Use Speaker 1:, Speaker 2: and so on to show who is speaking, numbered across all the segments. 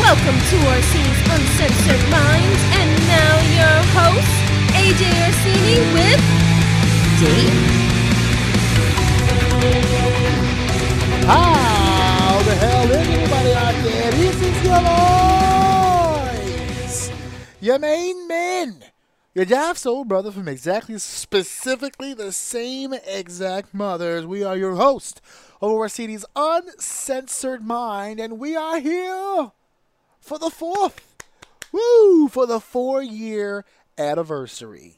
Speaker 1: Welcome to Orsini's Uncensored Minds, and now your host, AJ Orsini with Dave.
Speaker 2: How the hell is everybody out there? This is your boys, your main men, your daft soul brother from exactly, specifically the same exact mothers. We are your host of Orsini's Uncensored Mind, and we are here for the fourth, woo, for the four-year anniversary.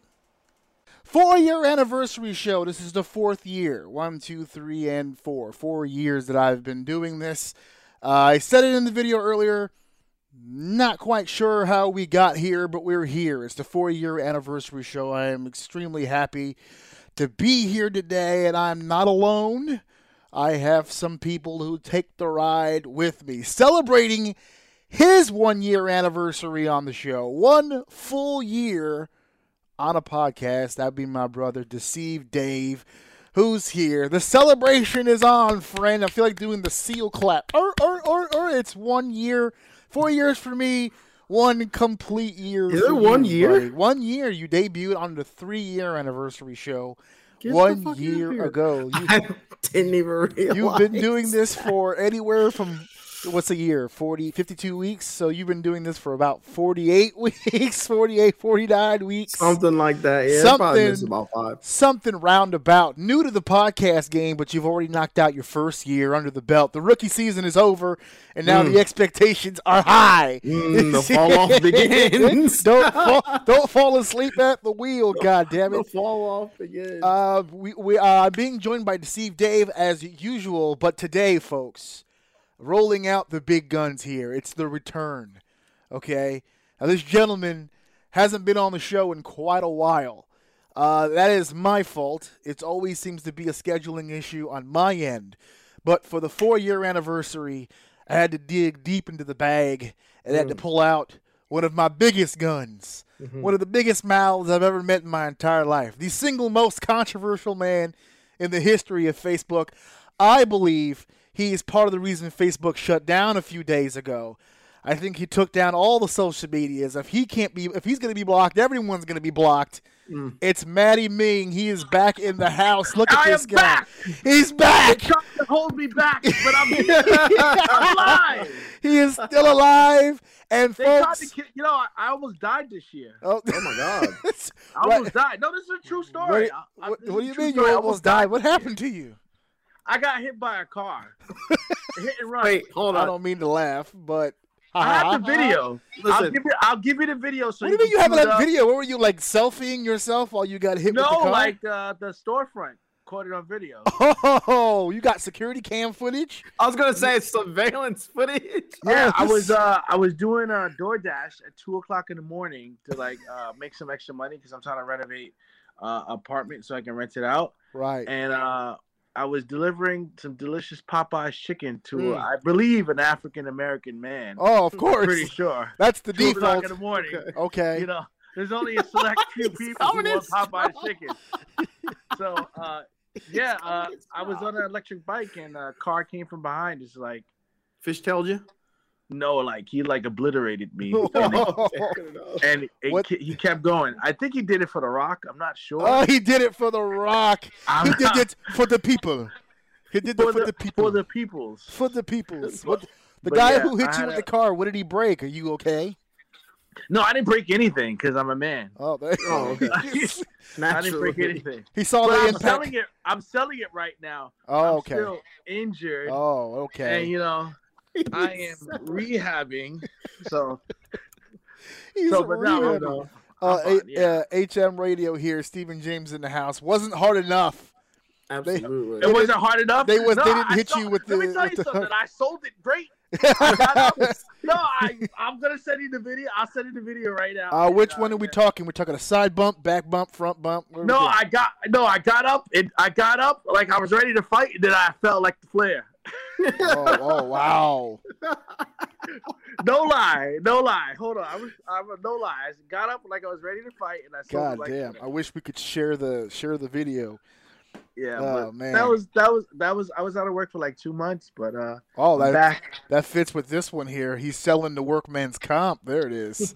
Speaker 2: Four year anniversary show. This is the fourth year. One, two, three, and four. Four years that I've been doing this. Uh, I said it in the video earlier. Not quite sure how we got here, but we're here. It's the four year anniversary show. I am extremely happy to be here today, and I'm not alone. I have some people who take the ride with me, celebrating his one year anniversary on the show. One full year on a podcast. That'd be my brother, Deceived Dave, who's here. The celebration is on, friend. I feel like doing the seal clap. Or, or, or, or it's one year, four years for me, one complete year.
Speaker 3: Is it
Speaker 2: for
Speaker 3: one
Speaker 2: you,
Speaker 3: year?
Speaker 2: buddy. One year. You debuted on the three year anniversary show
Speaker 3: Get the fuck
Speaker 2: one
Speaker 3: outta
Speaker 2: year
Speaker 3: here.
Speaker 2: ago. You,
Speaker 3: I didn't even realize.
Speaker 2: you've been doing this for anywhere from what's a year 40 52 weeks so you've been doing this for about 48 weeks 48 49 weeks
Speaker 3: something like that. Yeah, probably
Speaker 2: Something.
Speaker 3: missed about five.
Speaker 2: something roundabout. New to the podcast game, but you've already knocked out your first year under the belt. The rookie season is over, and now
Speaker 3: Mm.
Speaker 2: the expectations are high.
Speaker 3: Mm, the fall off begins.
Speaker 2: don't fall, don't fall asleep at the wheel, God damn
Speaker 3: The
Speaker 2: it.
Speaker 3: fall off begins. Oh
Speaker 2: Uh, we we are being joined by Deceived Dave as usual, but today, folks, rolling out the big guns here. It's the return. Okay, now this gentleman hasn't been on the show in quite a while. Uh, that is my fault. It always seems to be a scheduling issue on my end. But for the four-year anniversary, I had to dig deep into the bag and had to pull out one of my biggest guns one of the biggest mouths I've ever met in my entire life, the single most controversial man in the history of Facebook. I believe he is part of the reason Facebook shut down a few days ago. I think he took down all the social medias. If he can't be, if he's going to be blocked, everyone's going to be blocked.
Speaker 4: Mm.
Speaker 2: It's Matty Ming. He is back in the house. Look at
Speaker 4: I
Speaker 2: this
Speaker 4: am
Speaker 2: guy.
Speaker 4: back!
Speaker 2: He's back.
Speaker 4: trying to hold me back, but I'm I'm alive.
Speaker 2: He is still alive. And
Speaker 4: They tried to
Speaker 2: folks,
Speaker 4: kill. You know, I, I almost died this year.
Speaker 2: oh,
Speaker 3: oh my god!
Speaker 4: I
Speaker 2: What-
Speaker 4: almost died. No, this is a true story.
Speaker 2: what,
Speaker 4: I- I-
Speaker 2: what-
Speaker 4: this is
Speaker 2: what
Speaker 4: a
Speaker 2: do you
Speaker 4: true
Speaker 2: mean you
Speaker 4: story. I
Speaker 2: almost died? What
Speaker 4: this year.
Speaker 2: happened to you?
Speaker 4: I got hit by a car. hit and run.
Speaker 3: Wait, hold
Speaker 2: I
Speaker 3: on.
Speaker 2: don't mean to laugh, but
Speaker 4: I have the video. I'll
Speaker 3: Listen,
Speaker 4: give you. I'll give you the video. So
Speaker 2: uh-huh. What do you mean
Speaker 4: can
Speaker 2: you have
Speaker 4: pull it
Speaker 2: that
Speaker 4: up.
Speaker 2: video? What were you like selfieing yourself while you got hit with the
Speaker 4: No,
Speaker 2: car?
Speaker 4: like uh, the storefront caught it on video.
Speaker 2: oh, you got security cam footage.
Speaker 3: I was gonna say it's surveillance footage.
Speaker 4: Yeah, I
Speaker 2: this-
Speaker 4: was uh I was doing uh DoorDash at two o'clock in the morning to like uh make some extra money because I'm trying to renovate uh apartment so I can rent it out.
Speaker 2: Right.
Speaker 4: and uh, I was delivering some delicious Popeye's chicken to,
Speaker 2: Mm.
Speaker 4: I believe, an African American man.
Speaker 2: Oh, of course.
Speaker 4: pretty sure.
Speaker 2: That's the
Speaker 4: Two o'clock
Speaker 2: default.
Speaker 4: in the morning.
Speaker 2: Okay.
Speaker 4: You know, there's only a select few people who
Speaker 3: someone
Speaker 4: love
Speaker 3: is
Speaker 4: Popeye's chicken. So, uh, yeah, uh,
Speaker 3: someone is
Speaker 4: I was on an electric bike and a car came from behind. It's like,
Speaker 3: Fish tailed you.
Speaker 4: no, like he like obliterated me. And it-
Speaker 2: Oh,
Speaker 4: And it,
Speaker 2: What- Uh,
Speaker 4: he kept going. I think he did it
Speaker 2: Oh,
Speaker 4: for The Rock. I'm not sure.
Speaker 2: he did it for the rock. He
Speaker 4: I'm
Speaker 2: did
Speaker 4: not-
Speaker 2: it for the people. He did
Speaker 4: for
Speaker 2: that for
Speaker 4: the,
Speaker 2: the
Speaker 4: for
Speaker 2: people.
Speaker 4: the peoples.
Speaker 2: For the peoples. What, the
Speaker 4: But
Speaker 2: guy
Speaker 4: yeah,
Speaker 2: who
Speaker 4: I
Speaker 2: hit you
Speaker 4: had
Speaker 2: with
Speaker 4: a-
Speaker 2: the car, what did he break? Are you okay?
Speaker 4: No, I didn't break anything because I'm a man.
Speaker 2: Oh, there
Speaker 3: Oh, okay.
Speaker 4: I didn't break
Speaker 3: Naturally.
Speaker 4: anything.
Speaker 2: he saw
Speaker 4: But
Speaker 2: the
Speaker 4: I'm
Speaker 2: impact.
Speaker 4: selling it. I'm selling it right now. I'm
Speaker 2: oh, okay.
Speaker 4: still injured,
Speaker 2: Oh, okay.
Speaker 4: and you know I am rehabbing. So,
Speaker 2: He's
Speaker 4: so but no,
Speaker 2: rehabbing.
Speaker 4: no,
Speaker 2: uh,
Speaker 4: I'm fine,
Speaker 2: A-
Speaker 4: yeah.
Speaker 2: uh, HM Radio here. Stephen James in the house. Wasn't hard enough.
Speaker 4: it
Speaker 3: Absolutely.
Speaker 4: wasn't hard enough.
Speaker 2: they was-
Speaker 4: no,
Speaker 2: they didn't
Speaker 4: I
Speaker 2: hit you
Speaker 4: sold-
Speaker 2: with
Speaker 4: Let
Speaker 2: the-
Speaker 4: me tell
Speaker 2: with
Speaker 4: you
Speaker 2: the-
Speaker 4: something. I sold it great. I got up- no, I, I'm gonna send you the video. I'll send you the video right now.
Speaker 2: Uh, which
Speaker 4: And,
Speaker 2: one are we
Speaker 4: yeah.
Speaker 2: talking? We're talking a side bump, back bump, front bump. What are we
Speaker 4: No,
Speaker 2: doing?
Speaker 4: I got no. I got up and I got up like I was ready to fight, and then I felt like the flare.
Speaker 2: Oh, oh, wow.
Speaker 4: No lie, no lie. Hold on, I was, I was no lies. Got up like I was ready to fight, and I sold
Speaker 2: God
Speaker 4: it like
Speaker 2: damn. I wish we could share the share the video.
Speaker 4: yeah.
Speaker 2: Oh
Speaker 4: but
Speaker 2: man.
Speaker 4: that was that was that was I was out of work for like two months, but uh,
Speaker 2: oh,
Speaker 4: I'm
Speaker 2: that
Speaker 4: back.
Speaker 2: that fits with this one here. He's selling the workman's comp. There it is.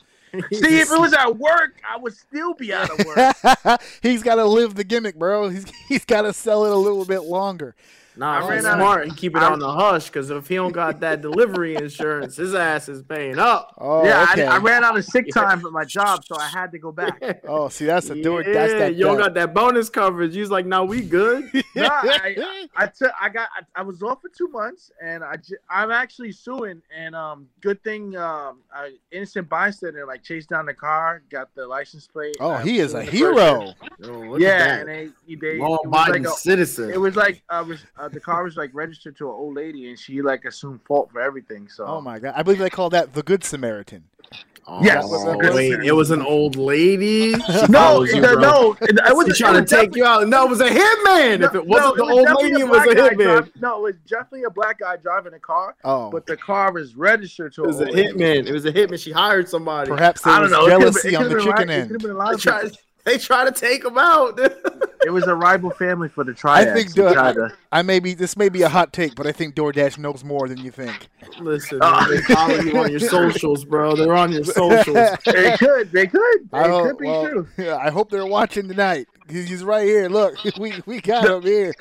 Speaker 4: See, if it was at work, I would still be out of work.
Speaker 2: he's got to live the gimmick, bro. He's he's got to sell it a little bit longer.
Speaker 4: I
Speaker 3: Nah,
Speaker 4: ran
Speaker 3: he's
Speaker 4: out of-
Speaker 3: smart and keep it
Speaker 4: I-
Speaker 3: on the hush because if he don't got that delivery insurance, his ass is paying up.
Speaker 2: Oh,
Speaker 4: yeah,
Speaker 2: okay.
Speaker 4: I, I ran out of sick time at my job, so I had to go back.
Speaker 2: oh, see, that's a do it. That's
Speaker 3: Yeah,
Speaker 2: that.
Speaker 3: you don't
Speaker 2: that.
Speaker 3: got that bonus coverage. You was like, nah, we good.
Speaker 4: No, I- I took, I got, I, I was off for two months, and I, j- I'm actually suing. And um, good thing, um, I, innocent bystander like chased down the car, got the license plate.
Speaker 2: oh,
Speaker 4: I
Speaker 2: he is a
Speaker 4: sued the
Speaker 2: hero.
Speaker 4: person. Yeah, and they, they, it
Speaker 3: law
Speaker 4: was like
Speaker 3: abiding
Speaker 4: a, it
Speaker 3: citizen.
Speaker 4: was like uh, was, uh, the car was like registered to an old lady, and she like assumed fault for everything. So
Speaker 2: Oh my god, I believe they call that the Good Samaritan.
Speaker 4: Yes.
Speaker 3: Oh,
Speaker 2: Good
Speaker 3: wait,
Speaker 4: citizen.
Speaker 3: it was an old lady. She
Speaker 4: no,
Speaker 3: follows you,
Speaker 4: no,
Speaker 3: bro.
Speaker 4: no, I
Speaker 3: She
Speaker 4: was
Speaker 3: trying to take you out. No, it was a hitman. if it wasn't the old lady, it was a hitman.
Speaker 4: no, it was definitely a black guy driving a car,
Speaker 2: Oh,
Speaker 4: but the car was registered
Speaker 3: It
Speaker 4: to an
Speaker 3: was a
Speaker 4: old lady.
Speaker 3: hitman. It was a hitman. She hired somebody.
Speaker 2: perhaps there
Speaker 4: I don't
Speaker 2: was
Speaker 4: know. it could've
Speaker 2: jealousy
Speaker 4: been- it
Speaker 2: on the
Speaker 4: could've been
Speaker 2: chicken
Speaker 4: ri- It
Speaker 2: end.
Speaker 4: could have been a lot
Speaker 3: They
Speaker 4: of
Speaker 3: try,
Speaker 4: people.
Speaker 3: they try to take him out.
Speaker 4: It was a rival family for the triad.
Speaker 2: I think
Speaker 4: so
Speaker 2: the-
Speaker 4: tried to-
Speaker 2: I may be this may be a hot take, but I think DoorDash knows more than you think.
Speaker 3: Listen,
Speaker 4: Oh.
Speaker 3: man, they follow you on your socials, bro. They're on your socials.
Speaker 4: they could. They could. They
Speaker 2: I hope-
Speaker 4: could be
Speaker 2: well,
Speaker 4: true.
Speaker 2: yeah, I hope they're watching tonight. He's he's right here. Look, we we got him here.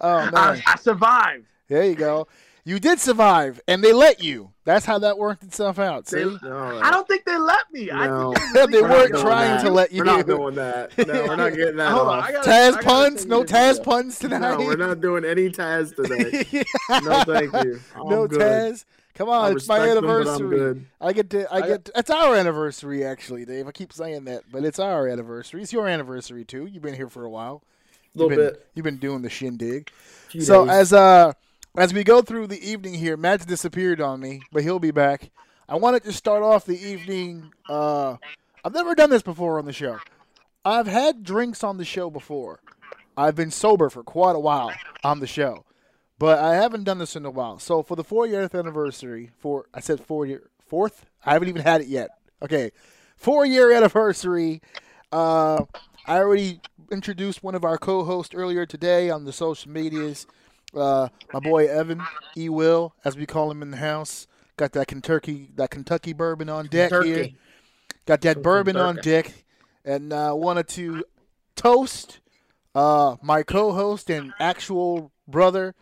Speaker 2: Oh man,
Speaker 4: I, I survived.
Speaker 2: there you go. You did survive, and they let you. That's how that worked itself out.
Speaker 4: They-
Speaker 2: See,
Speaker 4: I don't think they let me.
Speaker 3: No.
Speaker 4: I think
Speaker 2: they
Speaker 4: we're not
Speaker 2: weren't
Speaker 4: doing
Speaker 2: trying
Speaker 3: that.
Speaker 2: to let you.
Speaker 3: We're not doing that. No, we're not getting that.
Speaker 4: Hold on.
Speaker 3: off.
Speaker 4: I gotta, I
Speaker 2: Taz
Speaker 4: gotta
Speaker 2: puns?
Speaker 4: send
Speaker 2: No
Speaker 4: you this
Speaker 2: Taz
Speaker 4: video.
Speaker 2: puns tonight.
Speaker 3: No, we're not doing any Taz today. No, thank you. I'm
Speaker 2: no
Speaker 3: good.
Speaker 2: Taz. Come
Speaker 3: I
Speaker 2: on, it's my
Speaker 3: respect them, but I'm
Speaker 2: anniversary.
Speaker 3: good.
Speaker 2: I get to. I
Speaker 4: I-
Speaker 2: get. it's our anniversary, actually, Dave. I keep saying that, but it's our anniversary. It's your anniversary too. You've been here for a while.
Speaker 3: A
Speaker 2: you've
Speaker 3: little
Speaker 2: been,
Speaker 3: bit.
Speaker 2: You've been doing the shindig.
Speaker 3: Few
Speaker 2: So
Speaker 3: days.
Speaker 2: as uh as we go through the evening here, Matt's disappeared on me, but he'll be back. I wanted to start off the evening. Uh, I've never done this before on the show. I've had drinks on the show before. I've been sober for quite a while on the show, but I haven't done this in a while. So for the 40th anniversary, for I said four year fourth. I haven't even had it yet. Okay, four year anniversary. Uh, I already introduced one of our co-hosts earlier today on the social medias. Uh, my boy Evan E. Will, as we call him in the house, got that Kentucky that Kentucky bourbon on deck here.
Speaker 3: Turkey.
Speaker 2: Got that bourbon on
Speaker 3: Kentucky.
Speaker 2: deck, and uh, wanted to toast uh, my co-host and actual brother,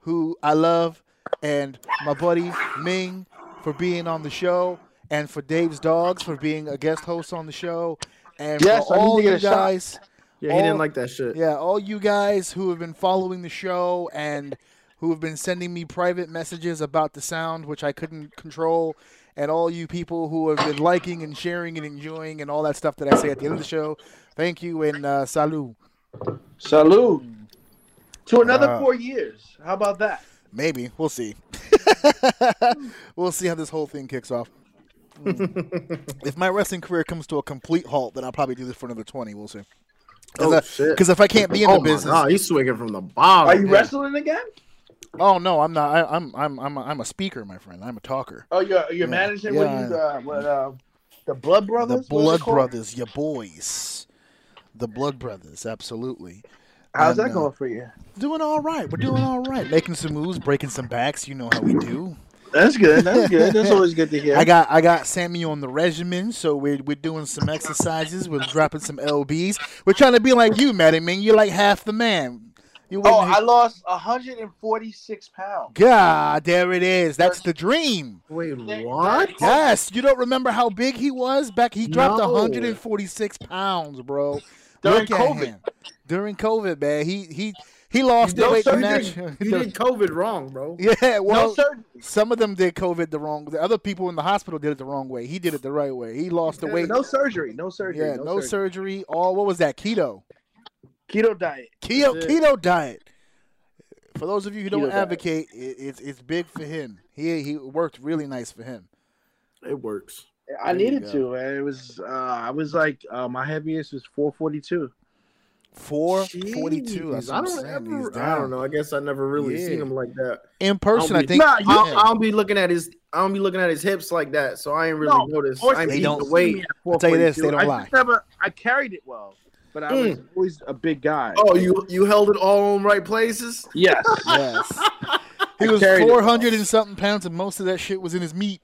Speaker 2: who I love, and my buddy Ming for being on the show, and for Dave's Dogs for being a guest host on the show, and
Speaker 4: Yes,
Speaker 2: for
Speaker 4: I need
Speaker 2: all
Speaker 4: to get
Speaker 2: you
Speaker 4: a shot.
Speaker 2: guys.
Speaker 3: Oh. Yeah, he
Speaker 2: all-
Speaker 3: didn't like that shit.
Speaker 2: Yeah, all you guys who have been following the show and who have been sending me private messages about the sound, which I couldn't control, and all you people who have been liking and sharing and enjoying and all that stuff that I say at the end of the show, thank you and uh, salut.
Speaker 4: Salute. To another
Speaker 2: Wow.
Speaker 4: four years. How about that?
Speaker 2: Maybe we'll see. we'll see how this whole thing kicks off. Mm. if my wrestling career comes to a complete halt, then I'll probably do this for another twenty. We'll see.
Speaker 3: Oh,
Speaker 2: Because
Speaker 3: shit.
Speaker 2: if I can't be in
Speaker 3: Oh
Speaker 2: the
Speaker 3: my
Speaker 2: business,
Speaker 3: God, he's swinging from the bottom.
Speaker 4: Are you
Speaker 3: Yeah.
Speaker 4: wrestling again?
Speaker 2: Oh no, I'm not. I, I'm I'm I'm a, I'm a speaker, my friend. I'm a talker.
Speaker 4: Oh, you're you're
Speaker 2: Yeah.
Speaker 4: managing
Speaker 2: Yeah.
Speaker 4: with you, uh, what, uh, the Blood Brothers.
Speaker 2: the
Speaker 4: What is it
Speaker 2: Blood
Speaker 4: called?
Speaker 2: Brothers, your boys, the Blood Brothers, absolutely.
Speaker 4: How's
Speaker 2: And,
Speaker 4: that
Speaker 2: uh,
Speaker 4: going for you?
Speaker 2: Doing all right. We're doing all right. Making some moves, breaking some backs. You know how we do.
Speaker 4: That's good. That's good. That's always good to hear.
Speaker 2: I got I got Sammy on the regimen, so we're we're doing some exercises. We're dropping some lbs. We're trying to be like you, Matty Man. You're like half the man. You
Speaker 4: Oh,
Speaker 2: wouldn't.
Speaker 4: I lost 146 pounds.
Speaker 2: God, there it is. That's the dream.
Speaker 3: Wait,
Speaker 4: They-
Speaker 3: what?
Speaker 2: Yes, you don't remember how big he was back. He dropped
Speaker 3: No.
Speaker 2: 146 pounds, bro.
Speaker 4: During
Speaker 2: Look at
Speaker 4: COVID.
Speaker 2: him. During COVID, man, he he he lost
Speaker 4: No
Speaker 2: the weight
Speaker 4: surgery.
Speaker 2: natural.
Speaker 3: You did COVID wrong, bro.
Speaker 2: yeah, well,
Speaker 4: no surgery.
Speaker 2: some of them did COVID the wrong. The other people in the hospital did it the wrong way. He did it the right way. He lost the weight.
Speaker 4: No surgery. No surgery.
Speaker 2: yeah, no,
Speaker 4: no surgery.
Speaker 2: surgery. All what was that? Keto.
Speaker 4: Keto diet.
Speaker 2: Keto
Speaker 3: That's it.
Speaker 2: keto diet. For those of you who don't
Speaker 4: Keto diet.
Speaker 2: advocate, it, it's it's big for him. He he worked really nice for him.
Speaker 3: It works.
Speaker 4: I
Speaker 2: There you
Speaker 4: needed
Speaker 2: go.
Speaker 4: to, and it was. Uh, I was like, uh, my heaviest was 442.
Speaker 2: Four forty two. That's
Speaker 3: Jeez,
Speaker 2: what
Speaker 3: I
Speaker 2: I'm
Speaker 3: don't
Speaker 2: saying. He's
Speaker 3: ever. I
Speaker 2: down.
Speaker 3: don't know. I guess I never really
Speaker 2: Yeah.
Speaker 3: seen him like that.
Speaker 2: In person, I
Speaker 3: be-
Speaker 2: think.
Speaker 4: Nah,
Speaker 3: I
Speaker 2: yeah.
Speaker 3: don't, I don't be looking at his. I don't be looking at his hips like that, so I ain't really
Speaker 4: No,
Speaker 3: noticed.
Speaker 4: course
Speaker 3: I ain't
Speaker 2: they
Speaker 3: beat
Speaker 2: don't.
Speaker 3: the weight.
Speaker 2: I'll tell you this, they don't
Speaker 4: I
Speaker 2: lie. Mm.
Speaker 4: Just never, I carried it well, but I was always a big guy.
Speaker 3: Oh, you you held it all in right places.
Speaker 4: yes.
Speaker 2: Yes. He was
Speaker 4: carried it.
Speaker 2: 400 and something pounds, and most of that shit was in his meat.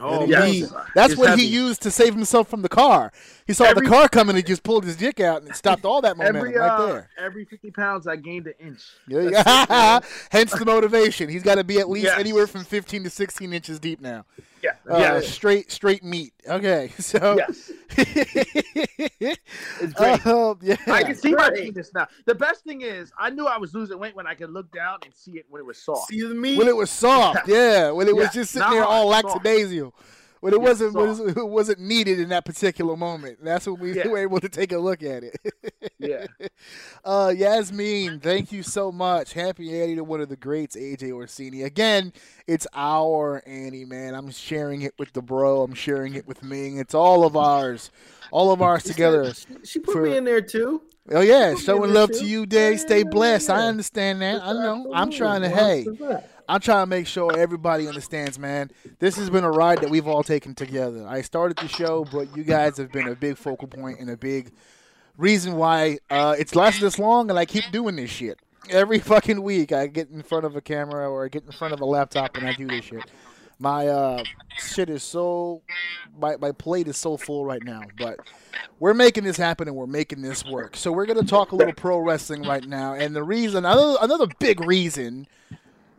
Speaker 3: Oh,
Speaker 2: Yeah.
Speaker 3: geez.
Speaker 2: That's
Speaker 3: He's
Speaker 2: what he
Speaker 3: heavy.
Speaker 2: used to save himself from the car. He saw the
Speaker 4: Every-
Speaker 2: car coming and just pulled his dick out and it stopped all that momentum
Speaker 4: Every
Speaker 2: right
Speaker 4: uh,
Speaker 2: there.
Speaker 4: every fifty pounds, I gained an inch.
Speaker 2: Yeah, yeah. Hence the motivation. He's got to be at least
Speaker 4: Yes.
Speaker 2: anywhere from 15 to 16 inches deep now.
Speaker 4: Yeah.
Speaker 2: Uh,
Speaker 4: yes.
Speaker 2: Straight, straight meat. Okay, so
Speaker 4: Yes. It's great.
Speaker 2: um, yeah.
Speaker 4: I can see my penis now. The best thing is, I knew I was losing weight when I could look down and see it when it was soft.
Speaker 3: See the meat.
Speaker 2: when it was soft, yeah, when it was
Speaker 4: Yeah,
Speaker 2: just sitting
Speaker 4: not
Speaker 2: there all
Speaker 4: hard, soft.
Speaker 2: lackadaisical, when it
Speaker 4: Yeah,
Speaker 2: wasn't when
Speaker 4: soft.
Speaker 2: it wasn't needed in that particular moment. That's when we
Speaker 4: Yeah.
Speaker 2: were able to take a look at it.
Speaker 4: Yeah.
Speaker 2: Uh, Yasmin, thank you so much. Happy Annie to one of the greats, AJ Orsini. Again, it's our Annie, man. I'm sharing it with the bro. I'm sharing it with Ming. It's all of ours, all of ours together.
Speaker 3: She, she put
Speaker 2: for-
Speaker 3: me in there too.
Speaker 2: Oh yeah,
Speaker 3: Put me
Speaker 2: showing
Speaker 3: in there
Speaker 2: love
Speaker 3: too.
Speaker 2: to you, Day. Stay
Speaker 3: Yeah,
Speaker 2: blessed. I
Speaker 3: yeah.
Speaker 2: understand that. I know. I'm
Speaker 3: Absolutely.
Speaker 2: trying to.
Speaker 3: Why
Speaker 2: Hey,
Speaker 3: is that?
Speaker 2: I'm trying to make sure everybody understands, man. This has been a ride that we've all taken together. I started the show, but you guys have been a big focal point and a big reason why uh, it's lasted this long, and I keep doing this shit. Every fucking week, I get in front of a camera or I get in front of a laptop and I do this shit. My uh, shit is so, my, my plate is so full right now, but we're making this happen and we're making this work. So we're gonna talk a little pro wrestling right now, and the reason, another, another big reason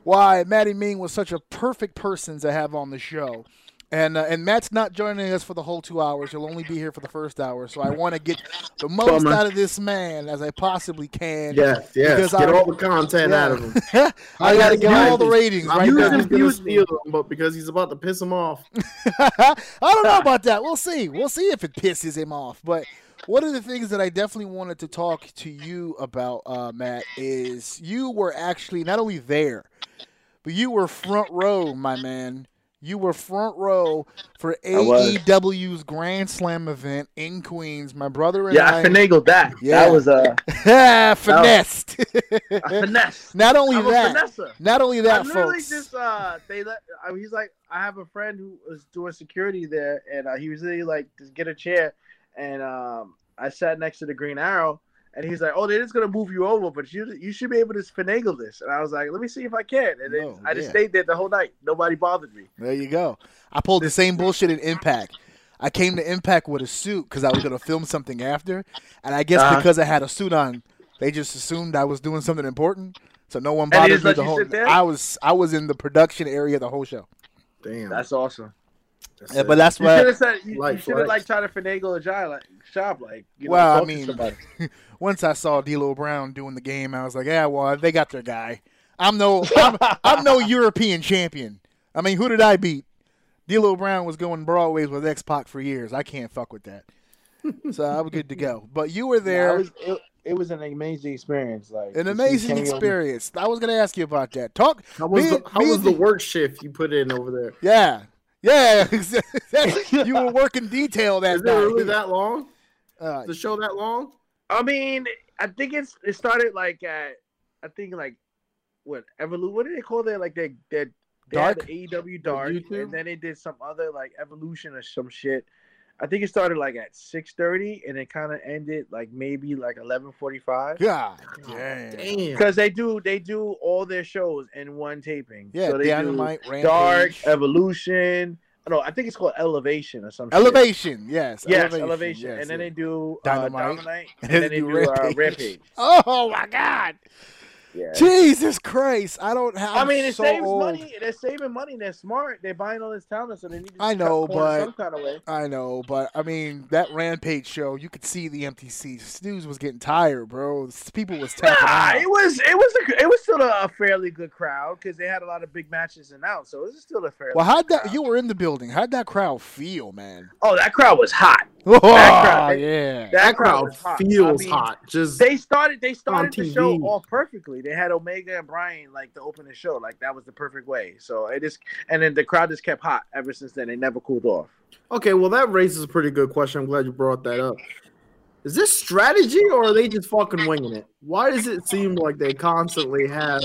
Speaker 2: why Matty Ming was such a perfect person to have on the show. And, uh, and Matt's not joining us for the whole two hours. He'll only be here for the first hour. So I want to get the most
Speaker 3: Bummer.
Speaker 2: out of this man as I possibly can. Because
Speaker 3: Yes, yes. Get
Speaker 2: I-
Speaker 3: all the content
Speaker 2: Yeah.
Speaker 3: out of him.
Speaker 2: I got to get all the ratings
Speaker 3: I'm
Speaker 2: right
Speaker 3: just
Speaker 2: now.
Speaker 3: gonna
Speaker 4: Confuse me.
Speaker 3: steal him, but because he's about to piss him off.
Speaker 2: I don't know about that. We'll see. We'll see if it pisses him off. But one of the things that I definitely wanted to talk to you about, uh, Matt, is you were actually not only there, but you were front row, my man. You were front row for
Speaker 5: was.
Speaker 2: AEW's Grand Slam event in Queens. My brother and
Speaker 4: Yeah,
Speaker 2: I,
Speaker 4: I finagled that.
Speaker 2: Yeah.
Speaker 5: That was uh
Speaker 2: finessed.
Speaker 4: I finessed.
Speaker 2: not only
Speaker 4: I'm
Speaker 2: that,
Speaker 4: a finesser.
Speaker 2: not only
Speaker 4: I
Speaker 2: that,
Speaker 4: literally
Speaker 2: folks.
Speaker 4: just uh, they let. I, he's like, I have a friend who was doing security there, and uh, he was literally like, just get a chair, and um, I sat next to the Green Arrow, and he's like, oh, they're just gonna move you over, but you you should be able to finagle this, and I was like, let me see if I can, and
Speaker 2: No,
Speaker 4: then I just
Speaker 2: yeah.
Speaker 4: stayed there the whole night. Nobody bothered me.
Speaker 2: There you go. I pulled the same bullshit in Impact. I came to Impact with a suit because I was gonna film something after, and I guess
Speaker 4: Uh-huh.
Speaker 2: because I had a suit on, they just assumed I was doing something important, so no one
Speaker 4: they
Speaker 2: bothered
Speaker 4: just
Speaker 2: me
Speaker 4: let
Speaker 2: the
Speaker 4: you
Speaker 2: whole.
Speaker 4: sit there?
Speaker 2: I was I was in the production area the whole show,
Speaker 3: Damn.
Speaker 4: That's awesome.
Speaker 2: Yeah, but that's
Speaker 4: You should
Speaker 2: why
Speaker 4: have said you,
Speaker 3: Like
Speaker 4: you should have
Speaker 3: flex.
Speaker 4: like tried to finagle a job, like shop, like you know,
Speaker 2: Well, I
Speaker 4: talk to
Speaker 2: mean-
Speaker 4: somebody.
Speaker 2: once I saw D'Lo Brown doing the game, I was like, yeah, well they got their guy. I'm no I'm, I'm no European champion. I mean, who did I beat? D'Lo Brown was going broadways with X Pac for years. I can't fuck with that. So I was good to go. But you were there.
Speaker 4: Yeah, it was it, it was an amazing experience. Like
Speaker 2: An
Speaker 4: just
Speaker 2: amazing
Speaker 4: carrying over-
Speaker 2: experience. I was going to ask you about that. Talk.
Speaker 3: how was
Speaker 2: me-
Speaker 3: the, how
Speaker 2: me
Speaker 3: was
Speaker 2: and
Speaker 3: the
Speaker 2: you-
Speaker 3: work shift you put in over there?
Speaker 2: Yeah. Yeah. you were working detail that
Speaker 3: Is it really
Speaker 2: night.
Speaker 3: that long?
Speaker 2: Uh,
Speaker 3: Is the show that long?
Speaker 4: I mean, I think it's it started like at I think like what Evolu what do they call their like their their they had
Speaker 2: Dark?
Speaker 4: AEW Dark
Speaker 3: YouTube?
Speaker 4: and then they did some other like evolution or some shit. I think it started like at six thirty and it kind of ended like maybe like eleven forty five.
Speaker 2: God. Damn.
Speaker 3: Damn.
Speaker 4: Because they do they do all their shows in one taping.
Speaker 2: Yeah.
Speaker 4: so they
Speaker 2: Dynamite.
Speaker 4: do Dark
Speaker 2: Rampage.
Speaker 4: Evolution. No, I think it's called Elevation or something.
Speaker 2: elevation. Yes.
Speaker 4: Yes,
Speaker 2: elevation.
Speaker 4: elevation,
Speaker 2: yes,
Speaker 4: and then
Speaker 2: yes.
Speaker 4: they do
Speaker 2: Dynamite.
Speaker 4: Uh, Dynamite, and then they do, uh, Rampage.
Speaker 2: Oh my God.
Speaker 4: Yeah.
Speaker 2: Jesus Christ! I don't have.
Speaker 4: I mean, it
Speaker 2: so
Speaker 4: saves
Speaker 2: old.
Speaker 4: money. They're saving money. They're smart. They're buying all this talent, so they need to.
Speaker 2: I
Speaker 4: cut
Speaker 2: know,
Speaker 4: corners
Speaker 2: but-
Speaker 4: some kind of way.
Speaker 2: I know, but I mean that Rampage show, you could see the empty seats. Dudes was getting tired, bro. S- People was tapping
Speaker 4: Nah,
Speaker 2: out.
Speaker 4: it was it was a, it was still a fairly good crowd because they had a lot of big matches and out, so it was still a fairly.
Speaker 2: Well, how'd
Speaker 4: good
Speaker 2: that?
Speaker 4: crowd.
Speaker 2: You were in the building. How'd that crowd feel, man?
Speaker 4: Oh, that crowd was hot.
Speaker 2: Oh,
Speaker 4: crowd-
Speaker 2: yeah.
Speaker 3: That crowd
Speaker 4: was hot. I
Speaker 3: feels
Speaker 4: mean,
Speaker 3: hot. Just
Speaker 4: They started they started the
Speaker 3: TV.
Speaker 4: show off perfectly. They had Omega and Brian like to open the show, like that was the perfect way. So it just and then the crowd just kept hot ever since then. They never cooled off.
Speaker 3: okay. Well, that raises a pretty good question. I'm glad you brought that up. Is this strategy or are they just fucking winging it? Why does it seem like they constantly have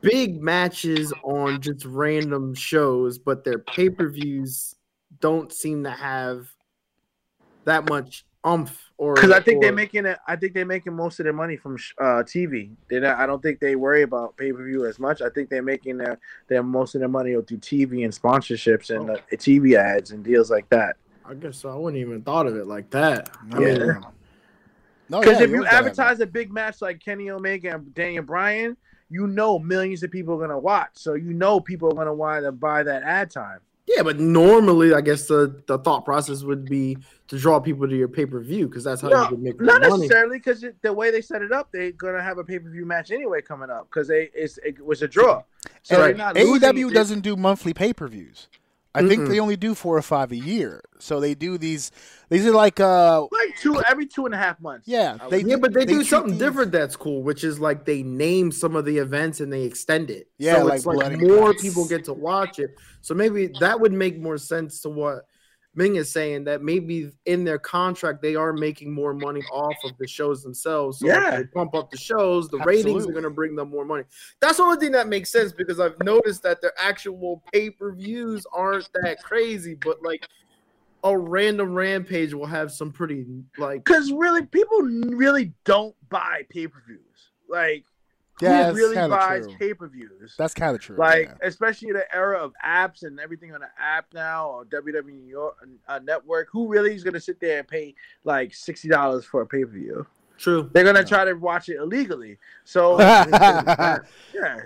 Speaker 3: big matches on just random shows, but their pay per views don't seem to have that much umph? Or
Speaker 4: Because I think they're
Speaker 3: or-
Speaker 4: making it. I think they're making most of their money from sh- uh, TV. They not, I don't think they worry about pay per view as much. I think they're making their, their most of their money through TV and sponsorships and uh, TV ads and deals like that.
Speaker 3: I guess so. I wouldn't even thought of it like that. I
Speaker 2: Yeah.
Speaker 3: mean,
Speaker 2: No,
Speaker 4: Because
Speaker 2: Oh, yeah,
Speaker 4: if you
Speaker 2: always gotta have
Speaker 4: advertise a big match like Kenny Omega and Daniel Bryan, you know millions of people are gonna watch. So you know people are gonna want to buy that ad time.
Speaker 3: Yeah, but normally, I guess the, the thought process would be to draw people to your pay per view because that's how
Speaker 4: No,
Speaker 3: you would make more
Speaker 4: Not
Speaker 3: money.
Speaker 4: necessarily because the way they set it up, they're gonna have a pay per view match anyway coming up because they it's, it was a draw. So
Speaker 2: that.
Speaker 4: they're
Speaker 2: And
Speaker 4: not
Speaker 2: AEW
Speaker 4: losing-
Speaker 2: E doesn't do monthly pay per views. I think
Speaker 3: Mm-mm.
Speaker 2: they only do four or five a year. So they do these. These are like, uh,
Speaker 4: like two every two and a half months.
Speaker 2: yeah,
Speaker 4: I
Speaker 2: they
Speaker 4: would-
Speaker 3: Yeah, but they,
Speaker 2: They
Speaker 3: do
Speaker 2: treat
Speaker 3: something
Speaker 2: these-
Speaker 3: different that's cool, which is like they name some of the events and they extend it.
Speaker 2: Yeah,
Speaker 3: so
Speaker 2: like
Speaker 3: it's like
Speaker 2: Blood and
Speaker 3: more
Speaker 2: Guts.
Speaker 3: people get to watch it. So maybe that would make more sense to what Ming is saying that maybe in their contract they are making more money off of the shows themselves. So if
Speaker 4: Yeah.
Speaker 3: they pump up the shows, the ratings are
Speaker 2: Absolutely.
Speaker 3: going to bring them more money. That's the only thing that makes sense because I've noticed that their actual pay per views aren't that crazy, but like a random rampage will have some pretty like
Speaker 4: Because really, people n- really don't buy pay per views. Like,
Speaker 2: Yeah,
Speaker 4: who
Speaker 2: that's
Speaker 4: really
Speaker 2: kinda
Speaker 4: buys
Speaker 2: true.
Speaker 4: pay per views?
Speaker 2: That's kind of true.
Speaker 4: Like,
Speaker 2: yeah.
Speaker 4: especially the era of apps and everything on the app now, or WWE York, uh, Network. Who really is going to sit there and pay like sixty dollars for a pay per view?
Speaker 3: true.
Speaker 4: They're going to try to watch it illegally. So, yeah,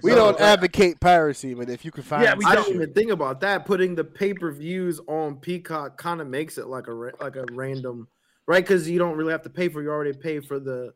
Speaker 2: we
Speaker 4: so-
Speaker 2: don't advocate piracy, but if you can find,
Speaker 4: Yeah, we
Speaker 3: I
Speaker 2: some
Speaker 4: don't.
Speaker 3: didn't
Speaker 2: shit-
Speaker 3: even think about that. Putting the pay per views on Peacock kind of makes it like a ra- like a random, right? Because you don't really have to pay for. You already pay for the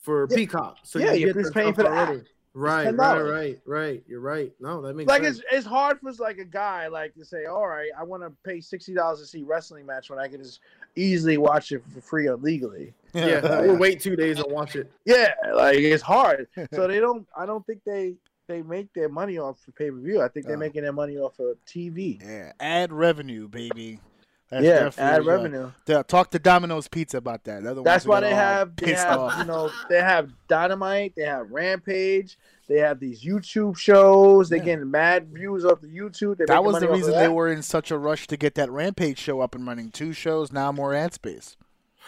Speaker 3: for
Speaker 4: Yeah.
Speaker 3: Peacock, so
Speaker 4: Yeah,
Speaker 3: you
Speaker 4: you're
Speaker 3: get
Speaker 4: just
Speaker 3: the
Speaker 4: paying
Speaker 3: stuff
Speaker 4: for the app.
Speaker 3: already. Right, right,
Speaker 4: $10.
Speaker 3: right, right. You're right. No, that makes
Speaker 4: like
Speaker 3: sense.
Speaker 4: it's it's hard for like a guy like to say, all right, I want to pay sixty dollars to see wrestling match when I can just easily watch it for free or legally.
Speaker 3: yeah, or wait two days and watch it.
Speaker 4: Yeah, like it's hard. So they don't. I don't think they they make their money off of pay per view. I think they're
Speaker 2: No.
Speaker 4: making their money off of TV.
Speaker 2: Uh. Yeah, ad revenue, baby. That's
Speaker 4: yeah,
Speaker 2: definitely,
Speaker 4: ad
Speaker 2: uh,
Speaker 4: revenue.
Speaker 2: yeah, talk to Domino's Pizza about that. They're the
Speaker 4: That's
Speaker 2: ones that
Speaker 4: why they
Speaker 2: got all
Speaker 4: have they
Speaker 2: pissed
Speaker 4: have
Speaker 2: off.
Speaker 4: you know they have Dynamite, they have Rampage, they have these YouTube shows. They
Speaker 2: Yeah.
Speaker 4: getting mad views off the YouTube. They
Speaker 2: That
Speaker 4: making
Speaker 2: was the
Speaker 4: money off of
Speaker 2: reason they
Speaker 4: that.
Speaker 2: were in such a rush to get that Rampage show up and running. Two shows now, more ad space.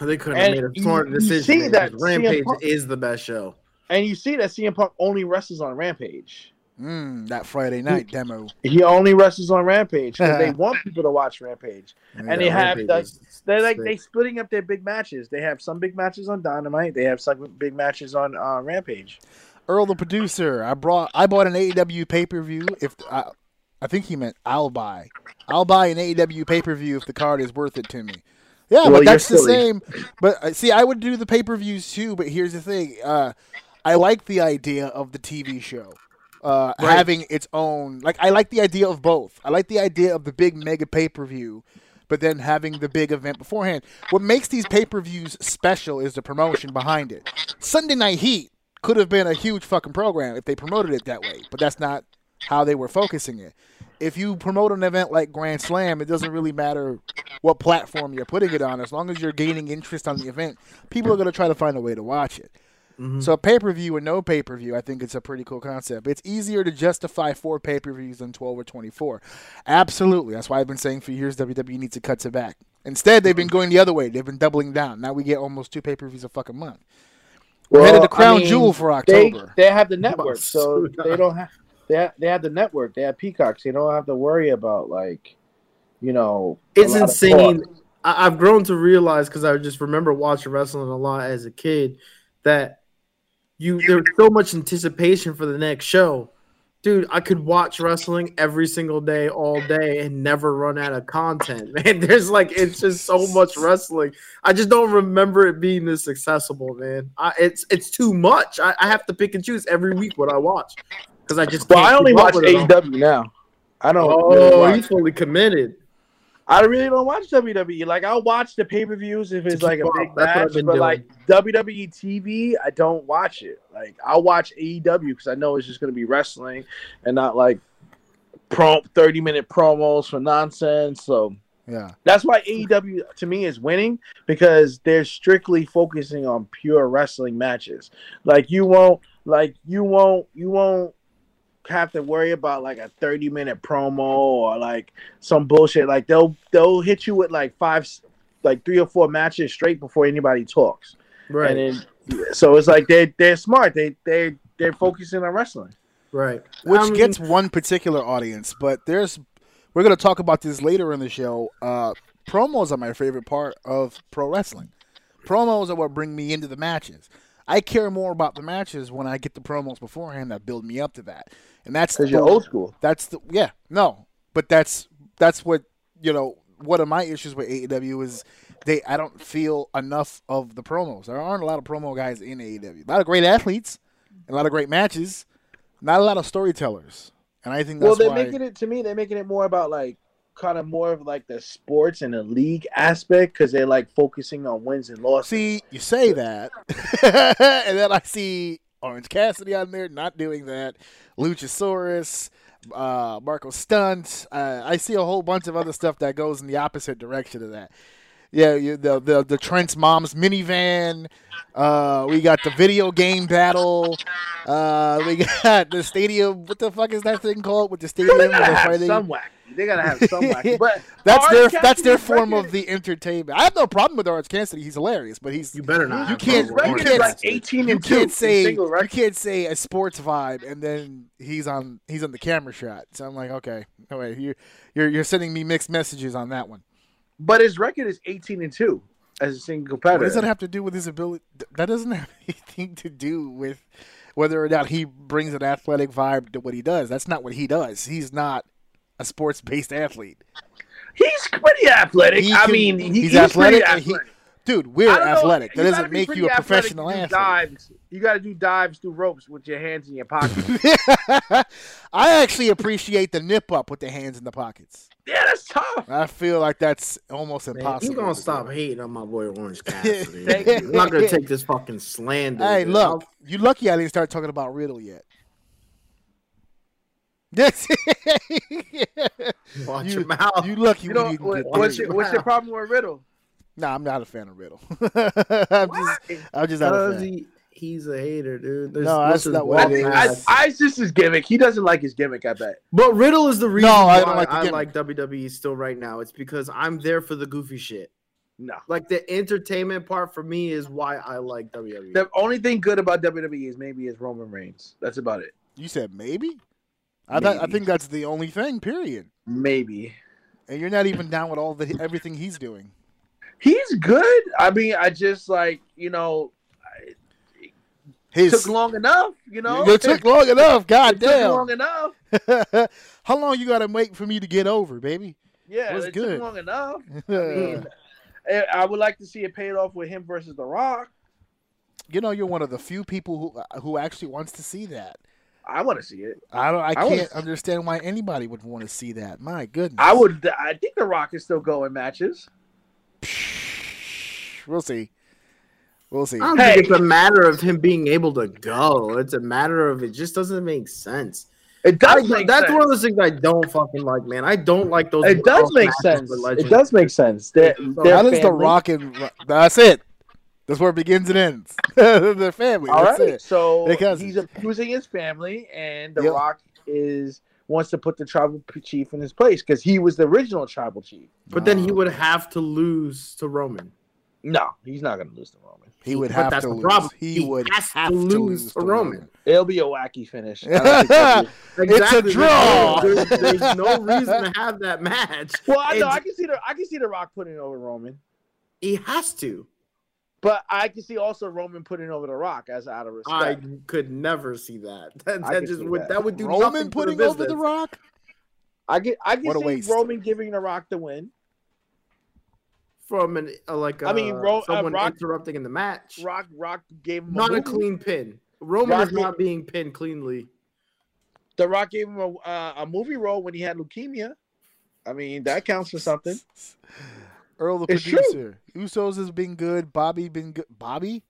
Speaker 3: They couldn't
Speaker 4: And
Speaker 3: have made
Speaker 4: you-
Speaker 3: a smarter
Speaker 4: you
Speaker 3: decision.
Speaker 4: see
Speaker 3: man,
Speaker 4: that
Speaker 3: 'cause
Speaker 4: CM
Speaker 3: Rampage
Speaker 4: Punk-
Speaker 3: is the best show.
Speaker 4: And you see that CM Punk only wrestles on Rampage.
Speaker 2: Mm, that Friday night demo.
Speaker 4: He only wrestles on Rampage because they want people to watch Rampage. And they
Speaker 3: Yeah,
Speaker 4: have
Speaker 3: Rampage
Speaker 4: the-
Speaker 3: is
Speaker 4: They're like
Speaker 3: sick.
Speaker 4: they splitting up their big matches. They have some big matches on Dynamite. They have some big matches on uh, Rampage.
Speaker 2: Earl, the producer, I brought I bought an AEW pay per view. If I, I think he meant I'll buy, I'll buy an AEW pay per view if the card is worth it to me. Yeah,
Speaker 4: Well,
Speaker 2: but
Speaker 4: you're
Speaker 2: that's the
Speaker 4: silly.
Speaker 2: same. But uh, see, I would do the pay per views too. But here's the thing: uh, I like the idea of the TV show uh,
Speaker 3: Right.
Speaker 2: having its own. Like, I like the idea of both. I like the idea of the big mega pay per view, but then having the big event beforehand. What makes these pay per views special is the promotion behind it. Sunday Night Heat could have been a huge fucking program if they promoted it that way, but that's not how they were focusing it. If you promote an event like Grand Slam, it doesn't really matter what platform you're putting it on. As long as you're gaining interest on the event, people are going to try to find a way to watch it.
Speaker 3: Mhm.
Speaker 2: So pay per view and no pay per view, I think it's a pretty cool concept. It's easier to justify four pay per views than twelve or twenty four. Absolutely, that's why I've been saying for years WWE needs to cut it back. Instead, they've been going the other way. They've been doubling down. Now we get almost two pay per views a fucking month. We're headed to Crown Jewel for
Speaker 4: They,
Speaker 2: October.
Speaker 4: they have the network, so
Speaker 3: Screw
Speaker 4: they
Speaker 3: up.
Speaker 4: don't have they have, they have the network. They have peacocks. They don't have to worry about like you know. a
Speaker 3: It's
Speaker 4: lot of
Speaker 3: insane.
Speaker 4: talk.
Speaker 3: I, I've grown to realize because I just remember watching wrestling a lot as a kid that you there's so much anticipation for the next show. Dude, I could watch wrestling every single day, all day, and never run out of content. Man, there's like it's just so much wrestling. I just don't remember it being this accessible, man. I, it's it's too much. I, I have to pick and choose every week what I watch because I just.
Speaker 4: Well,
Speaker 3: can't
Speaker 4: I only
Speaker 3: keep up
Speaker 4: watch
Speaker 3: with it all.
Speaker 4: AEW now. I don't. really
Speaker 3: Oh,
Speaker 4: watch-
Speaker 3: he's fully committed.
Speaker 4: I really don't watch WWE. Like I'll watch the pay per views if it's
Speaker 3: To
Speaker 4: like
Speaker 3: keep
Speaker 4: a
Speaker 3: up,
Speaker 4: big
Speaker 3: that's what I've
Speaker 4: match, but
Speaker 3: been doing.
Speaker 4: like WWE TV, I don't watch it. Like I'll watch AEW because I know it's just gonna be wrestling and not like prom thirty minute promos for nonsense. So
Speaker 2: Yeah.
Speaker 4: that's why AEW to me is winning because they're strictly focusing on pure wrestling matches. Like you won't like you won't you won't have to worry about like a 30 minute promo or like some bullshit like they'll they'll hit you with like five like three or four matches straight before anybody talks.
Speaker 3: Right.
Speaker 4: And then so it's like they they're smart. They they they're focusing on wrestling.
Speaker 3: right. Um,
Speaker 2: which
Speaker 3: I mean,
Speaker 2: gets one particular audience. But there's, we're gonna talk about this later in the show. Uh, promos are my favorite part of pro wrestling. Promos are what bring me into the matches. I care more about the matches when I get the promos beforehand that build me up to that, and that's
Speaker 4: Cuz you're
Speaker 2: the-
Speaker 4: old school.
Speaker 2: That's the yeah no, but that's that's what you know. One of my issues with AEW is they I don't feel enough of the promos. There aren't a lot of promo guys in AEW. A lot of great athletes, and a lot of great matches, not a lot of storytellers. And I think that's
Speaker 4: well, they're
Speaker 2: why.
Speaker 4: making it to me. They're making it more about like kind of more of like the sports and the league aspect because they're like focusing on wins and losses.
Speaker 2: see, you say that, and then I see Orange Cassidy on there not doing that. Luchasaurus, uh, Marco Stunt. Uh, I see a whole bunch of other stuff that goes in the opposite direction of that. Yeah, you, the the the Trent's mom's minivan. Uh, we got the video game battle. Uh, we got the stadium. What the fuck is that thing called? With the
Speaker 4: Well,
Speaker 2: stadium,
Speaker 4: they
Speaker 2: and
Speaker 4: gotta
Speaker 2: the
Speaker 4: have
Speaker 2: fighting?
Speaker 4: some whack. They gotta have some whack. But
Speaker 2: That's
Speaker 4: Orange
Speaker 2: their that's their
Speaker 4: Cassidy's
Speaker 2: form of
Speaker 4: record-
Speaker 2: the entertainment. I have no problem with Orange Cassidy. He's hilarious, but he's
Speaker 3: you better not.
Speaker 2: you
Speaker 3: have
Speaker 2: can't-
Speaker 4: his
Speaker 3: Roman
Speaker 2: you
Speaker 4: record
Speaker 3: Reigns.
Speaker 2: can't-
Speaker 4: is, like eighteen
Speaker 2: you
Speaker 4: and two.
Speaker 2: can't say
Speaker 4: single
Speaker 2: you
Speaker 4: record.
Speaker 2: can't say a sports vibe and then he's on he's on the camera shot. So I'm like, okay, no way, you you're you're sending me mixed messages on that one.
Speaker 4: But his record is eighteen and two as a single
Speaker 2: What
Speaker 4: competitor.
Speaker 2: does that have to do with his ability? That doesn't have anything to do with whether or not he brings an athletic vibe to what he does. That's not what he does. He's not a sports based athlete.
Speaker 4: he's pretty athletic.
Speaker 2: He
Speaker 4: I
Speaker 2: can-
Speaker 4: mean, he-
Speaker 2: he's
Speaker 4: he's, athletic.
Speaker 2: athletic and he-
Speaker 4: athletic.
Speaker 2: Dude, we're
Speaker 4: I don't know,
Speaker 2: athletic.
Speaker 4: you
Speaker 2: that
Speaker 4: gotta
Speaker 2: doesn't
Speaker 4: be
Speaker 2: make
Speaker 4: pretty
Speaker 2: you a
Speaker 4: athletic to
Speaker 2: professional
Speaker 4: do
Speaker 2: athlete.
Speaker 4: Dives. You got to do dives, do ropes with your hands in your pockets.
Speaker 2: I actually appreciate the nip up with the hands in the pockets.
Speaker 4: yeah, that's tough.
Speaker 2: I feel like that's almost
Speaker 3: Man,
Speaker 2: impossible.
Speaker 3: you gonna
Speaker 2: to do.
Speaker 3: stop hating on my boy Orange Cassidy?
Speaker 2: Thank
Speaker 3: man.
Speaker 2: you.
Speaker 3: I'm not gonna take this fucking slander.
Speaker 2: Hey,
Speaker 3: dude.
Speaker 2: look, you lucky I didn't start talking about Riddle yet. Yes,
Speaker 3: I'll watch
Speaker 2: you-
Speaker 3: your mouth.
Speaker 2: you lucky
Speaker 4: You
Speaker 2: we
Speaker 4: know
Speaker 2: didn't
Speaker 4: what-
Speaker 2: get
Speaker 4: what's
Speaker 2: there.
Speaker 4: your, what's your problem with Riddle?
Speaker 2: Nah, I'm not a fan of Riddle. I'm just, I'm just not a
Speaker 3: Because
Speaker 2: fan.
Speaker 3: he, he's a hater, dude. There's,
Speaker 2: No,
Speaker 3: this
Speaker 2: that's
Speaker 3: is
Speaker 2: not what
Speaker 4: I
Speaker 2: it
Speaker 3: one
Speaker 4: think I,
Speaker 3: path.
Speaker 4: I just his gimmick. He doesn't like his gimmick. I bet.
Speaker 3: But Riddle is the reason
Speaker 2: No, I
Speaker 3: why
Speaker 2: don't
Speaker 3: I,
Speaker 2: like
Speaker 3: like,
Speaker 2: the gimmick.
Speaker 3: WWE still right now. It's because I'm there for the goofy shit.
Speaker 4: No.
Speaker 3: Like the entertainment part for me is why I like E. WWE.
Speaker 4: The only thing good about WWE is maybe is Roman Reigns. That's about it.
Speaker 2: You said maybe. I thought, I
Speaker 4: Maybe.
Speaker 2: think that's the only thing. Period.
Speaker 4: Maybe
Speaker 2: And you're not even down with all the everything he's doing.
Speaker 4: he's good. I mean, I just like you know
Speaker 2: His
Speaker 4: took long enough. You know,
Speaker 2: It took long enough. God
Speaker 4: It took
Speaker 2: damn.
Speaker 4: long enough.
Speaker 2: How long you gotta wait for me to get over, baby?
Speaker 4: Yeah,
Speaker 2: Was
Speaker 4: it
Speaker 2: good. Uh.
Speaker 4: took long enough. I mean, I I would like to see it paid off with him versus The Rock.
Speaker 2: you know, you're one of the few people who uh, who actually wants to see that.
Speaker 4: I want to see it.
Speaker 2: I don't. I
Speaker 4: I
Speaker 2: can't
Speaker 4: was-
Speaker 2: understand why anybody would want to see that. My goodness.
Speaker 4: I would. I think The Rock is still going matches.
Speaker 2: We'll see. We'll see.
Speaker 3: I don't
Speaker 4: Hey.
Speaker 3: think it's a matter of him being able to go. It's a matter of it just doesn't make sense.
Speaker 4: It
Speaker 3: I- that's
Speaker 4: does. make sense.
Speaker 3: one of those things I don't fucking like, man. I don't like those.
Speaker 4: It does
Speaker 3: one-off
Speaker 4: make
Speaker 3: matches
Speaker 4: sense.
Speaker 3: with
Speaker 4: It
Speaker 3: legends.
Speaker 4: does make sense. They're,
Speaker 3: So
Speaker 4: they're
Speaker 2: How does the
Speaker 4: family.
Speaker 2: Rock and Ro- that's it? That's where it begins and ends. Their family.
Speaker 4: All
Speaker 2: that's
Speaker 4: right.
Speaker 2: it.
Speaker 4: So
Speaker 2: They cousins.
Speaker 4: he's abusing his family, and The
Speaker 2: Yep.
Speaker 4: Rock is wants to put the tribal p- chief in his place because he was the original tribal chief.
Speaker 3: But then he would have to lose to Roman.
Speaker 4: No, he's not going to lose to Roman.
Speaker 2: He would
Speaker 3: But
Speaker 2: have
Speaker 3: that's
Speaker 2: to
Speaker 3: the
Speaker 2: lose.
Speaker 3: problem.
Speaker 2: He
Speaker 3: He
Speaker 2: would
Speaker 3: has to
Speaker 2: have to
Speaker 3: lose
Speaker 2: lose
Speaker 3: to
Speaker 2: to
Speaker 3: Roman.
Speaker 2: Roman.
Speaker 4: It'll be a wacky finish. I don't think that'll be-
Speaker 2: It's a draw.
Speaker 3: There's, there's no reason to have that match.
Speaker 4: well, I know
Speaker 3: It's-
Speaker 4: I can see the I can see the Rock putting over Roman.
Speaker 3: He has to.
Speaker 4: But I can see also Roman putting over The Rock as out of
Speaker 3: I
Speaker 4: respect.
Speaker 3: could never see that. That,
Speaker 4: I
Speaker 3: that
Speaker 4: could
Speaker 3: just
Speaker 4: see
Speaker 3: would that.
Speaker 4: that.
Speaker 3: would do
Speaker 2: Roman
Speaker 3: nothing for
Speaker 2: putting
Speaker 3: the
Speaker 2: over the
Speaker 3: business.
Speaker 2: Rock.
Speaker 4: I get I
Speaker 2: What a
Speaker 4: can see
Speaker 2: waste.
Speaker 4: Roman giving The Rock the win.
Speaker 3: from an uh, like uh,
Speaker 4: I mean, Ro- uh,
Speaker 3: someone
Speaker 4: Rock-
Speaker 3: interrupting in the match.
Speaker 4: Rock Rock gave him
Speaker 3: not
Speaker 4: a,
Speaker 3: a
Speaker 4: whoop.
Speaker 3: clean pin. Roman
Speaker 4: Rock
Speaker 3: is not being pinned cleanly.
Speaker 4: The Rock gave him a uh, a movie role when he had leukemia. I mean that counts for something.
Speaker 2: Earl the
Speaker 4: It's true.
Speaker 2: producer. Usos has been good. Bobby been good. Bobby?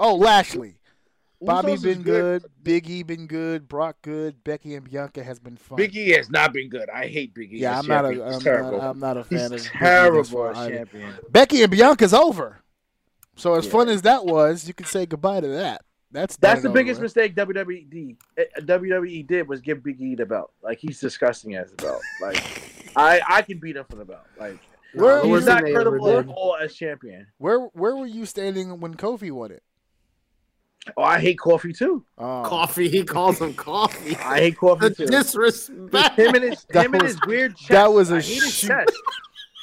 Speaker 2: Oh, Lashley. Bobby
Speaker 4: Usos is
Speaker 2: been good. Biggie been good. Brock good. Becky and Bianca has been fun.
Speaker 4: Big E has not been good. I hate Big E.
Speaker 2: yeah,
Speaker 4: as
Speaker 2: I'm not, a,
Speaker 4: champion. He's
Speaker 2: I'm,
Speaker 4: terrible.
Speaker 2: not, I'm not a fan
Speaker 4: He's
Speaker 2: of Big E thus
Speaker 4: terrible
Speaker 2: far
Speaker 4: as
Speaker 2: either.
Speaker 4: champion.
Speaker 2: Becky and Bianca's over. So as
Speaker 3: Yeah.
Speaker 2: fun as that was, you can say goodbye to that. That's done
Speaker 4: That's the
Speaker 2: and
Speaker 4: biggest
Speaker 2: over.
Speaker 4: mistake WWE did- uh, WWE did was give Big E the belt. Like he's disgusting as the belt. Like I I can beat him for the belt. Like
Speaker 2: Where-
Speaker 4: he's
Speaker 2: Worst
Speaker 4: not
Speaker 3: thing they ever
Speaker 4: credible at
Speaker 3: did.
Speaker 4: all as champion.
Speaker 2: Where where were you standing when Kofi won it?
Speaker 4: Oh, I hate coffee too.
Speaker 2: Oh.
Speaker 3: Coffee. He calls him coffee.
Speaker 4: I hate coffee
Speaker 3: the
Speaker 4: too.
Speaker 3: disrespect.
Speaker 4: him and his
Speaker 2: That
Speaker 4: him and
Speaker 2: was-
Speaker 4: his weird chest.
Speaker 2: that was a
Speaker 4: I hate his
Speaker 2: shoot.
Speaker 4: chest.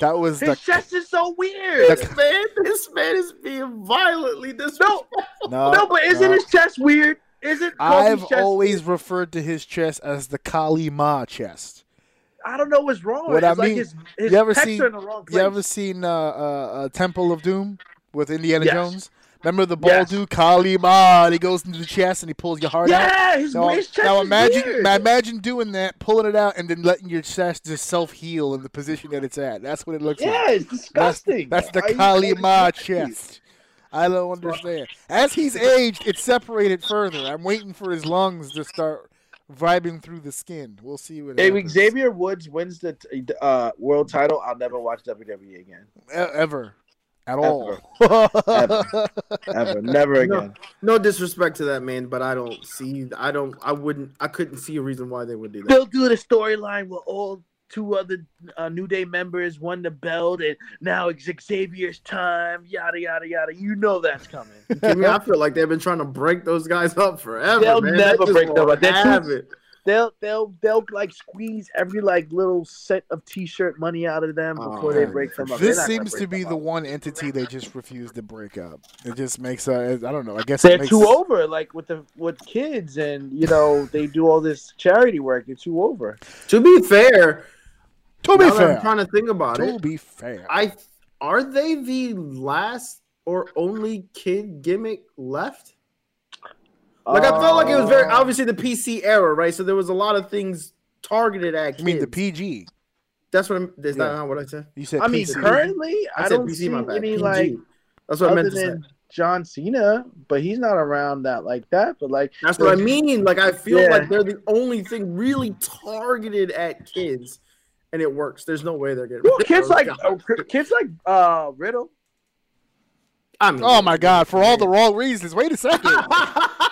Speaker 2: That was the
Speaker 4: His chest is so weird.
Speaker 3: This man, this man is being violently disrespectful.
Speaker 2: no.
Speaker 4: no, but isn't
Speaker 2: no.
Speaker 4: his chest weird? Isn't Kobe's
Speaker 2: uh, I've
Speaker 4: chest?
Speaker 2: always referred to his chest as the Kali Ma chest.
Speaker 4: I don't know what's wrong.
Speaker 2: What
Speaker 4: What
Speaker 2: I
Speaker 4: it's like
Speaker 2: mean-
Speaker 4: his, his
Speaker 2: you ever
Speaker 4: pecs
Speaker 2: seen-
Speaker 4: are in the wrong place.
Speaker 2: You ever seen uh, uh, uh, Temple of Doom with Indiana
Speaker 4: Yes.
Speaker 2: Jones? Remember the bald
Speaker 4: Yes.
Speaker 2: dude Kali Ma? And he goes into the chest and he pulls your heart out.
Speaker 4: yeah, his,
Speaker 2: Now,
Speaker 4: his chest
Speaker 2: now
Speaker 4: is
Speaker 2: imagine,
Speaker 4: weird.
Speaker 2: now imagine doing that, pulling it out, and then letting your chest just self heal in the position that it's at. That's what it looks like.
Speaker 4: Yeah, it's disgusting.
Speaker 2: That's the
Speaker 4: Are you
Speaker 2: Kali Ma
Speaker 4: kidding me?
Speaker 2: chest. I don't understand. As he's aged, it's separated further. I'm waiting for his lungs to start vibing through the skin. We'll see what
Speaker 4: If
Speaker 2: happens.
Speaker 4: Xavier Woods wins the t- uh, world title, I'll never watch WWE again.
Speaker 2: E- ever. At
Speaker 4: Ever.
Speaker 2: all.
Speaker 4: Ever. Ever. Never
Speaker 3: No.
Speaker 4: again.
Speaker 3: No disrespect to that man, but I don't see. I don't. I wouldn't. I couldn't see a reason why they would do that.
Speaker 4: They'll do the storyline where all two other uh, New Day members won the belt and now it's Xavier's time, yada, yada, yada. You know that's coming.
Speaker 3: I mean, I feel like they've been trying to break those guys up forever.
Speaker 4: They'll
Speaker 3: man. They
Speaker 4: never
Speaker 3: just
Speaker 4: break them
Speaker 3: won't
Speaker 4: up. They're too-
Speaker 3: have it.
Speaker 4: they'll, they'll, they'll like squeeze every like little set of t shirt money out of them before
Speaker 3: Oh,
Speaker 4: they
Speaker 3: man.
Speaker 4: break them up.
Speaker 2: this
Speaker 4: They're not gonna
Speaker 2: seems
Speaker 4: break
Speaker 2: to be
Speaker 4: them
Speaker 2: the
Speaker 4: up.
Speaker 2: one entity they just refuse to break up. It just makes uh, I don't know. I guess it
Speaker 4: They're
Speaker 2: makes,
Speaker 4: too over, like with the with kids, and you know they do all this charity work. They're too over.
Speaker 3: To be fair,
Speaker 2: To be
Speaker 3: now that I'm
Speaker 2: fair.
Speaker 3: trying to think about
Speaker 2: To
Speaker 3: it.
Speaker 2: be fair.
Speaker 3: I are they the last or only kid gimmick left? Like I felt like it was very
Speaker 4: Uh,
Speaker 3: obviously the PC era, right? So there was a lot of things targeted at. Kids.
Speaker 2: You mean the PG?
Speaker 3: That's what I'm. Is
Speaker 2: Yeah.
Speaker 3: that not what I said?
Speaker 2: You said
Speaker 4: I mean,
Speaker 2: PC.
Speaker 4: currently, I,
Speaker 3: said
Speaker 4: don't
Speaker 3: PC,
Speaker 4: see
Speaker 3: my bad.
Speaker 4: any
Speaker 3: PG.
Speaker 4: like
Speaker 3: That's what I
Speaker 4: other
Speaker 3: meant to say.
Speaker 4: than John Cena, but he's not around that like that. But like
Speaker 3: That's what I mean. Like I feel
Speaker 4: Yeah.
Speaker 3: like they're the only thing really targeted at kids, and it works. There's no way they're getting
Speaker 4: Well,
Speaker 3: rid of
Speaker 4: kids
Speaker 3: those
Speaker 4: like
Speaker 3: guys.
Speaker 4: uh, kids like uh, Riddle.
Speaker 3: I mean,
Speaker 2: Oh my god, for all the wrong reasons. Wait a second.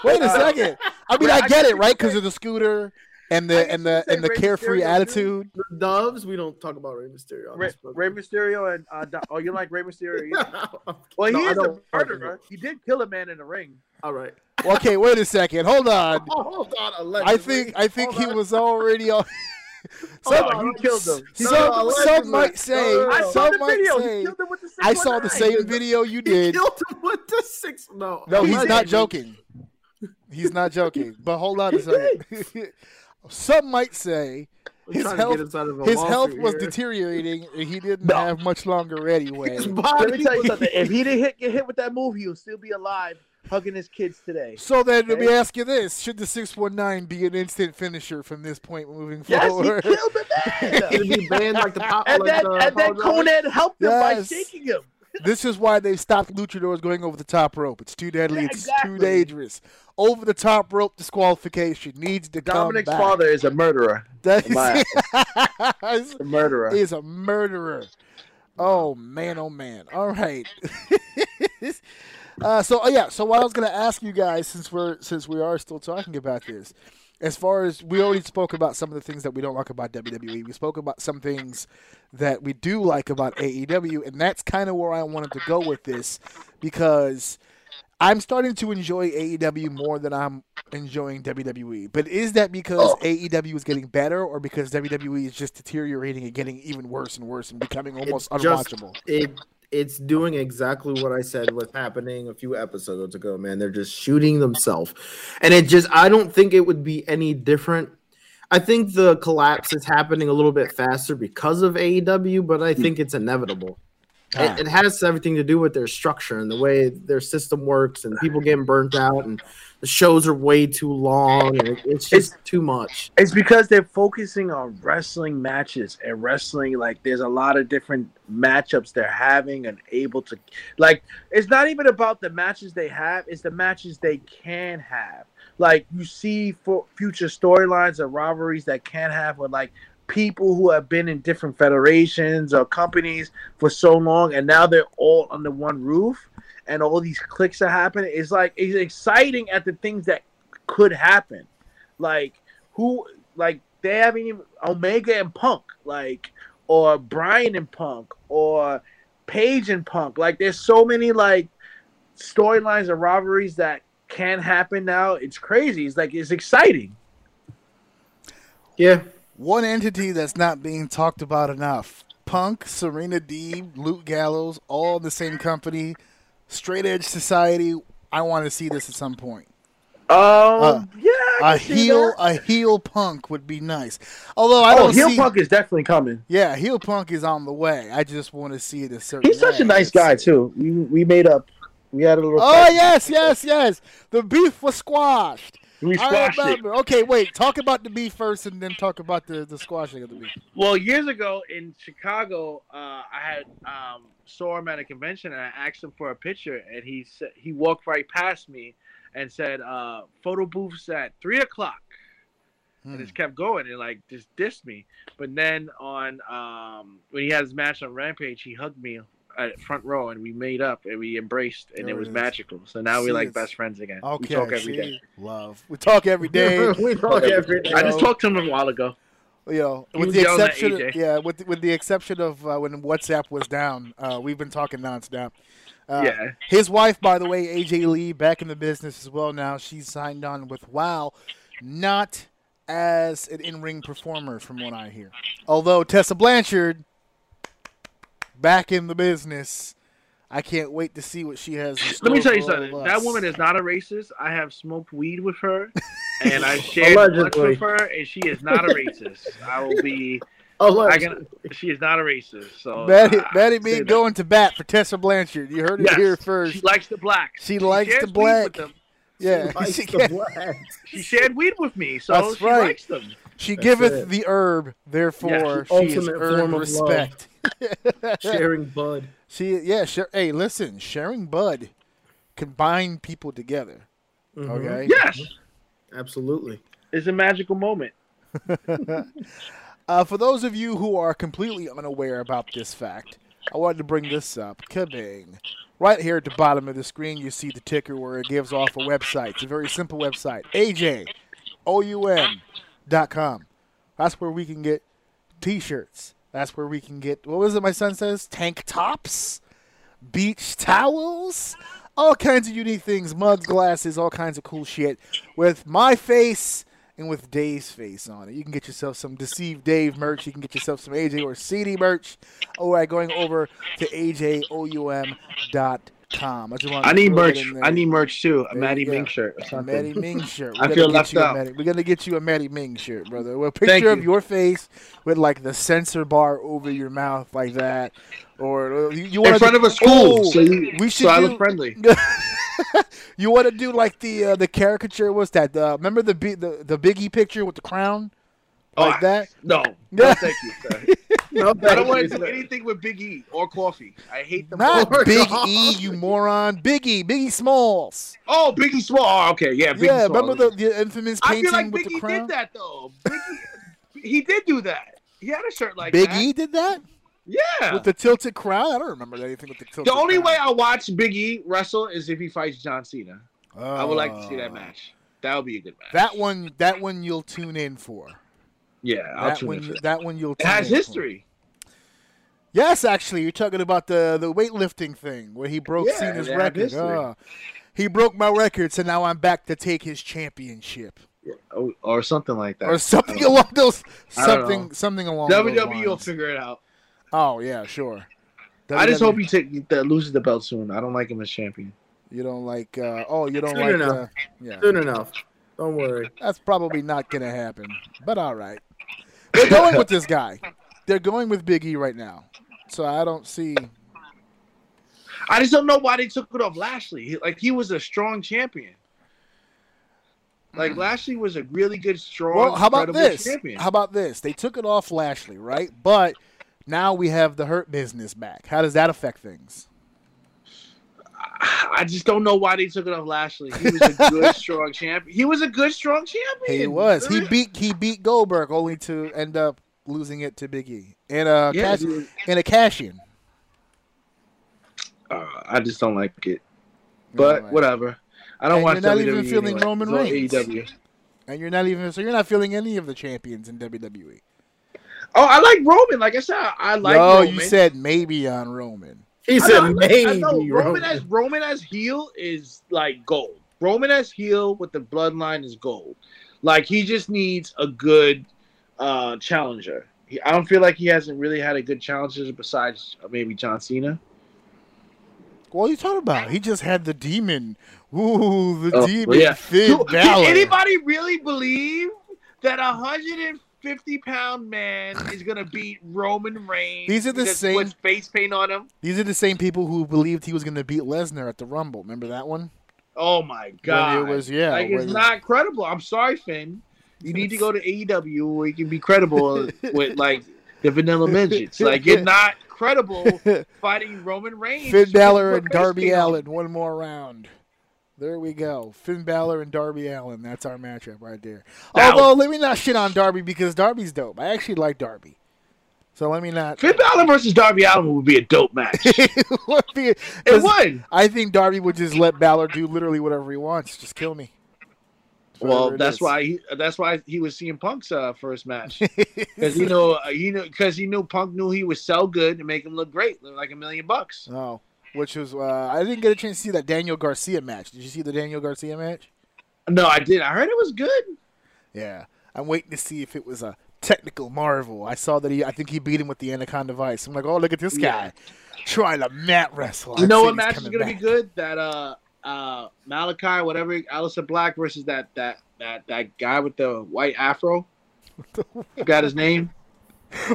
Speaker 2: Wait a
Speaker 4: Uh,
Speaker 2: second. I mean,
Speaker 4: well,
Speaker 2: I
Speaker 4: I
Speaker 2: get
Speaker 4: guess
Speaker 2: it,
Speaker 4: you
Speaker 2: right?
Speaker 4: could
Speaker 2: Because
Speaker 4: say-
Speaker 2: of the scooter and
Speaker 4: I
Speaker 2: the
Speaker 4: guess
Speaker 2: and
Speaker 4: you
Speaker 2: the
Speaker 4: could say
Speaker 2: and the
Speaker 4: Rey
Speaker 2: carefree
Speaker 4: Mysterio, too.
Speaker 2: attitude.
Speaker 3: The Doves. We don't talk about Rey Mysterio. on
Speaker 4: Ray,
Speaker 3: this
Speaker 4: Rey
Speaker 3: program.
Speaker 4: Mysterio and uh, Don- oh, you like Rey Mysterio? either? Well,
Speaker 3: No,
Speaker 4: he
Speaker 3: I
Speaker 4: is a
Speaker 3: don't-
Speaker 4: murderer. He did kill a man in the ring.
Speaker 3: All right.
Speaker 2: Okay, wait a second. Hold on.
Speaker 3: Oh, hold on.
Speaker 2: I
Speaker 3: allegedly. Oh,
Speaker 2: think I think
Speaker 3: Hold
Speaker 2: he
Speaker 3: on.
Speaker 2: was already on.
Speaker 4: Oh,
Speaker 2: Some,
Speaker 4: he killed him.
Speaker 2: some,
Speaker 3: No,
Speaker 2: some
Speaker 3: allegedly.
Speaker 2: might say.
Speaker 3: No, no, no.
Speaker 4: I saw
Speaker 2: Some
Speaker 4: the
Speaker 2: might
Speaker 4: video.
Speaker 2: say.
Speaker 4: He killed him with the
Speaker 2: I saw the
Speaker 4: 619.
Speaker 2: same video you
Speaker 3: He
Speaker 2: did.
Speaker 3: killed him with the six. No.
Speaker 2: No, he's not
Speaker 3: allegedly.
Speaker 2: joking. He's not joking. But hold on a
Speaker 4: He
Speaker 2: second. Some might say
Speaker 3: I'm
Speaker 2: his
Speaker 3: trying to
Speaker 2: health-
Speaker 3: get us out of a
Speaker 2: his health
Speaker 3: lawsuit
Speaker 2: was
Speaker 3: here.
Speaker 2: deteriorating. and He didn't
Speaker 4: No.
Speaker 2: have much longer anyway.
Speaker 3: His body
Speaker 4: Let me tell you
Speaker 3: was-
Speaker 4: something. If he didn't hit, get hit with that move, he would still be alive, hugging his kids today.
Speaker 2: So then, let me
Speaker 4: Okay.
Speaker 2: ask you this: Should the six one nine be an instant finisher from this point moving
Speaker 4: Yes, he
Speaker 2: forward?
Speaker 4: killed the man.
Speaker 3: It'd be banned like the pop.
Speaker 4: and
Speaker 3: like
Speaker 4: then,
Speaker 3: the
Speaker 4: and then
Speaker 3: apologize.
Speaker 4: Conan helped him
Speaker 2: Yes.
Speaker 4: by shaking him.
Speaker 2: this is why they stopped luchadors going over the top rope. It's too deadly.
Speaker 4: Yeah,
Speaker 2: it's too
Speaker 4: exactly.
Speaker 2: dangerous. Over the top rope disqualification needs to
Speaker 4: Dominic's
Speaker 2: come back.
Speaker 4: father is a murderer.
Speaker 2: That is-
Speaker 4: my
Speaker 2: is,
Speaker 4: A murderer.
Speaker 2: is a murderer. Oh man, oh man. All right. uh, so oh, yeah, so what I was gonna ask you guys since we're since we are still talking about this, as far as we already spoke about some of the things that we don't like about WWE, we spoke about some things that we do like about AEW, and that's kind of where I wanted to go with this because I'm starting to enjoy AEW more than I'm enjoying WWE. But is that because
Speaker 4: Oh.
Speaker 2: AEW is getting better or E because WWE is just deteriorating and getting even worse and worse and becoming almost
Speaker 3: It's just-
Speaker 2: unwatchable?
Speaker 3: It it's doing exactly what I said was happening a few episodes ago, man. They're just shooting themselves. And it just I don't think it would be any different. I think the collapse is happening a little bit faster because of AEW, but I think it's inevitable.
Speaker 4: Ah.
Speaker 3: It, it has everything to do with their structure and the way their system works, and people getting burnt out, and the shows are way too long, and it, it's just too much.
Speaker 4: It's because they're focusing on wrestling matches and wrestling. Like, there's a lot of different matchups they're having and able to. Like, it's not even about the matches they have; it's the matches they can have. Like, you see for future storylines and rivalries that can have with like people who have been in different federations or companies for so long, and now they're all under one roof, and all these clicks are happening. It's like it's exciting at the things that could happen like who like they haven't even Omega and Punk, like or Brian and Punk or Paige and Punk. Like there's so many like storylines and robberies that can happen now. It's crazy. It's like it's exciting.
Speaker 3: Yeah,
Speaker 2: One entity that's not being talked about enough. Punk, Serena D, Luke Gallows, all in the same company. Straight Edge Society. I want to see this at some point.
Speaker 4: Um yeah, I
Speaker 2: Uh, A
Speaker 4: can see
Speaker 2: heel,
Speaker 4: that.
Speaker 2: a heel punk would be nice. Although I
Speaker 4: Oh,
Speaker 2: don't
Speaker 4: heel
Speaker 2: see,
Speaker 4: punk is definitely coming.
Speaker 2: yeah, heel punk is on the way. I just want to see it a certain.
Speaker 4: He's such a
Speaker 2: way.
Speaker 4: nice guy too. We we made up. We had a little
Speaker 2: Oh yes, yes, yes. The beef was squashed.
Speaker 4: we squashed
Speaker 2: I
Speaker 4: it.
Speaker 2: remember. Okay, wait. Talk about the beef first, and then talk about the, the squashing of the beef.
Speaker 4: Well, years ago in Chicago, uh, I had um, saw him at a convention, and I asked him for a picture, and he said he walked right past me and said, uh, "Photo booths at three o'clock," and
Speaker 2: Hmm.
Speaker 4: just kept going and like just dissed me. But then on um, when he had his match on Rampage, he hugged me at front row, and we made up and we embraced, and
Speaker 2: There
Speaker 4: it
Speaker 2: it
Speaker 4: was
Speaker 2: is.
Speaker 4: magical. So now
Speaker 2: See,
Speaker 4: we're like
Speaker 2: it's-
Speaker 4: best friends again.
Speaker 2: Okay,
Speaker 4: we talk every
Speaker 2: see?
Speaker 4: day.
Speaker 2: love. We talk every day.
Speaker 3: we talk every day.
Speaker 4: I just talked to him a while ago.
Speaker 2: you know,
Speaker 4: He
Speaker 2: with
Speaker 4: was
Speaker 2: the
Speaker 4: yelling at
Speaker 2: exception,
Speaker 4: AJ.
Speaker 2: yeah, with the- with the exception of uh, when WhatsApp was down, uh, we've been talking nonstop. Uh,
Speaker 4: yeah,
Speaker 2: His wife, by the way, AJ Lee, back in the business as well now. She's signed on with WoW, not as an in-ring performer, from what I hear. Although Tessa Blanchard, back in the business, I can't wait to see what she has. in
Speaker 4: Let me
Speaker 2: store
Speaker 4: tell you
Speaker 2: for all
Speaker 4: something.
Speaker 2: of
Speaker 4: That
Speaker 2: us.
Speaker 4: woman is not a racist. I have smoked weed with her, and I shared lunch
Speaker 3: Allegedly.
Speaker 4: with her, and she is not a racist. I will be.
Speaker 3: Oh, look.
Speaker 4: I can. She is not a racist. So
Speaker 2: Maddie,
Speaker 4: I-
Speaker 2: Maddie
Speaker 4: uh, say
Speaker 2: B
Speaker 4: that.
Speaker 2: going to bat for Tessa Blanchard. You heard it
Speaker 4: Yes.
Speaker 2: here
Speaker 4: She
Speaker 2: first.
Speaker 4: likes the blacks.
Speaker 2: She likes
Speaker 4: shares
Speaker 2: the
Speaker 4: weed with
Speaker 2: black.
Speaker 4: them.
Speaker 2: Yeah,
Speaker 3: Likes
Speaker 2: she,
Speaker 3: the
Speaker 2: can't-
Speaker 3: blacks.
Speaker 4: She shared weed with me, so
Speaker 2: That's
Speaker 4: she
Speaker 2: right.
Speaker 4: likes them.
Speaker 2: she
Speaker 3: That's
Speaker 2: giveth
Speaker 3: it.
Speaker 2: the herb, therefore
Speaker 3: Yeah,
Speaker 2: she is
Speaker 3: ultimate
Speaker 2: earned
Speaker 3: form of love.
Speaker 2: respect.
Speaker 3: sharing bud.
Speaker 2: she, yeah, share, hey, listen, sharing bud can bind people together.
Speaker 3: Mhm.
Speaker 2: Okay,
Speaker 4: Yes,
Speaker 3: Absolutely.
Speaker 4: it's a magical moment.
Speaker 2: Uh, for those of you who are completely unaware about this fact, I wanted to bring this up. Kabang. Right here at the bottom of the screen, you see the ticker where it gives off a website. It's a very simple website. AJOUM.com. That's where we can get t shirts. That's where we can get, what was it my son says? Tank tops, beach towels, all kinds of unique things, mugs, glasses, all kinds of cool shit with my face and with Dave's face on it. You can get yourself some Deceived Dave merch. You can get yourself some AJ or CD merch. All right, going over to AJOUM.com. I just want
Speaker 4: I need merch. I need merch too. A Maddie
Speaker 2: go.
Speaker 4: Ming shirt or
Speaker 2: a
Speaker 4: something.
Speaker 2: Maddie Ming shirt. We're
Speaker 4: I
Speaker 2: gonna
Speaker 4: feel
Speaker 2: get
Speaker 4: left
Speaker 2: you a
Speaker 4: out.
Speaker 2: Maddie- we're gonna get you a Maddie Ming shirt, brother. Well, a
Speaker 4: Thank
Speaker 2: picture of
Speaker 4: you.
Speaker 2: your face with like the censor bar over your mouth like that, or uh, you, you want
Speaker 4: In front of a school,
Speaker 2: Oh,
Speaker 4: so, you,
Speaker 2: we should
Speaker 4: so I
Speaker 2: do-
Speaker 4: look friendly.
Speaker 2: you want to do like the uh, the caricature? What's that? Uh, remember the, bi- the the Biggie picture with the crown, like
Speaker 4: Oh,
Speaker 2: that?
Speaker 4: No,
Speaker 2: Yeah.
Speaker 4: no, thank you, sir.
Speaker 3: No,
Speaker 4: I don't want to do anything with Big E or coffee. I Oh hate them.
Speaker 2: Not
Speaker 3: Lord
Speaker 2: Big
Speaker 3: God.
Speaker 2: E, you moron. Biggie, Biggie Smalls.
Speaker 4: Oh, Biggie Small. Oh, okay, yeah, Biggie
Speaker 2: yeah,
Speaker 4: Small.
Speaker 2: remember the, the infamous
Speaker 4: I
Speaker 2: painting
Speaker 4: feel like
Speaker 2: with the
Speaker 4: Biggie
Speaker 2: crown?
Speaker 4: did that though. Biggie, he did do that. He had a shirt like
Speaker 2: Big
Speaker 4: that.
Speaker 2: E did that
Speaker 4: Yeah.
Speaker 2: with the tilted crown. I don't remember anything with the tilted.
Speaker 4: The only
Speaker 2: crown.
Speaker 4: way I watch Big E wrestle is if he fights John Cena. I would like to see that
Speaker 2: Uh,
Speaker 4: match. That would be a good match.
Speaker 2: Oh. That one, that one you'll tune in for.
Speaker 4: yeah, I'll
Speaker 2: That
Speaker 4: tune in
Speaker 2: one,
Speaker 4: for that.
Speaker 2: that one you'll.
Speaker 4: It
Speaker 2: Tune
Speaker 4: has
Speaker 2: in for.
Speaker 4: history.
Speaker 2: Yes, actually, you're talking about the the weightlifting thing where he broke
Speaker 4: Yeah,
Speaker 2: Cena's
Speaker 4: they have
Speaker 2: record.
Speaker 4: history.
Speaker 2: Ah. he broke my record, so now I'm back to take his championship
Speaker 4: Or, Oh, or something like that.
Speaker 2: or something
Speaker 4: I don't-
Speaker 2: along those
Speaker 4: I don't
Speaker 2: something something along those
Speaker 4: WWE will
Speaker 2: lines.
Speaker 4: figure it out.
Speaker 2: Oh yeah, sure.
Speaker 4: E I just
Speaker 2: WWE
Speaker 4: hope he take, that loses the belt soon. I don't like him as champion.
Speaker 2: you don't like. Uh, oh, you don't
Speaker 3: Soon
Speaker 2: like.
Speaker 3: enough.
Speaker 2: Uh, yeah,
Speaker 3: Soon enough. Don't worry.
Speaker 2: that's probably not gonna happen. But all right, they're going with this guy. They're going with Big E right now. So I don't see.
Speaker 4: I just don't know why they took it off Lashley. He- like he was a strong champion. Like Lashley was a really good, strong.
Speaker 2: Mm. Well, how about
Speaker 4: credible
Speaker 2: this?
Speaker 4: Champion.
Speaker 2: How about this? They took it off Lashley, right? But now we have the Hurt Business back. How does that affect things?
Speaker 4: I I just don't know why they took it off Lashley. He was a good, strong champion. He was a good, strong champion.
Speaker 2: He was. He
Speaker 4: Really?
Speaker 2: beat he beat Goldberg only to end up losing it to Big E and a
Speaker 4: Yeah,
Speaker 2: cash,
Speaker 4: dude.
Speaker 2: and a cash in.
Speaker 4: Uh, I just don't like it. But whatever. I don't
Speaker 2: And
Speaker 4: watch
Speaker 2: you're not
Speaker 4: WWE
Speaker 2: even feeling
Speaker 4: anyway.
Speaker 2: Roman
Speaker 4: It's all E
Speaker 2: Reigns.
Speaker 4: AEW.
Speaker 2: And you're not even so you're not feeling any of the champions in E. WWE.
Speaker 4: Oh, I like Roman. Like I said, I I like
Speaker 2: no,
Speaker 4: Roman.
Speaker 2: you said maybe on Roman.
Speaker 3: He
Speaker 4: I
Speaker 3: said
Speaker 4: know, I
Speaker 3: maybe.
Speaker 4: know, Roman,
Speaker 3: Roman.
Speaker 4: as Roman as heel is like gold. Roman as heel with the bloodline is gold. Like he just needs a good uh challenger. He, I don't feel like he hasn't really had a good challenger besides uh, maybe John Cena.
Speaker 2: What are you talking about? He just had the demon. Ooh, the
Speaker 4: Oh,
Speaker 2: demon
Speaker 4: yeah.
Speaker 2: Finn
Speaker 4: Dude,
Speaker 2: Balor.
Speaker 4: Can anybody really believe that a hundred and fifty pound man is gonna beat Roman Reigns?
Speaker 2: These are the
Speaker 4: who just
Speaker 2: same-
Speaker 4: puts face paint on him.
Speaker 2: These are the same people who believed he was going to beat Lesnar at the Rumble. Remember that one?
Speaker 4: Oh my god!
Speaker 2: When it was yeah.
Speaker 4: like
Speaker 2: when-
Speaker 4: it's not credible. I'm sorry, Finn. You need to go to AEW where you can be credible with like the Vanilla Midgets. Like you're not credible fighting Roman Reigns.
Speaker 2: Finn Balor
Speaker 4: Put
Speaker 2: and
Speaker 4: face
Speaker 2: Darby
Speaker 4: paint on him.
Speaker 2: Allen. One more round. There we go. Finn Balor and Darby Allen. That's our matchup right there.
Speaker 4: Now-
Speaker 2: Although let me not shit on Darby because Darby's dope. I actually like Darby. So let me not.
Speaker 4: Finn Balor versus Darby Allen would be a dope match. It
Speaker 2: it would be, 'cause
Speaker 4: would.
Speaker 2: I think Darby would just let Balor do literally whatever he wants. Just kill me.
Speaker 4: Well,
Speaker 2: Whatever it
Speaker 4: that's
Speaker 2: is.
Speaker 4: why he that's why he was seeing Punk's uh, first match because you know uh, he knew because he knew Punk knew he would sell good and make him look great, look like a million bucks.
Speaker 2: Oh, which was uh, I didn't get a chance to see that Daniel Garcia match. Did you see the Daniel Garcia match?
Speaker 4: No, I did. I heard it was good.
Speaker 2: Yeah, I'm waiting to see if it was a technical marvel. I saw that he, I think he beat him with the Anaconda Vice. I'm like, oh, look at this
Speaker 4: Yeah.
Speaker 2: guy trying to mat wrestle.
Speaker 4: You
Speaker 2: I
Speaker 4: know
Speaker 2: see
Speaker 4: what
Speaker 2: he's
Speaker 4: match is
Speaker 2: coming
Speaker 4: gonna be
Speaker 2: back.
Speaker 4: good? That uh uh Malachi, whatever, Alistair Black versus that that that that guy with the white afro. Forgot his name.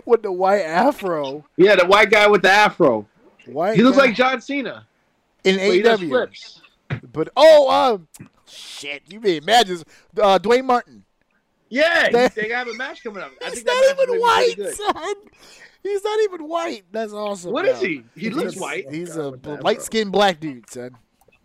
Speaker 2: with the white afro?
Speaker 4: Yeah, the white guy with the afro.
Speaker 2: White.
Speaker 4: He looks
Speaker 2: guy
Speaker 4: like John Cena.
Speaker 2: in
Speaker 4: But he does
Speaker 2: AEW,
Speaker 4: flips.
Speaker 2: but oh, um, shit, you mean imagine uh, Dwayne Martin?
Speaker 4: Yeah,
Speaker 2: That-
Speaker 4: they have a match coming up. I
Speaker 2: He's
Speaker 4: think
Speaker 2: not
Speaker 4: that match is
Speaker 2: even
Speaker 4: gonna be
Speaker 2: white,
Speaker 4: pretty good.
Speaker 2: son. He's not even white. That's awesome.
Speaker 4: What is
Speaker 2: no.
Speaker 4: he? He looks
Speaker 2: He's-
Speaker 4: white.
Speaker 2: He's
Speaker 3: Oh,
Speaker 2: a
Speaker 3: God, that's
Speaker 2: light skinned black dude, son.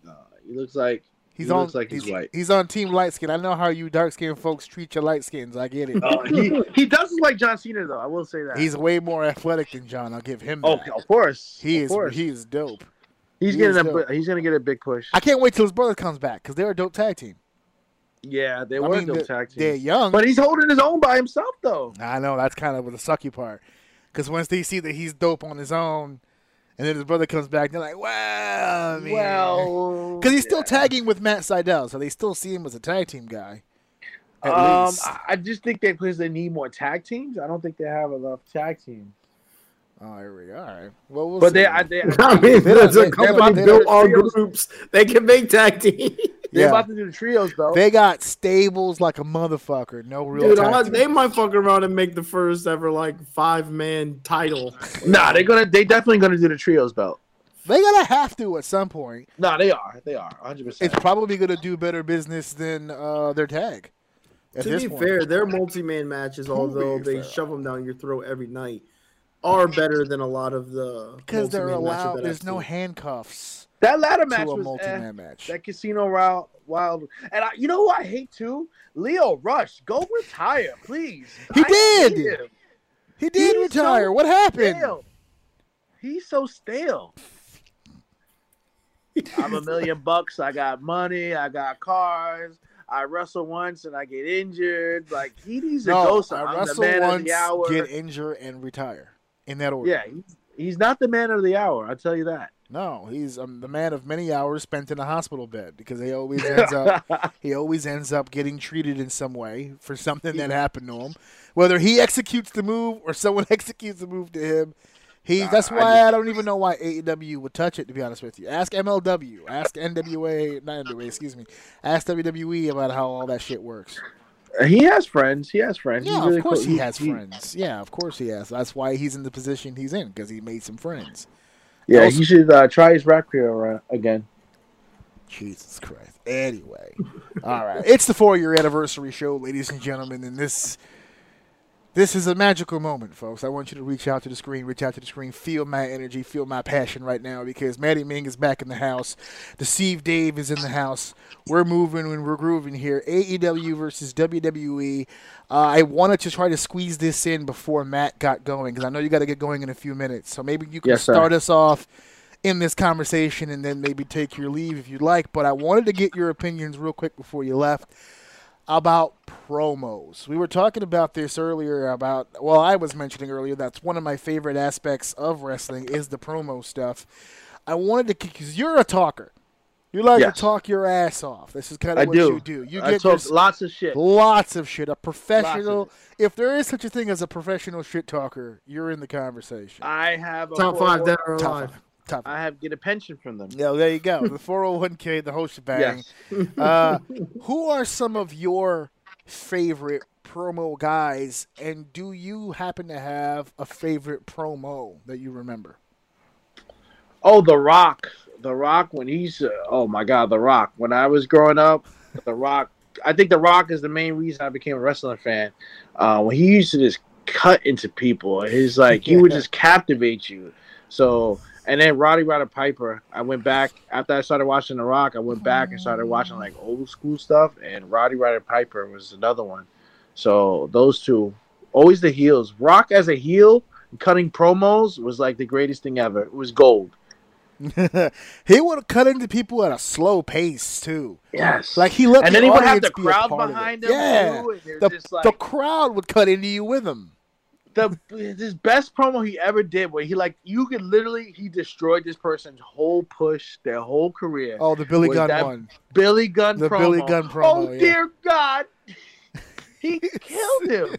Speaker 4: Uh, he looks like
Speaker 2: He's
Speaker 4: He
Speaker 2: on.
Speaker 4: looks like he's white.
Speaker 2: He's on team light skin. I know how you dark skinned folks treat your light skins. I get it.
Speaker 4: uh, he, he does look like John Cena though. I will say that.
Speaker 2: He's way more athletic than John. I'll give him
Speaker 4: oh,
Speaker 2: that.
Speaker 4: of course.
Speaker 2: he
Speaker 4: of
Speaker 2: is.
Speaker 4: course.
Speaker 2: He is dope.
Speaker 4: he's
Speaker 2: he is
Speaker 4: getting
Speaker 2: dope.
Speaker 4: a he's gonna get a big push.
Speaker 2: I can't wait till his brother comes back because they're a dope tag team.
Speaker 4: yeah, they
Speaker 2: I
Speaker 4: were
Speaker 2: mean,
Speaker 4: dope
Speaker 2: the-
Speaker 4: tag team.
Speaker 2: They're young.
Speaker 4: But he's holding his own by himself though.
Speaker 2: I know that's kind of the sucky part because once they see that he's dope on his own, and then his brother comes back, they're like, "Wow, man."
Speaker 4: Well,
Speaker 2: because he's still tagging with Matt Seidel, so they still see him as a tag team guy. At
Speaker 4: um,
Speaker 2: least.
Speaker 4: I- I just think that because they need more tag teams, I don't think they have enough tag teams.
Speaker 2: Oh, here we go. All right. Well, we'll
Speaker 4: but
Speaker 2: see.
Speaker 4: they, I, they,
Speaker 3: I mean,
Speaker 2: They
Speaker 3: that's
Speaker 2: don't-
Speaker 3: a
Speaker 2: they don't-
Speaker 3: company
Speaker 2: they
Speaker 3: built
Speaker 4: don't-
Speaker 3: on
Speaker 4: they don't-
Speaker 3: groups. They can make tag team.
Speaker 4: they're
Speaker 2: Yeah.
Speaker 4: about to do the trios though.
Speaker 2: They got stables like a motherfucker. No real
Speaker 3: Dude,
Speaker 2: tag
Speaker 3: I-
Speaker 2: team.
Speaker 3: they might fuck around and make the first ever like five man title.
Speaker 4: nah, they're gonna, they definitely gonna do the trios belt.
Speaker 2: They gotta have to at some point.
Speaker 4: Nah, they are, they are, hundred percent.
Speaker 2: It's probably gonna do better business than uh, their tag. At
Speaker 3: to
Speaker 2: this
Speaker 3: be
Speaker 2: point.
Speaker 3: fair, their multi man matches, although
Speaker 2: be
Speaker 3: they
Speaker 2: fair.
Speaker 3: shove them down your throat every night, are better than a lot of the
Speaker 2: because they're
Speaker 3: multi-man matches
Speaker 2: allowed.
Speaker 3: that
Speaker 2: There's
Speaker 3: I've
Speaker 2: no
Speaker 3: seen.
Speaker 2: handcuffs
Speaker 4: That ladder
Speaker 2: to
Speaker 4: match
Speaker 2: a
Speaker 4: was eh,
Speaker 2: multi-man match.
Speaker 4: that casino wild, wild, and I, you know who I hate too? Leo Rush, go retire, please.
Speaker 2: He
Speaker 4: I hate
Speaker 2: did.
Speaker 4: him.
Speaker 2: He did
Speaker 4: he's so
Speaker 2: retire. what happened?
Speaker 4: Stale. He's so stale. I'm a million bucks. I got money. I got cars. I wrestle once and I get injured. Like he needs to go.
Speaker 2: No, uh,
Speaker 4: somewhere.
Speaker 2: I
Speaker 4: I'm the
Speaker 2: wrestle
Speaker 4: man of
Speaker 2: once,
Speaker 4: the hour.
Speaker 2: get injured, and retire in that order.
Speaker 4: yeah, he's, he's not the man of the hour. I'll tell you that.
Speaker 2: No, he's um, the man of many hours spent in a hospital bed because he always ends up he always ends up getting treated in some way for something that happened to him. Whether he executes the move or someone executes the move to him, He. that's
Speaker 4: I
Speaker 2: why I, don't even know why AEW would touch it. To be honest with you, ask MLW, ask NWA, not NWA, excuse me, ask WWE about how all that shit works.
Speaker 4: He has friends. He has friends. He's
Speaker 2: Yeah,
Speaker 4: really
Speaker 2: of course
Speaker 4: cool.
Speaker 2: he has friends. Yeah, of course he has. That's why he's in the position he's in because he made some friends.
Speaker 4: Yeah,
Speaker 2: Also-
Speaker 4: he should uh, try his rap career around again.
Speaker 2: Jesus Christ. Anyway, all right. It's the four-year anniversary show, ladies and gentlemen, and this this is a magical moment, folks. I want you to reach out to the screen, reach out to the screen, feel my energy, feel my passion right now because Maddie Ming is back in the house. Deceive Dave is in the house. We're moving and we're grooving here. AEW versus WWE. Uh, I wanted to try to squeeze this in before Matt got going because I know you got to get going in a few minutes. So maybe you can
Speaker 4: Yes, sir.
Speaker 2: start us off in this conversation and then maybe take your leave if you'd like. But I wanted to get your opinions real quick before you left about promos. We were talking about this earlier about well, I was mentioning earlier that's one of my favorite aspects of wrestling is the promo stuff. I wanted to because you're a talker. You like
Speaker 4: Yes.
Speaker 2: to talk your ass off. This is kind
Speaker 4: I
Speaker 2: of what
Speaker 4: do.
Speaker 2: you do. You
Speaker 4: I
Speaker 2: get
Speaker 4: talk
Speaker 2: your
Speaker 4: lots of shit.
Speaker 2: lots of shit. A professional,
Speaker 4: it.
Speaker 2: if there is such a thing as a professional shit talker, you're in the conversation.
Speaker 4: I have a
Speaker 3: Top five
Speaker 4: 401
Speaker 3: dead or
Speaker 2: Top
Speaker 3: alive.
Speaker 2: five. Top five.
Speaker 4: I have get a pension from them.
Speaker 2: Yeah, there you go. The 401k, the whole shebang.
Speaker 4: Yes.
Speaker 2: Uh, who are some of your favorite promo guys, and do you happen to have a favorite promo that you remember?
Speaker 4: Oh, The Rock. The Rock when he's uh, oh my god, The Rock. When I was growing up, The Rock. I think The Rock is the main reason I became a wrestling fan. Uh, when he used to just cut into people, his like he would just captivate you. So and then Roddy Roddy Piper. I went back after I started watching The Rock. I went back and started watching like old school stuff, and Roddy Roddy Piper was another one. So those two, always the heels. Rock as a heel, cutting promos was like the greatest thing ever. It was gold.
Speaker 2: he would cut into people at a slow pace too.
Speaker 4: Yes.
Speaker 2: Like he let
Speaker 4: and
Speaker 2: the
Speaker 4: then he would
Speaker 2: audience
Speaker 4: have
Speaker 2: be
Speaker 4: the
Speaker 2: a
Speaker 4: crowd
Speaker 2: part of it.
Speaker 4: behind him.
Speaker 2: Yeah,
Speaker 4: Too, and they're
Speaker 2: the,
Speaker 4: just like,
Speaker 2: the crowd would cut into you with him.
Speaker 4: the this best promo he ever did, where he like you could literally he destroyed this person's whole push, their whole career.
Speaker 2: Oh, the Billy
Speaker 4: Was
Speaker 2: Gunn
Speaker 4: that-
Speaker 2: one.
Speaker 4: Billy Gunn
Speaker 2: The
Speaker 4: promo.
Speaker 2: Billy Gunn promo,
Speaker 4: Oh
Speaker 2: yeah.
Speaker 4: dear God, he killed him.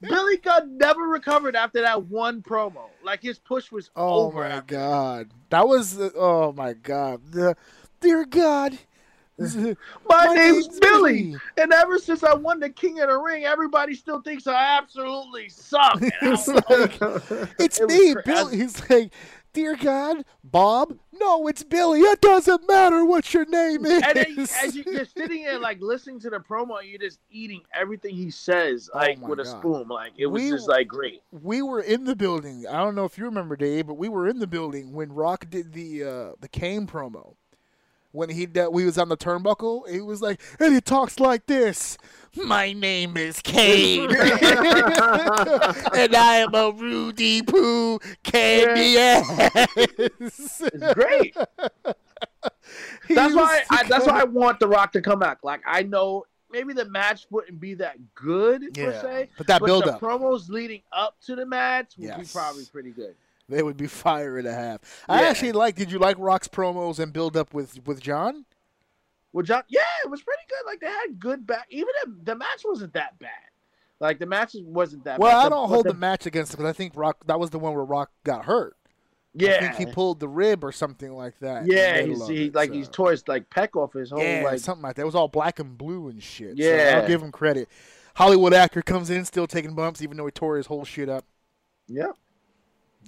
Speaker 4: Billy Gunn never recovered after that one promo. Like his push was
Speaker 2: Oh
Speaker 4: over.
Speaker 2: my
Speaker 4: after-
Speaker 2: god, that was the- oh my god. The, dear God,
Speaker 4: My, name's, Billy. And ever since I won the King of the Ring, everybody still thinks I absolutely suck. And I was
Speaker 2: It's like- It's
Speaker 4: It was
Speaker 2: me,
Speaker 4: cra-
Speaker 2: Bill.
Speaker 4: I-
Speaker 2: He's like, Dear God, Bob. No, it's Billy. It doesn't matter what your name is.
Speaker 4: and then, as you, you're sitting there like listening to the promo, and you're just eating everything he says like
Speaker 2: Oh my
Speaker 4: with a
Speaker 2: God.
Speaker 4: spoon. Like it was
Speaker 2: We-
Speaker 4: just like great.
Speaker 2: we were in the building. I don't know if you remember, Dave, but we were in the building when Rock did the uh, the Kane promo. When he that we was on the turnbuckle, he was like, and he talks like this. My name is Kane, and I am a Rudy Poo candy ass.
Speaker 4: It's great.
Speaker 2: He
Speaker 4: that's why
Speaker 2: was
Speaker 4: I, that's why I want The Rock to come back. Like I know maybe the match wouldn't be that good per
Speaker 2: Yeah,
Speaker 4: se,
Speaker 2: but that
Speaker 4: but
Speaker 2: build
Speaker 4: the
Speaker 2: up.
Speaker 4: promos leading up to the match would be
Speaker 2: Yes.
Speaker 4: probably pretty good.
Speaker 2: They would be fire and a half. I
Speaker 4: Yeah.
Speaker 2: actually like. Did you like Rock's promos and build up with with John?
Speaker 4: Well, John, yeah, it was pretty good. Like they had good back. Even if the match wasn't that bad. Like the match wasn't that.
Speaker 2: Well,
Speaker 4: bad.
Speaker 2: I
Speaker 4: The-
Speaker 2: don't
Speaker 4: but
Speaker 2: hold the match against because I think Rock. That was the one where Rock got hurt. I
Speaker 4: Yeah,
Speaker 2: think he pulled the rib or something like that. in the
Speaker 4: yeah.
Speaker 2: middle
Speaker 4: He's
Speaker 2: of
Speaker 4: he,
Speaker 2: it,
Speaker 4: like
Speaker 2: so.
Speaker 4: he's tore his like peck off his whole
Speaker 2: yeah,
Speaker 4: like
Speaker 2: something like that. It was all black and blue and shit. so
Speaker 4: Yeah.
Speaker 2: I'll give him credit. Hollywood actor comes in still taking bumps, even though he tore his whole shit up.
Speaker 4: yeah.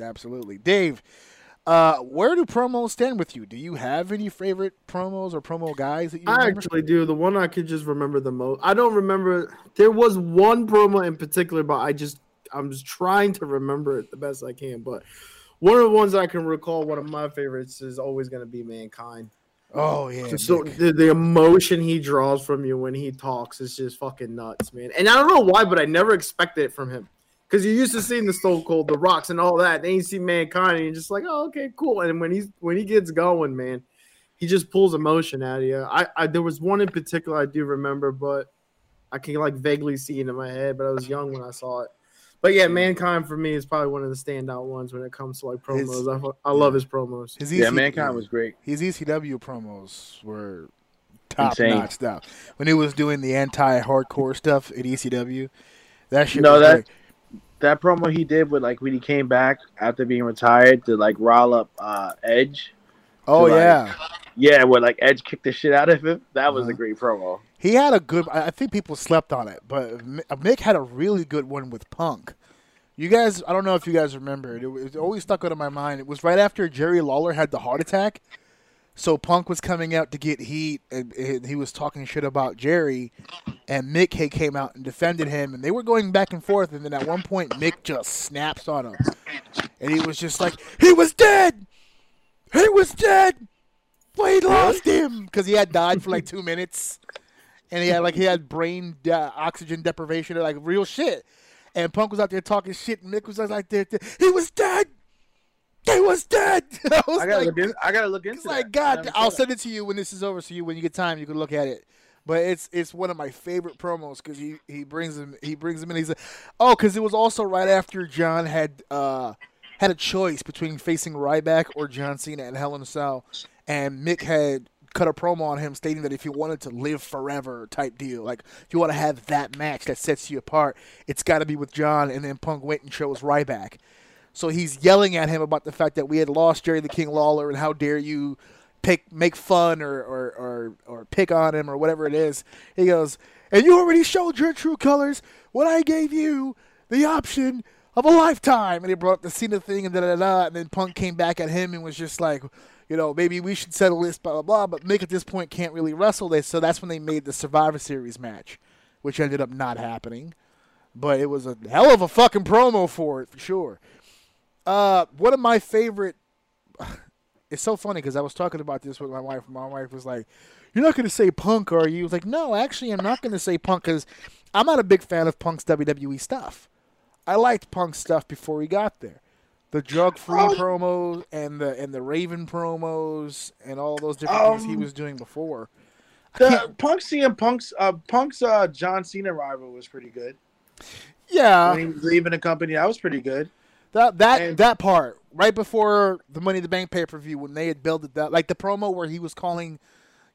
Speaker 2: Absolutely, Dave. Uh, where do promos stand with you? Do you have any favorite promos or promo guys that you
Speaker 3: I
Speaker 2: remember?
Speaker 3: actually do. The one I could just remember the most. I don't remember. There was one promo in particular, but I just I'm just trying to remember it the best I can. But one of the ones I can recall, one of my favorites is always going to be mankind.
Speaker 2: oh yeah,
Speaker 3: so
Speaker 2: Nick.
Speaker 3: the, the emotion he draws from you when he talks is just fucking nuts, man. And I don't know why, but I never expected it from him. Because you used to seeing the Stone Cold, the Rocks, and all that. Then you see Mankind, and you're just like, oh, okay, cool. And when he's when he gets going, man, he just pulls emotion out of you. I, I there was one in particular I do remember, but I can like vaguely see it in my head. But I was young when I saw it. But yeah, Mankind for me is probably one of the standout ones when it comes to like
Speaker 2: His-
Speaker 3: promos. I, fu- I love his promos.
Speaker 2: His
Speaker 4: Yeah,
Speaker 2: EC
Speaker 4: Mankind was great.
Speaker 2: his ECW promos were top
Speaker 4: Insane.
Speaker 2: notch stuff. When he was doing the anti hardcore stuff at ECW, E that shit
Speaker 4: No,
Speaker 2: was
Speaker 4: that-
Speaker 2: like,
Speaker 4: that promo he did with like when he came back after being retired to like rile up uh, Edge.
Speaker 2: Oh
Speaker 4: like-
Speaker 2: yeah,
Speaker 4: Yeah, where like Edge kicked the shit out of him. That was
Speaker 2: Uh-huh.
Speaker 4: a great promo.
Speaker 2: he had a good. I I think people slept on it, but Mi- Mick had a really good one with Punk. You guys, I don't know if you guys remember. It, was- it always stuck out of my mind. It was right after Jerry Lawler had the heart attack, so Punk was coming out to get heat, and, and he was talking shit about Jerry, and Mick had came out and defended him, and they were going back and forth, and then at one point Mick just snaps on him, and he was just like, "He was dead, he was dead, we lost him," because he had died for like two minutes and he had like he had brain de- oxygen deprivation, like real shit. And Punk was out there talking shit, and Mick was like, "There, there- he was dead. He was dead." I was
Speaker 4: I gotta
Speaker 2: like,
Speaker 4: look. In, I gotta look into.
Speaker 2: "It's like
Speaker 4: that.
Speaker 2: God,
Speaker 4: I
Speaker 2: I'll
Speaker 4: never saw
Speaker 2: send it to you when this is over, so you when you get time, you can look at it." But it's it's one of my favorite promos because he, he brings him he brings him in. He's like, "Oh, because it was also right after John had uh had a choice between facing Ryback or John Cena and Hell in a Cell, and Mick had cut a promo on him stating that if you wanted to live forever type deal, like if you want to have that match that sets you apart, it's got to be with John. And then Punk went and chose Ryback, so he's yelling at him about the fact that we had lost Jerry the King Lawler and how dare you pick make fun or or or, or pick on him or whatever it is. He goes, and you already showed your true colors when I gave you the option of a lifetime. And he brought up the Cena thing and da da da. And then Punk came back at him and was just like, you know, maybe we should settle this, blah, blah, blah. But Mick at this point can't really wrestle this. So that's when they made the Survivor Series match, which ended up not happening. But it was a hell of a fucking promo for it, for sure. Uh, one of my favorite. It's so funny because I was talking about this with my wife. My wife was like, "You're not going to say Punk, are you?" I was like, "No, actually, I'm not going to say Punk because I'm not a big fan of Punk's WWE stuff. I liked Punk's stuff before he got there. The drug free promos and the and the Raven promos and all those different things he
Speaker 4: Um,
Speaker 2: was doing before.
Speaker 4: that. the Punk CM Punk's uh, Punk's uh, John Cena rival was pretty good.
Speaker 2: Yeah, Uh,
Speaker 4: when he was leaving the company, that was pretty good.
Speaker 2: That that
Speaker 4: And-
Speaker 2: that part right before the Money in the Bank pay per view when they had built it that like the promo where he was calling,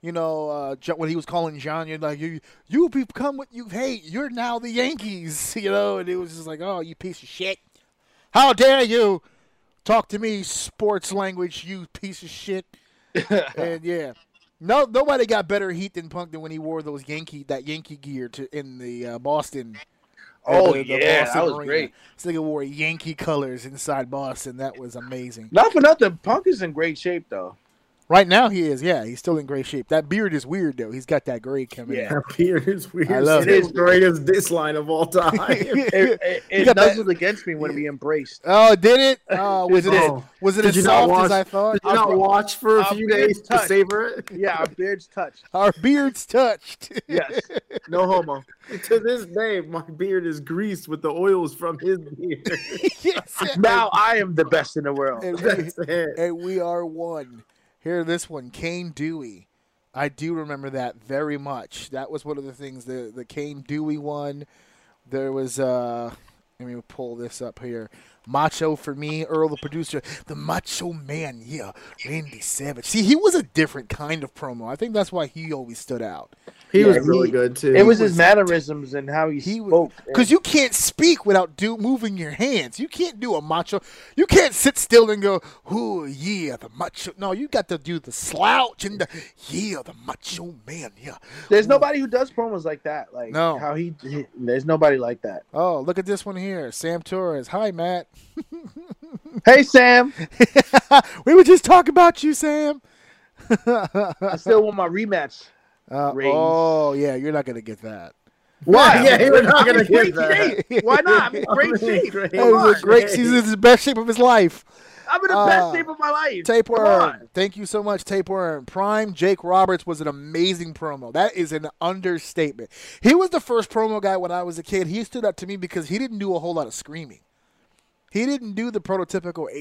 Speaker 2: you know, uh, Jo- when he was calling John, you're like you you become what you hate. You're now the Yankees, you know, and it was just like oh you piece of shit, how dare you talk to me sports language, you piece of shit, and yeah. No, nobody got better heat than Punk than when he wore those Yankee that Yankee gear to in the uh, Boston.
Speaker 4: Oh
Speaker 2: the- the
Speaker 4: yeah,
Speaker 2: Boston
Speaker 4: that was
Speaker 2: Arena.
Speaker 4: great.
Speaker 2: This nigga wore Yankee colors inside Boston. That was amazing.
Speaker 4: Not for nothing, Punk is in great shape though.
Speaker 2: Right now he is, yeah, he's still in great shape. That beard is weird though. He's got that gray coming.
Speaker 4: Yeah.
Speaker 2: out.
Speaker 3: Beard is weird.
Speaker 2: I love
Speaker 3: it is
Speaker 4: it.
Speaker 3: greatest diss line of all time.
Speaker 4: It, it,
Speaker 2: You
Speaker 4: it
Speaker 2: got
Speaker 4: nuzzled against me when we embraced.
Speaker 2: Oh, did it? Oh, was it
Speaker 3: Oh.
Speaker 2: was it
Speaker 3: Did
Speaker 2: as
Speaker 3: you not
Speaker 2: soft
Speaker 3: watch-
Speaker 2: as I thought?
Speaker 3: Did you not watch for a
Speaker 4: I'll
Speaker 3: few
Speaker 4: be in
Speaker 3: days to
Speaker 4: touch.
Speaker 3: savor it?
Speaker 4: Yeah, our beards touched.
Speaker 2: Our beards touched.
Speaker 4: Yes,
Speaker 3: No homo. to this day, my beard is greased with the oils from his beard.
Speaker 2: yes.
Speaker 4: now I am the best in the world.
Speaker 2: And we,
Speaker 3: That's it.
Speaker 2: and we are one. Here, this one, Kane Dewey. I do remember that very much. That was one of the things. The the Kane Dewey one. There was uh let me pull this up here. Macho for me, Earl the producer, the Macho Man, yeah, Randy Savage. See, he was a different kind of promo. I think that's why he always stood out.
Speaker 3: He
Speaker 4: Yeah,
Speaker 3: was
Speaker 4: he-
Speaker 3: really good too.
Speaker 4: it was his mannerisms and how he,
Speaker 2: He was-
Speaker 4: spoke.
Speaker 2: Because you can't speak without do moving your hands. You can't do a macho. You can't sit still and go, "Ooh, yeah, the macho." No, you got to do the slouch and the yeah, the macho man. Yeah.
Speaker 4: There's nobody who does promos like that. Like
Speaker 2: No.
Speaker 4: how he, he- There's nobody like that.
Speaker 2: Oh, look at this one here, Sam Torres. Hi, Matt.
Speaker 4: Hey Sam,
Speaker 2: we were just talking about you, Sam.
Speaker 4: I still want my rematch.
Speaker 2: Uh,
Speaker 4: Rings.
Speaker 2: oh yeah, you're not gonna get that.
Speaker 3: Why?
Speaker 4: Yeah,
Speaker 3: Yeah, he was not
Speaker 4: I'm
Speaker 3: gonna
Speaker 4: in
Speaker 3: get
Speaker 4: great
Speaker 3: that.
Speaker 4: shape. Why not? I'm in great
Speaker 3: I'm in
Speaker 4: shape.
Speaker 3: great-
Speaker 2: That
Speaker 4: Come
Speaker 2: was a
Speaker 4: on.
Speaker 2: great season. It's the best shape of his life.
Speaker 4: I'm in the best
Speaker 2: Uh,
Speaker 4: shape of my life. Come on.
Speaker 2: Tapeworm. Thank you so much, Tapeworm. Prime Jake Roberts was an amazing promo. That is an understatement. He was the first promo guy when I was a kid. He stood out to me because he didn't do a whole lot of screaming. He didn't do the prototypical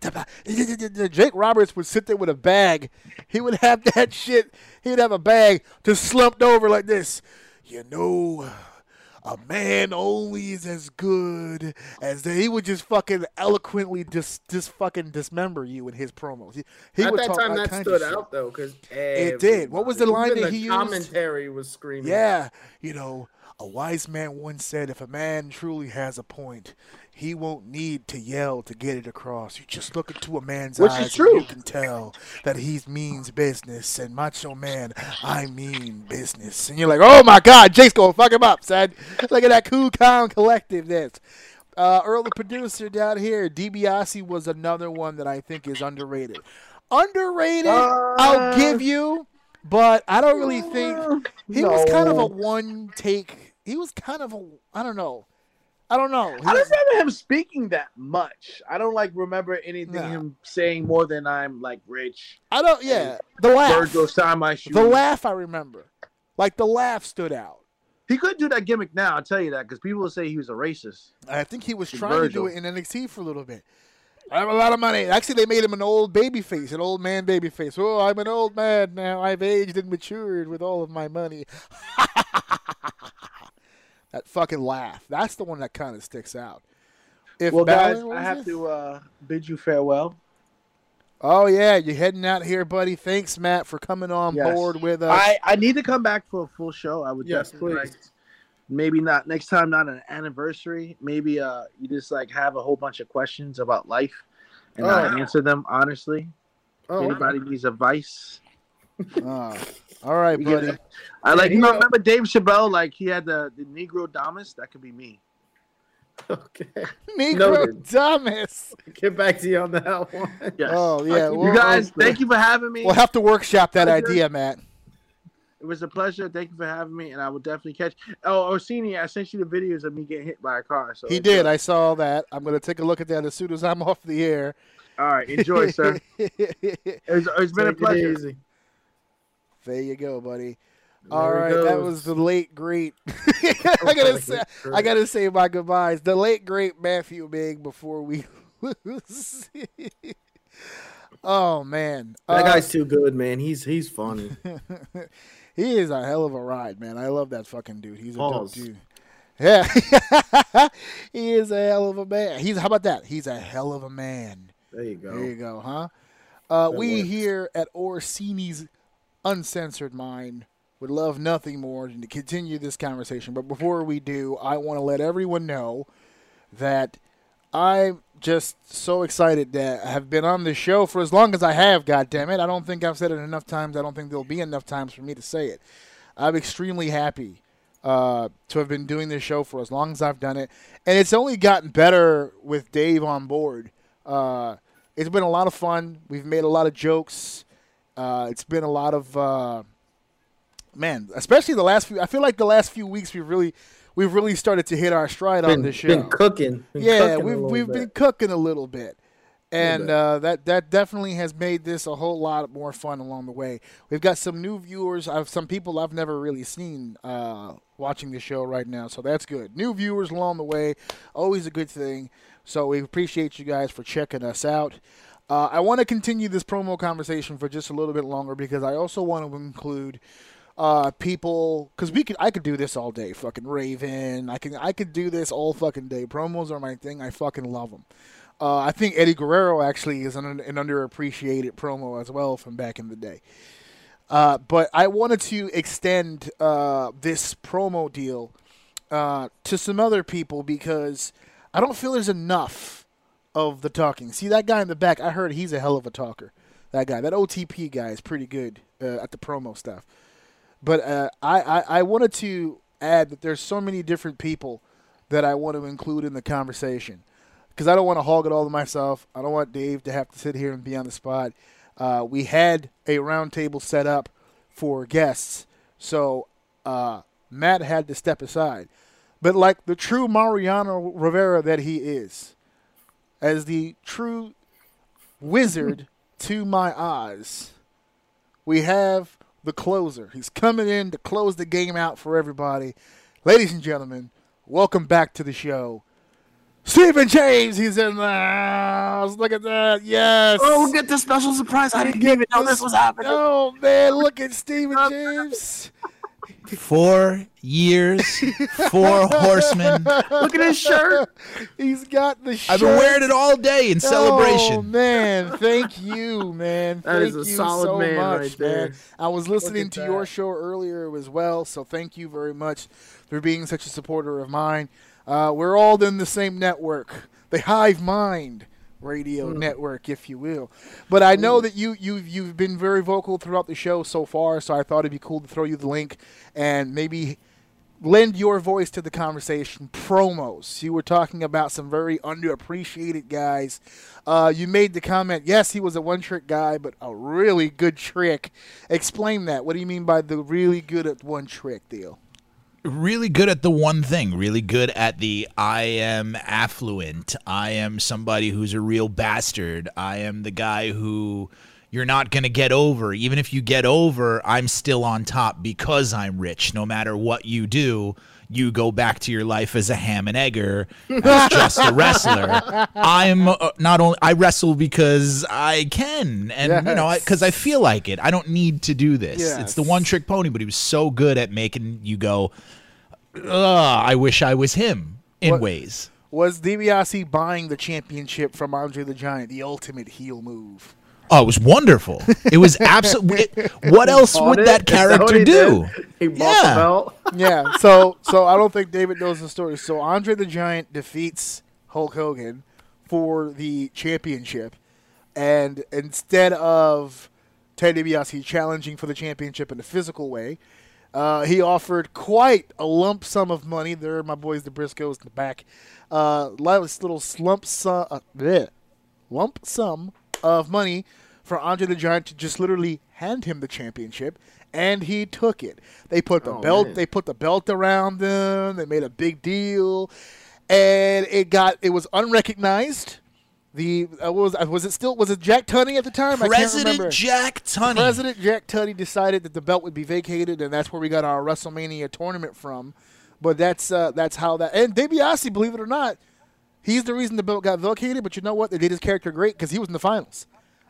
Speaker 2: 80s. Jake Roberts would sit there with a bag. He would have that shit. He'd have a bag just slumped over like this. You know, a man only is as good as they. He would just fucking eloquently just just fucking dismember you in his promos. He, he
Speaker 3: At
Speaker 2: would
Speaker 3: that
Speaker 2: talk
Speaker 3: time,
Speaker 2: all
Speaker 3: that
Speaker 2: kinds
Speaker 3: stood
Speaker 2: of shit.
Speaker 3: out though, because
Speaker 2: did. What was the line that he used?
Speaker 3: Commentary was screaming.
Speaker 2: Yeah, you know, A wise man once said, if a man truly has a point, he won't need to yell to get it across. You just look into a man's
Speaker 3: Which is
Speaker 2: eyes
Speaker 3: true.
Speaker 2: and you can tell that he means business. And macho man, I mean business. And you're like, oh my God, Jake's going to fuck him up, son. Look at that Cool Calm collectiveness. Uh, early producer down here, DiBiase was another one that I think is underrated. Underrated,
Speaker 3: Uh.
Speaker 4: Uh,
Speaker 2: I'll give you, but I don't really think he was kind of a one take. He was kind of a I don't know. I don't know. He
Speaker 4: I
Speaker 2: was-
Speaker 4: don't remember him speaking that much. I don't like remember anything
Speaker 2: Nah.
Speaker 4: him saying more than I'm like rich.
Speaker 2: I don't. Yeah, the laugh.
Speaker 4: Virgil sign my shoes.
Speaker 2: The laugh I remember. Like the laugh stood out.
Speaker 4: He could do that gimmick now. I'll tell you that because people say he was a racist.
Speaker 2: I think he was
Speaker 4: With
Speaker 2: trying
Speaker 4: Virgil.
Speaker 2: to do it in NXT for a little bit. I have a lot of money. Actually, they made him an old baby face, an old man baby face. Oh, I'm an old man now. I've aged and matured with all of my money. that fucking laugh. That's the one that kind of sticks out. If
Speaker 4: well, guys,
Speaker 2: Balor
Speaker 4: I
Speaker 2: was
Speaker 4: have
Speaker 2: it-
Speaker 4: to uh, bid you farewell.
Speaker 2: Oh yeah, you're heading out here, buddy. Thanks, Matt, for coming on
Speaker 4: Yes.
Speaker 2: board with us.
Speaker 4: I, I need to come back for a full show. I would
Speaker 3: Yes,
Speaker 4: definitely
Speaker 3: please.
Speaker 4: like maybe not next time, not an anniversary. Maybe uh, you just like have a whole bunch of questions about life, and
Speaker 3: Oh.
Speaker 4: I answer them honestly.
Speaker 3: Oh,
Speaker 4: Anybody needs advice?
Speaker 2: Oh. all right,
Speaker 4: We
Speaker 2: buddy.
Speaker 4: get I
Speaker 3: Yeah,
Speaker 4: like you
Speaker 3: he-
Speaker 4: know, remember Dave Chappelle like he had the the Negro Damas that could be me.
Speaker 3: okay. Noted.
Speaker 2: Negro Thomas.
Speaker 3: Get back to you on that one.
Speaker 4: Yes.
Speaker 2: Oh yeah,
Speaker 3: You
Speaker 2: we'll-
Speaker 4: you guys,
Speaker 2: we'll-
Speaker 4: thank you for having me.
Speaker 2: We'll have to workshop that
Speaker 4: Pleasure.
Speaker 2: idea, Matt.
Speaker 4: It was a pleasure. Thank you for having me, and I will definitely catch. Oh, Orsini, I sent you the videos of me getting hit by a car. So
Speaker 2: He did. I saw that. I'm gonna take a look at that as soon as I'm off the air.
Speaker 4: All right, enjoy, sir. It's, it's been a
Speaker 3: Take it
Speaker 4: pleasure.
Speaker 3: easy.
Speaker 2: there you go, buddy.
Speaker 3: There
Speaker 2: All
Speaker 3: he
Speaker 2: right, that
Speaker 3: goes.
Speaker 2: was the late great. I gotta say, I gotta say my goodbyes. The late great Matthew Big before we lose. oh man,
Speaker 3: That
Speaker 2: Uh,
Speaker 3: guy's too good, man. He's he's funny.
Speaker 2: he is a hell of a ride, man. I love that fucking dude. He's a
Speaker 3: Pause.
Speaker 2: dope dude. Yeah, he is a hell of a man. He's how about that? He's a hell of a man.
Speaker 3: There you go.
Speaker 2: There you go, huh? Uh,
Speaker 3: That
Speaker 2: we
Speaker 3: works.
Speaker 2: here at Orsini's Uncensored Mind would love nothing more than to continue this conversation. But before we do, I want to let everyone know that I'm just so excited that I have been on this show for as long as I have, God damn it! I don't think I've said it enough times. I don't think there'll be enough times for me to say it. I'm extremely happy uh, to have been doing this show for as long as I've done it, and it's only gotten better with Dave on board. Uh, it's been a lot of fun. We've made a lot of jokes. Uh, it's been a lot of uh, man, especially the last few. I feel like the last few weeks we've really we've really started to hit our stride on
Speaker 3: Been,
Speaker 2: this show.
Speaker 3: been cooking. Been
Speaker 2: yeah,
Speaker 3: cooking a
Speaker 2: we've
Speaker 3: little
Speaker 2: we've been
Speaker 3: bit.
Speaker 2: cooking a little bit. And
Speaker 3: bit.
Speaker 2: uh, that that definitely has made this a whole lot more fun along the way. We've got some new viewers. I've some people I've never really seen uh, watching the show right now, so that's good. New viewers along the way, always a good thing. So we appreciate you guys for checking us out. Uh, I want to continue this promo conversation for just a little bit longer because I also want to include uh, people because we could I could do this all day. Fucking Raven, I can I could do this all fucking day. Promos are my thing. I fucking love them. Uh, I think Eddie Guerrero actually is an, an underappreciated promo as well from back in the day. Uh, but I wanted to extend uh, this promo deal uh, to some other people because I don't feel there's enough of the talking. See that guy in the back? I heard he's a hell of a talker. That guy, that OTP guy, is pretty good uh, at the promo stuff. But uh, I, I I wanted to add that there's so many different people that I want to include in the conversation because I don't want to hog it all to myself. I don't want Dave to have to sit here and be on the spot. Uh, we had a roundtable set up for guests, so uh, Matt had to step aside. But like the true Mariano Rivera that he is, as the true wizard to my eyes, we have the closer. He's coming in to close the game out for everybody. Ladies and gentlemen, welcome back to the show. Stephen James, he's in the house. Look at that. Yes.
Speaker 3: Oh, get the special surprise! I didn't even know this was happening.
Speaker 2: Oh man, look at Steven James.
Speaker 5: Four years, four horsemen.
Speaker 3: Look at his shirt.
Speaker 2: He's got the shirt.
Speaker 5: I've been wearing it all day in
Speaker 2: Oh,
Speaker 5: celebration.
Speaker 2: man, thank you, man.
Speaker 3: That
Speaker 2: thank
Speaker 3: is a
Speaker 2: you
Speaker 3: solid
Speaker 2: so
Speaker 3: man
Speaker 2: much,
Speaker 3: right there.
Speaker 2: man. I was listening
Speaker 4: at
Speaker 2: to your
Speaker 4: that.
Speaker 2: show earlier as well, so thank you very much for being such a supporter of mine. Uh, we're all in the same network, the Hive Mind
Speaker 3: Hmm.
Speaker 2: Radio Network, if you will. But I know that you you you've been very vocal throughout the show so far, so I thought it'd be cool to throw you the link and maybe lend your voice to the conversation. Promos. You were talking about some very underappreciated guys. Uh, you made the comment, yes, he was a one trick guy, but a really good trick. Explain that. What do you mean by the really good at one trick deal?
Speaker 5: Really good at the one thing, really good at the I am affluent. I am somebody who's a real bastard. I am the guy who you're not going to get over. Even if you get over, I'm still on top because I'm rich. No matter what you do, you go back to your life as a ham and egger, as just a wrestler. I'm uh, not only I wrestle because I can, and you know,
Speaker 2: Yes.
Speaker 5: because I, feel like it. I don't need to do this. It's the
Speaker 2: Yes.
Speaker 5: one trick pony, but he was so good at making you go, Ugh, I wish I was him in
Speaker 2: What-
Speaker 5: ways.
Speaker 2: Was DiBiase buying the championship from Andre the Giant, the ultimate heel move?
Speaker 5: Oh, it was wonderful. It was absolutely. What else
Speaker 3: Bought
Speaker 5: would
Speaker 3: it.
Speaker 5: that
Speaker 3: Is what
Speaker 5: character
Speaker 3: he
Speaker 5: do?
Speaker 3: did? He bought
Speaker 5: Yeah.
Speaker 3: the belt.
Speaker 2: Yeah, so so I don't think David knows the story. So Andre the Giant defeats Hulk Hogan for the championship, and instead of Ted DiBiase challenging for the championship in a physical way, uh, he offered quite a lump sum of money. There are my boys, the Briscoes, in the back. Uh, this little slump sum, uh, bleh, lump sum of money for Andre the Giant to just literally hand him the championship, and he took it. They put the belt. They put the belt around them. They made a big deal, and it got. It was unrecognized. The uh, what was uh, was it still was it Jack Tunney at the time? I can't remember.
Speaker 5: President Jack Tunney.
Speaker 2: President Jack Tunney decided that the belt would be vacated, and that's where we got our WrestleMania tournament from. But that's uh, that's how that. And DiBiase, believe it or not, he's the reason the belt got vacated. But you know what? They did his character great because he was in the finals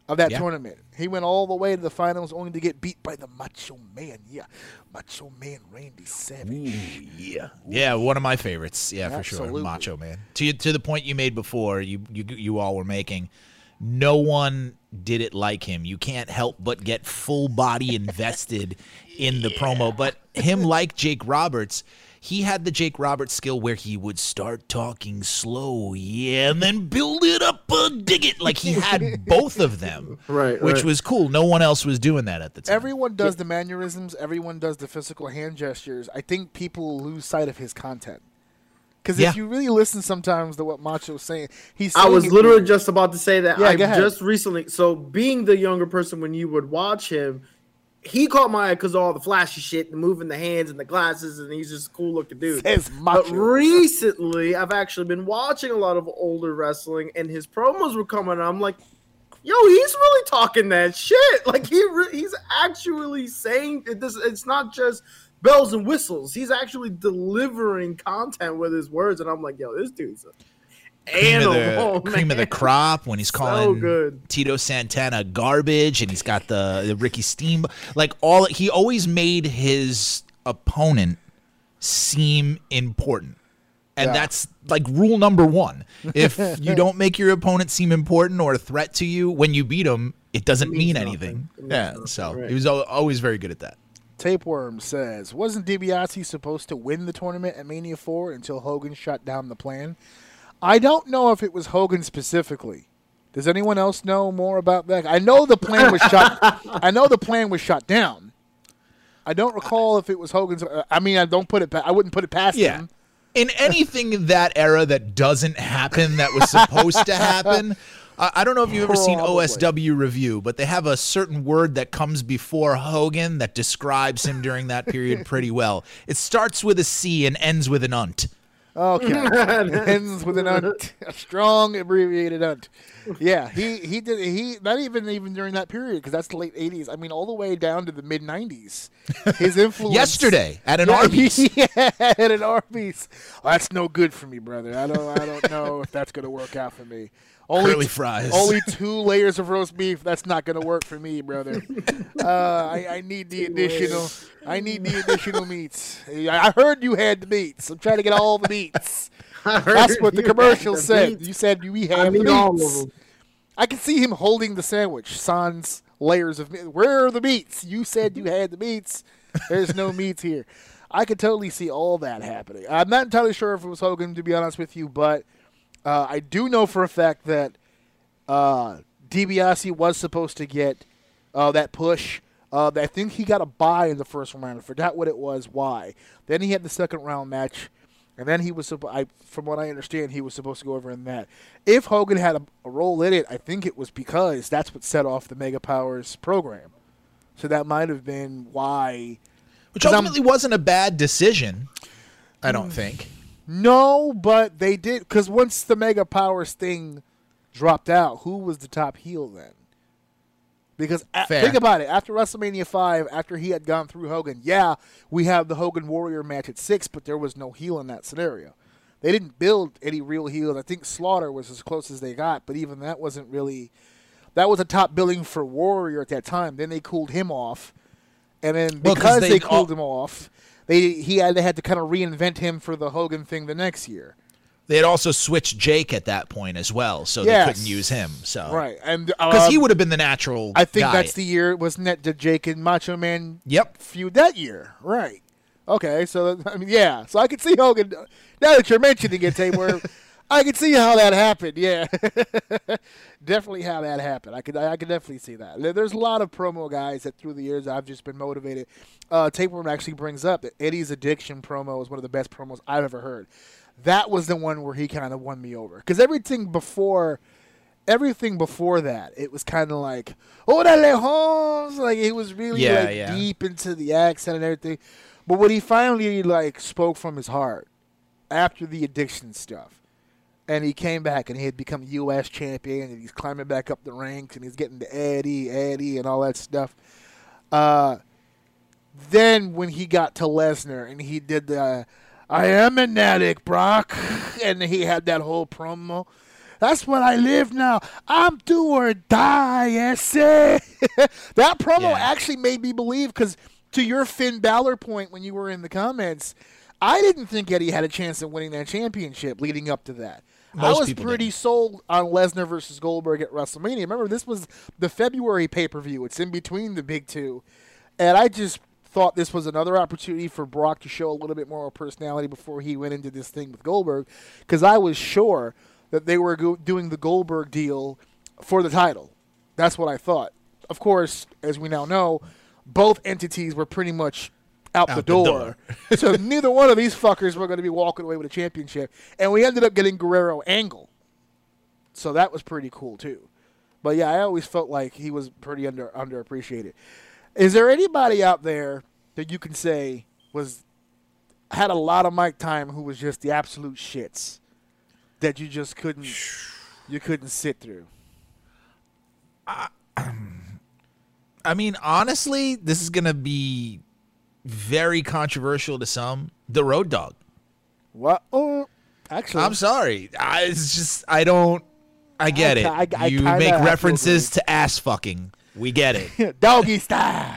Speaker 2: of that
Speaker 5: Yeah.
Speaker 2: tournament. He went all the way to the finals only to get beat by the Macho Man. Yeah, Macho Man Randy Savage.
Speaker 5: Yeah, yeah, one of my favorites. Yeah, for
Speaker 2: Absolutely.
Speaker 5: sure, Macho Man. To to the point you made before, you you you all were making. No one did it like him. You can't help but get full body invested in the promo. But him, like Jake Roberts, he had the Jake Roberts skill where he would start talking slow, yeah, and then build it up, uh, dig it. Like he had both of them,
Speaker 3: Right,
Speaker 5: Which
Speaker 3: right.
Speaker 5: was cool. No one else was doing that at the time.
Speaker 2: Everyone does the mannerisms. Everyone does the physical hand gestures. I think people lose sight of his content. Because
Speaker 5: Yeah.
Speaker 2: if you really listen sometimes to what Macho's saying, he's
Speaker 3: I
Speaker 2: saying
Speaker 3: was
Speaker 2: it
Speaker 3: literally
Speaker 2: weird.
Speaker 3: just about to say that.
Speaker 2: Yeah,
Speaker 3: I
Speaker 2: go ahead.
Speaker 3: just recently, so being the younger person when you would watch him, he caught my eye because all the flashy shit, the moving the hands and the glasses, and he's just a cool looking dude.
Speaker 2: Says
Speaker 3: But
Speaker 2: Macho.
Speaker 3: recently, I've actually been watching a lot of older wrestling, and his promos were coming. And I'm like, yo, he's really talking that shit. Like he re- he's actually saying that this. It's not just bells and whistles. He's actually delivering content with his words, and I'm like, yo, this dude's a
Speaker 5: cream of the-
Speaker 3: animal.
Speaker 5: cream of the
Speaker 3: man.
Speaker 5: crop when he's calling
Speaker 3: good.
Speaker 5: Tito Santana garbage and he's got the, the Ricky Steam like all he always made his opponent seem important. And
Speaker 2: Yeah.
Speaker 5: that's like rule number 1. If you don't make your opponent seem important or a threat to you when you beat him, it doesn't mean
Speaker 3: nothing.
Speaker 5: anything.
Speaker 3: It means
Speaker 5: Yeah,
Speaker 3: nothing,
Speaker 5: so
Speaker 3: right.
Speaker 5: he was al- always very good at that.
Speaker 2: Tapeworm says, wasn't DiBiase supposed to win the tournament at Mania 4 until Hogan shut down the plan? I don't know if it was Hogan specifically. Does anyone else know more about that? I know the plan was shot. I know the plan was shot down. I don't recall if it was Hogan's. uh, I mean, I don't put it. Pa- I wouldn't put it past
Speaker 5: Yeah.
Speaker 2: him.
Speaker 5: In anything in that era that doesn't happen that was supposed to happen, I, I don't know if you've ever seen
Speaker 2: Probably.
Speaker 5: OSW review, but they have a certain word that comes before Hogan that describes him during that period pretty well. It starts with a C and ends with an unt.
Speaker 2: Okay. ends with an unt, a strong abbreviated unt. Yeah, he he did he not even even during that period because that's the late '80s. I mean, all the way down to the mid '90s. His influence.
Speaker 5: Yesterday at an
Speaker 2: Yeah,
Speaker 5: Arby's.
Speaker 2: yeah, at an Arby's. Well, that's no good for me, brother. I don't I don't know if that's gonna work out for me. Only
Speaker 5: Curly fries.
Speaker 2: Only two layers of roast beef. That's not gonna work for me, brother. Uh, I, I need the additional. I need the additional meats. I I heard you had the meats. I'm trying to get all the meats. That's what the commercial said. You said we have
Speaker 3: I need
Speaker 2: meats.
Speaker 3: all of them.
Speaker 2: I can see him holding the sandwich. Sans layers of meat. Where are the meats? You said you had the meats. There's no meats here. I could totally see all that happening. I'm not entirely sure if it was Hogan, to be honest with you, but uh, I do know for a fact that uh, DiBiase was supposed to get uh, that push. Uh, I think he got a bye in the first round. I forgot what it was, why. Then he had the second round match, and then he was, suppo- I, from what I understand, he was supposed to go over in that. If Hogan had a, a role in it, I think it was because that's what set off the Mega Powers program. So that might have been why.
Speaker 5: Which
Speaker 2: 'Cause I'm- Mm.
Speaker 5: ultimately wasn't a bad decision, I don't think.
Speaker 2: No, but they did because once the Mega Powers thing dropped out, who was the top heel then? Because a-
Speaker 5: Fair.
Speaker 2: think about it. After WrestleMania five, after he had gone through Hogan, yeah, we have the Hogan Warrior match at six, but there was no heel in that scenario. They didn't build any real heels. I think Slaughter was as close as they got, but even that wasn't really. That was a top billing for Warrior at that time. Then they cooled him off, and then
Speaker 5: Well, 'cause
Speaker 2: because they,
Speaker 5: they
Speaker 2: cooled
Speaker 5: all-
Speaker 2: him off, they he had, they had to kind of reinvent him for the Hogan thing the next year.
Speaker 5: They had also switched Jake at that point as well, so
Speaker 2: Yes.
Speaker 5: they couldn't use him. So
Speaker 2: Right, and
Speaker 5: because
Speaker 2: uh,
Speaker 5: Oh, he would have been the natural.
Speaker 2: I think
Speaker 5: guy.
Speaker 2: that's the year wasn't that the Jake and Macho Man
Speaker 5: Yep.
Speaker 2: feud that year, right? Okay, so I mean, yeah, so I could see Hogan. Now that you're mentioning it, Tabor, I could see how that happened. Yeah, definitely how that happened. I could, I could definitely see that. There- There's a lot of promo guys that through the years I've just been motivated. Uh, Tapeworm actually brings up that Eddie's addiction promo is one of the best promos I've ever heard. That was the one where he kind of won me over because everything before everything before that, it was kind of like, oh, that Holmes. Like, it was really
Speaker 5: Yeah,
Speaker 2: like,
Speaker 5: yeah.
Speaker 2: deep into the accent and everything. But when he finally, like, spoke from his heart after the addiction stuff, and he came back and he had become U.S. champion and he's climbing back up the ranks and he's getting to Eddie, Eddie, and all that stuff. Uh, then when he got to Lesnar and he did the I am an addict, Brock, and he had that whole promo. That's what I live now. I'm do or die, essay. that promo
Speaker 5: Yeah.
Speaker 2: actually made me believe because to your Finn Balor point when you were in the comments, I didn't think Eddie had a chance at winning that championship leading up to that.
Speaker 5: Most
Speaker 2: I was
Speaker 5: people
Speaker 2: pretty
Speaker 5: didn't.
Speaker 2: sold on Lesnar versus Goldberg at WrestleMania. Remember, this was the February pay per view. It's in between the big two, and I just thought this was another opportunity for Brock to show a little bit more personality before he went into this thing with Goldberg, because I was sure that they were go- doing the Goldberg deal for the title. That's what I thought. Of course, as we now know, both entities were pretty much out, the
Speaker 5: Out the
Speaker 2: door.
Speaker 5: door.
Speaker 2: so neither one of these fuckers were going to be walking away with a championship. And we ended up getting Guerrero Angle. So that was pretty cool too. But yeah, I always felt like he was pretty under underappreciated. Is there anybody out there that you can say was had a lot of mic time who was just the absolute shits that you just couldn't you couldn't sit through?
Speaker 5: I mean, honestly, this is gonna be very controversial to some. The Road Dog.
Speaker 2: What? Oh, actually,
Speaker 5: I'm sorry. I, it's just I don't. I get
Speaker 2: I-
Speaker 5: it.
Speaker 2: I- I
Speaker 5: you
Speaker 2: kinda
Speaker 5: make
Speaker 2: have to
Speaker 5: references to ass fucking. We get it.
Speaker 2: doggy style.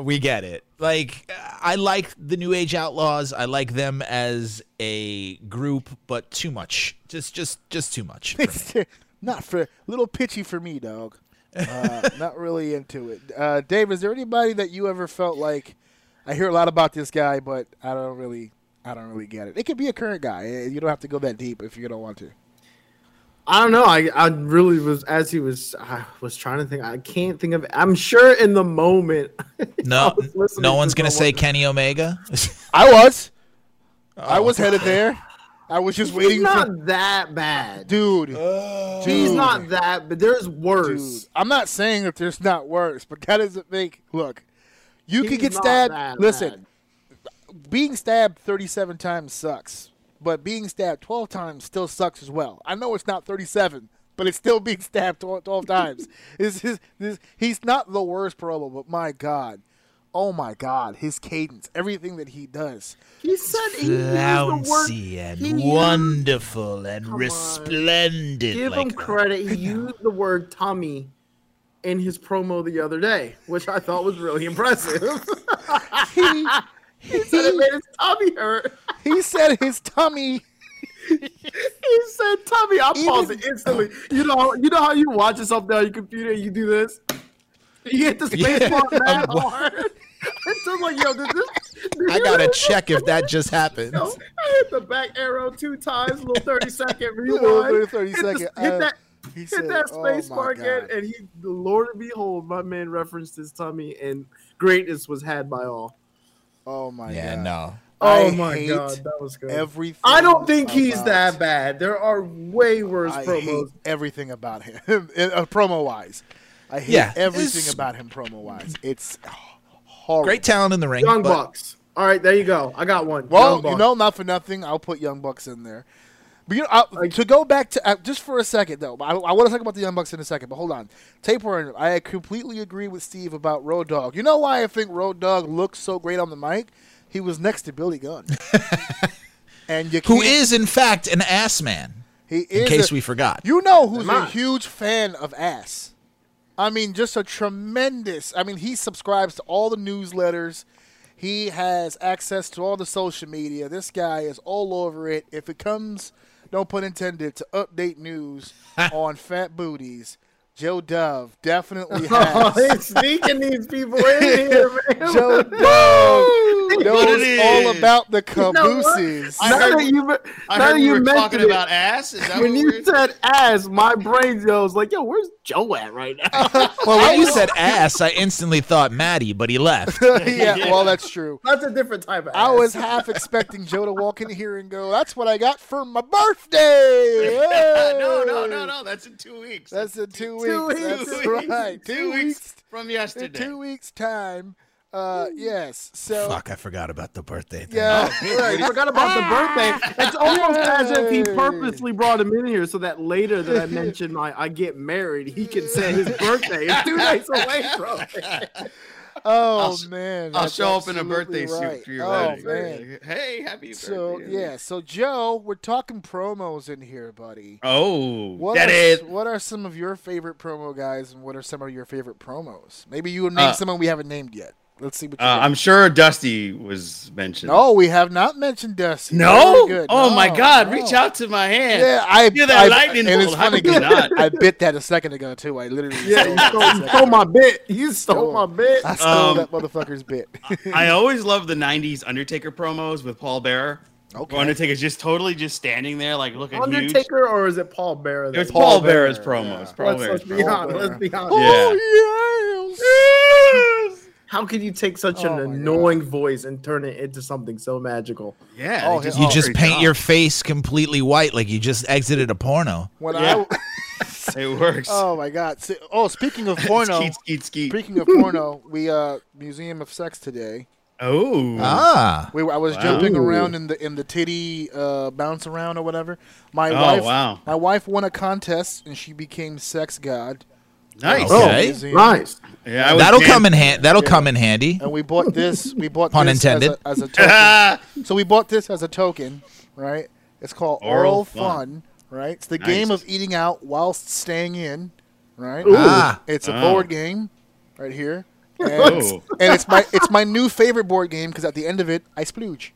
Speaker 5: We get it. Like I like the New Age Outlaws. I like them as a group, but too much. Just just just too much. for me.
Speaker 2: It's not for little pitchy for me, dog. Uh, not really into it. Uh, Dave, is there anybody that you ever felt like I hear a lot about this guy, but I don't really, I don't really get it. It could be a current guy. Eh, You don't have to go that deep if you don't want to.
Speaker 3: I don't know. I, I really was as he was. I was trying to think. I can't think of. I'm sure in the moment.
Speaker 5: No,
Speaker 3: I was listening
Speaker 5: no
Speaker 3: to
Speaker 5: one's gonna say
Speaker 3: someone.
Speaker 5: Kenny Omega.
Speaker 2: I was, I was headed there. I was just
Speaker 3: He's
Speaker 2: waiting
Speaker 3: not
Speaker 2: for
Speaker 3: that bad.
Speaker 2: dude.
Speaker 5: Uh,
Speaker 3: He's
Speaker 2: dude.
Speaker 3: not that, but there's
Speaker 2: Dude,
Speaker 3: worse.
Speaker 2: I'm not saying that there's not worse, but that doesn't make look. You could
Speaker 3: He's
Speaker 2: get
Speaker 3: not
Speaker 2: stabbed.
Speaker 3: that
Speaker 2: Listen, being stabbed 37 times sucks, but being stabbed 12 times still sucks as well. I know it's not 37, but it's still being stabbed 12, 12 times. This is this, he's not the worst promo, but my God, oh my god, his cadence, everything that he does.
Speaker 3: He said he used the word.
Speaker 5: flouncy and
Speaker 3: he used-
Speaker 5: wonderful and
Speaker 3: Come on.
Speaker 5: resplendent.
Speaker 3: Give
Speaker 5: like
Speaker 3: him
Speaker 5: that.
Speaker 3: credit. He used the word tummy in his promo the other day, which I thought was really impressive.
Speaker 2: He,
Speaker 3: he said it made his tummy hurt.
Speaker 2: he said his tummy.
Speaker 3: He said tummy. I
Speaker 2: Even-
Speaker 3: paused it instantly. You know, you know how you watch something on your computer and you do this. You hit the space
Speaker 5: Yeah.
Speaker 3: bar
Speaker 5: I'm
Speaker 3: that
Speaker 5: wa-
Speaker 3: hard. It's just like, yo, did this? did
Speaker 5: I
Speaker 3: you
Speaker 5: gotta
Speaker 3: really-
Speaker 5: check if that just happened.
Speaker 3: Yo, I hit the back arrow two times, little thirty second
Speaker 2: Little
Speaker 3: rewind.
Speaker 2: 30
Speaker 3: hit the-
Speaker 2: second,
Speaker 3: hit
Speaker 2: uh,
Speaker 3: that
Speaker 2: He
Speaker 3: hit
Speaker 2: said,
Speaker 3: that
Speaker 2: "Oh
Speaker 3: space
Speaker 2: my
Speaker 3: bar again,
Speaker 2: God."
Speaker 3: and he, the Lord and behold, my man referenced his tummy, and greatness was had by all.
Speaker 2: Oh my
Speaker 5: Yeah,
Speaker 2: god.
Speaker 5: no.
Speaker 2: I
Speaker 3: Oh my
Speaker 2: hate
Speaker 3: god, that was good.
Speaker 2: Everything.
Speaker 3: I don't think he's
Speaker 2: about-
Speaker 3: that bad. There are way worse
Speaker 2: I hate
Speaker 3: promos.
Speaker 2: everything about him, uh, promo wise. I hate
Speaker 5: Yeah,
Speaker 2: everything
Speaker 5: it's-
Speaker 2: about him, promo wise. It's horrible.
Speaker 5: Great talent in the ring.
Speaker 3: Young
Speaker 5: but
Speaker 3: Bucks. All right, there you go. I got one.
Speaker 2: Well,
Speaker 3: Young Bucks.
Speaker 2: you know, not for nothing, I'll put Young Bucks in there. But you know, I,
Speaker 3: Like-
Speaker 2: to go back to uh, just for a second though, I, I want to talk about the Young Bucks in a second. But hold on, Tapeworm, I completely agree with Steve about Road Dog. You know why I think Road Dog looks so great on the mic? He was next to Billy Gunn, and you
Speaker 5: Who
Speaker 2: can't-
Speaker 5: is in fact an ass man?
Speaker 2: he
Speaker 5: In
Speaker 2: is
Speaker 5: case
Speaker 2: a-
Speaker 5: we forgot.
Speaker 2: You know who's
Speaker 3: Am
Speaker 2: a
Speaker 3: I?
Speaker 2: huge fan of ass. I mean, just a tremendous. I mean, he subscribes to all the newsletters. He has access to all the social media. This guy is all over it. If it comes, no pun intended, to update news on fat booties, Joe Dove definitely
Speaker 3: Oh,
Speaker 2: has.
Speaker 3: he's sneaking these people in here, man.
Speaker 2: Joe Dove knows all about the
Speaker 3: You know what?
Speaker 2: cabooses.
Speaker 3: Now
Speaker 6: heard
Speaker 3: that
Speaker 6: we-
Speaker 3: you,
Speaker 6: I
Speaker 3: now
Speaker 6: heard
Speaker 3: that
Speaker 6: we
Speaker 3: you
Speaker 6: were
Speaker 3: mentioned
Speaker 6: talking
Speaker 3: it,
Speaker 6: about ass. Is that
Speaker 3: when
Speaker 6: what
Speaker 3: you
Speaker 6: we were-
Speaker 3: said ass, my brain goes like, yo, where's Joe at right now?
Speaker 5: Well, when you said ass, I instantly thought Maddie, but he left.
Speaker 2: yeah, well, that's true.
Speaker 3: That's a different type of ass.
Speaker 2: I was half expecting Joe to walk in here and go, "That's what I got for my birthday." Hey!
Speaker 6: no, no, no, no. That's in two weeks.
Speaker 2: That's in two weeks.
Speaker 3: Two
Speaker 2: That's
Speaker 6: weeks. Two
Speaker 2: right.
Speaker 6: two weeks from
Speaker 2: In
Speaker 6: yesterday.
Speaker 2: two weeks time. Uh, yes. So
Speaker 5: Fuck, I forgot about the birthday thing.
Speaker 2: yeah,
Speaker 6: Oh,
Speaker 3: Right, I forgot about the birthday. It's almost as if he purposely brought him in here so that later that I mentioned my I get married, he can say his birthday is two days away from it.
Speaker 2: Oh
Speaker 6: I'll sh-
Speaker 2: man,
Speaker 6: I'll
Speaker 2: that's
Speaker 6: show up in a birthday
Speaker 2: absolutely right.
Speaker 6: suit for your
Speaker 2: oh,
Speaker 6: wedding.
Speaker 2: man.
Speaker 6: Hey, happy
Speaker 2: So
Speaker 6: birthday.
Speaker 2: yeah, so Joe, we're talking promos in here, buddy.
Speaker 6: Oh,
Speaker 2: What
Speaker 6: that
Speaker 2: are,
Speaker 6: is.
Speaker 2: what are some of your favorite promo guys, and what are some of your favorite promos? Maybe you would name
Speaker 6: Uh,
Speaker 2: someone we haven't named yet. Let's see what. You
Speaker 6: Uh,
Speaker 2: got.
Speaker 6: I'm sure Dusty was mentioned.
Speaker 2: No, we have not mentioned Dusty.
Speaker 6: No?
Speaker 2: Very good.
Speaker 6: Oh my
Speaker 2: No,
Speaker 6: God!
Speaker 2: no.
Speaker 6: Reach out to my hand.
Speaker 2: Yeah, I
Speaker 6: You're that
Speaker 2: I-
Speaker 6: lightning
Speaker 2: and it's
Speaker 6: bolt. How
Speaker 2: funny
Speaker 6: could you
Speaker 2: 'cause
Speaker 6: not?
Speaker 2: I bit that a second ago too. I literally
Speaker 3: Yeah,
Speaker 2: stole
Speaker 3: you
Speaker 2: that
Speaker 3: stole,
Speaker 2: a
Speaker 3: you
Speaker 2: second
Speaker 3: stole
Speaker 2: ago.
Speaker 3: my bit. You stole my bit.
Speaker 2: I stole
Speaker 6: Um,
Speaker 2: that motherfucker's bit.
Speaker 6: I always love the '90s Undertaker promos with Paul Bearer.
Speaker 2: Okay.
Speaker 6: Where Undertaker's just totally just standing there, like looking huge.
Speaker 3: Undertaker or is it Paul Bearer?
Speaker 6: It was
Speaker 3: that-
Speaker 6: Paul,
Speaker 2: Paul
Speaker 6: Bearer's
Speaker 2: Bearer,
Speaker 6: promos.
Speaker 2: yeah.
Speaker 6: Paul
Speaker 3: let's,
Speaker 6: Bearer's
Speaker 3: let's be
Speaker 6: promos.
Speaker 3: honest. Let's be honest.
Speaker 2: Oh yes.
Speaker 3: How could you take such
Speaker 2: Oh my
Speaker 3: an
Speaker 2: God.
Speaker 3: annoying voice and turn it into something so magical?
Speaker 6: Yeah,
Speaker 2: Oh,
Speaker 6: they
Speaker 2: hell.
Speaker 5: You
Speaker 2: Oh,
Speaker 5: just
Speaker 6: great
Speaker 5: paint
Speaker 6: job.
Speaker 5: your face completely white like you just exited a porno.
Speaker 2: When
Speaker 6: Yeah.
Speaker 2: I
Speaker 6: it works.
Speaker 2: oh my god. So- oh, speaking of porno,
Speaker 6: Skeet, skeet, skeet.
Speaker 2: speaking of porno, we uh Museum of Sex today.
Speaker 6: Oh,
Speaker 5: Ah.
Speaker 2: We were, I was
Speaker 6: Wow.
Speaker 2: jumping around in the in the titty uh, bounce around or whatever. My
Speaker 6: Oh,
Speaker 2: wife,
Speaker 6: wow.
Speaker 2: my wife won a contest and she became sex god.
Speaker 6: nice.
Speaker 5: Oh,
Speaker 2: At the
Speaker 5: Okay.
Speaker 2: museum.
Speaker 3: Nice.
Speaker 6: Yeah, I was
Speaker 5: That'll
Speaker 6: dan-
Speaker 5: come in hand. That'll come in handy.
Speaker 2: and we bought this. We bought
Speaker 5: Pun
Speaker 2: this
Speaker 5: intended.
Speaker 2: As, a, as a token. so we bought this as a token, right? It's called
Speaker 6: Oral
Speaker 2: Oral,
Speaker 6: Fun.
Speaker 2: Fun, right? It's the
Speaker 6: Nice.
Speaker 2: game of eating out whilst staying in, right?
Speaker 5: Ah.
Speaker 2: It's a
Speaker 6: Oh.
Speaker 2: board game, right here, and,
Speaker 6: Oh.
Speaker 2: and it's my it's my new favorite board game because at the end of it I splooge.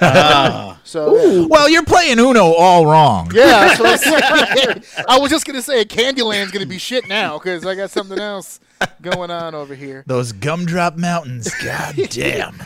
Speaker 6: Ah.
Speaker 2: So. yeah.
Speaker 5: Well, you're playing Uno all wrong.
Speaker 2: Yeah, that's what I'm saying. I was just gonna say Candyland's gonna be shit now because I got something else going on over here.
Speaker 5: Those gumdrop mountains. God damn.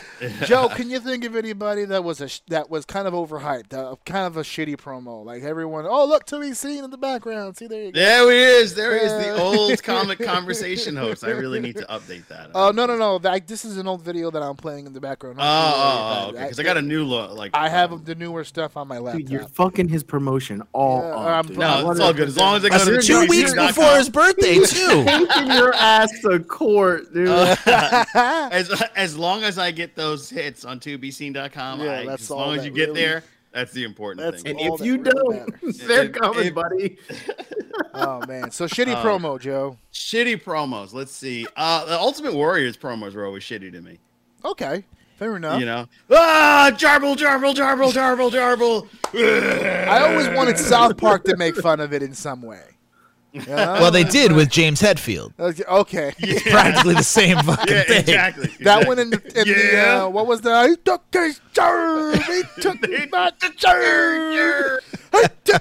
Speaker 2: Joe, can you think of anybody that was a sh- that was kind of overhyped, uh, kind of a shitty promo? Like everyone, oh look, Tootie seen in the background. See there you go.
Speaker 6: There he is. There he is the
Speaker 2: Yeah.
Speaker 6: old comic conversation host. I really need to update that.
Speaker 2: Oh no no no! That, this is an old video that I'm playing in the background.
Speaker 6: Oh, oh, because I got a new law. Like
Speaker 2: I have the newer stuff on my laptop.
Speaker 3: Dude, you're fucking his promotion all
Speaker 2: Yeah,
Speaker 3: up.
Speaker 2: I'm-
Speaker 3: dude.
Speaker 2: I
Speaker 6: No,
Speaker 2: wanted
Speaker 6: it's all good. As long as I go
Speaker 5: That's
Speaker 6: to the
Speaker 5: two weeks
Speaker 6: WWE.com.
Speaker 5: before his birthday, too.
Speaker 3: taking your ass to court, dude.
Speaker 2: Uh,
Speaker 6: As as long as I get those hits on 2bscene.com,
Speaker 2: Yeah,
Speaker 6: I,
Speaker 2: that's
Speaker 6: as
Speaker 2: all
Speaker 6: long as
Speaker 2: that
Speaker 6: you get
Speaker 2: really-
Speaker 6: there, that's the important
Speaker 2: that's
Speaker 6: thing.
Speaker 3: and
Speaker 2: all
Speaker 3: if
Speaker 2: that
Speaker 3: you
Speaker 2: really
Speaker 3: don't,
Speaker 2: matters.
Speaker 3: they're
Speaker 6: If-
Speaker 3: coming,
Speaker 6: if-
Speaker 3: buddy.
Speaker 2: oh man, so shitty promo, Joe.
Speaker 6: Shitty promos. Let's see. Uh, the Ultimate Warriors promos were always shitty to me.
Speaker 2: Okay, fair enough.
Speaker 6: You know, ah, jarble, jarble, jarble, jarble, jarble.
Speaker 2: I always wanted South Park to make fun of it in some way. You know?
Speaker 5: Well, they did with James Hetfield.
Speaker 2: okay,
Speaker 5: Practically the same fucking
Speaker 6: Yeah,
Speaker 5: thing.
Speaker 6: exactly.
Speaker 2: that
Speaker 6: exactly.
Speaker 2: one in the, in the
Speaker 6: Yeah.
Speaker 2: uh, what was that? He took his serve. He took back the serve.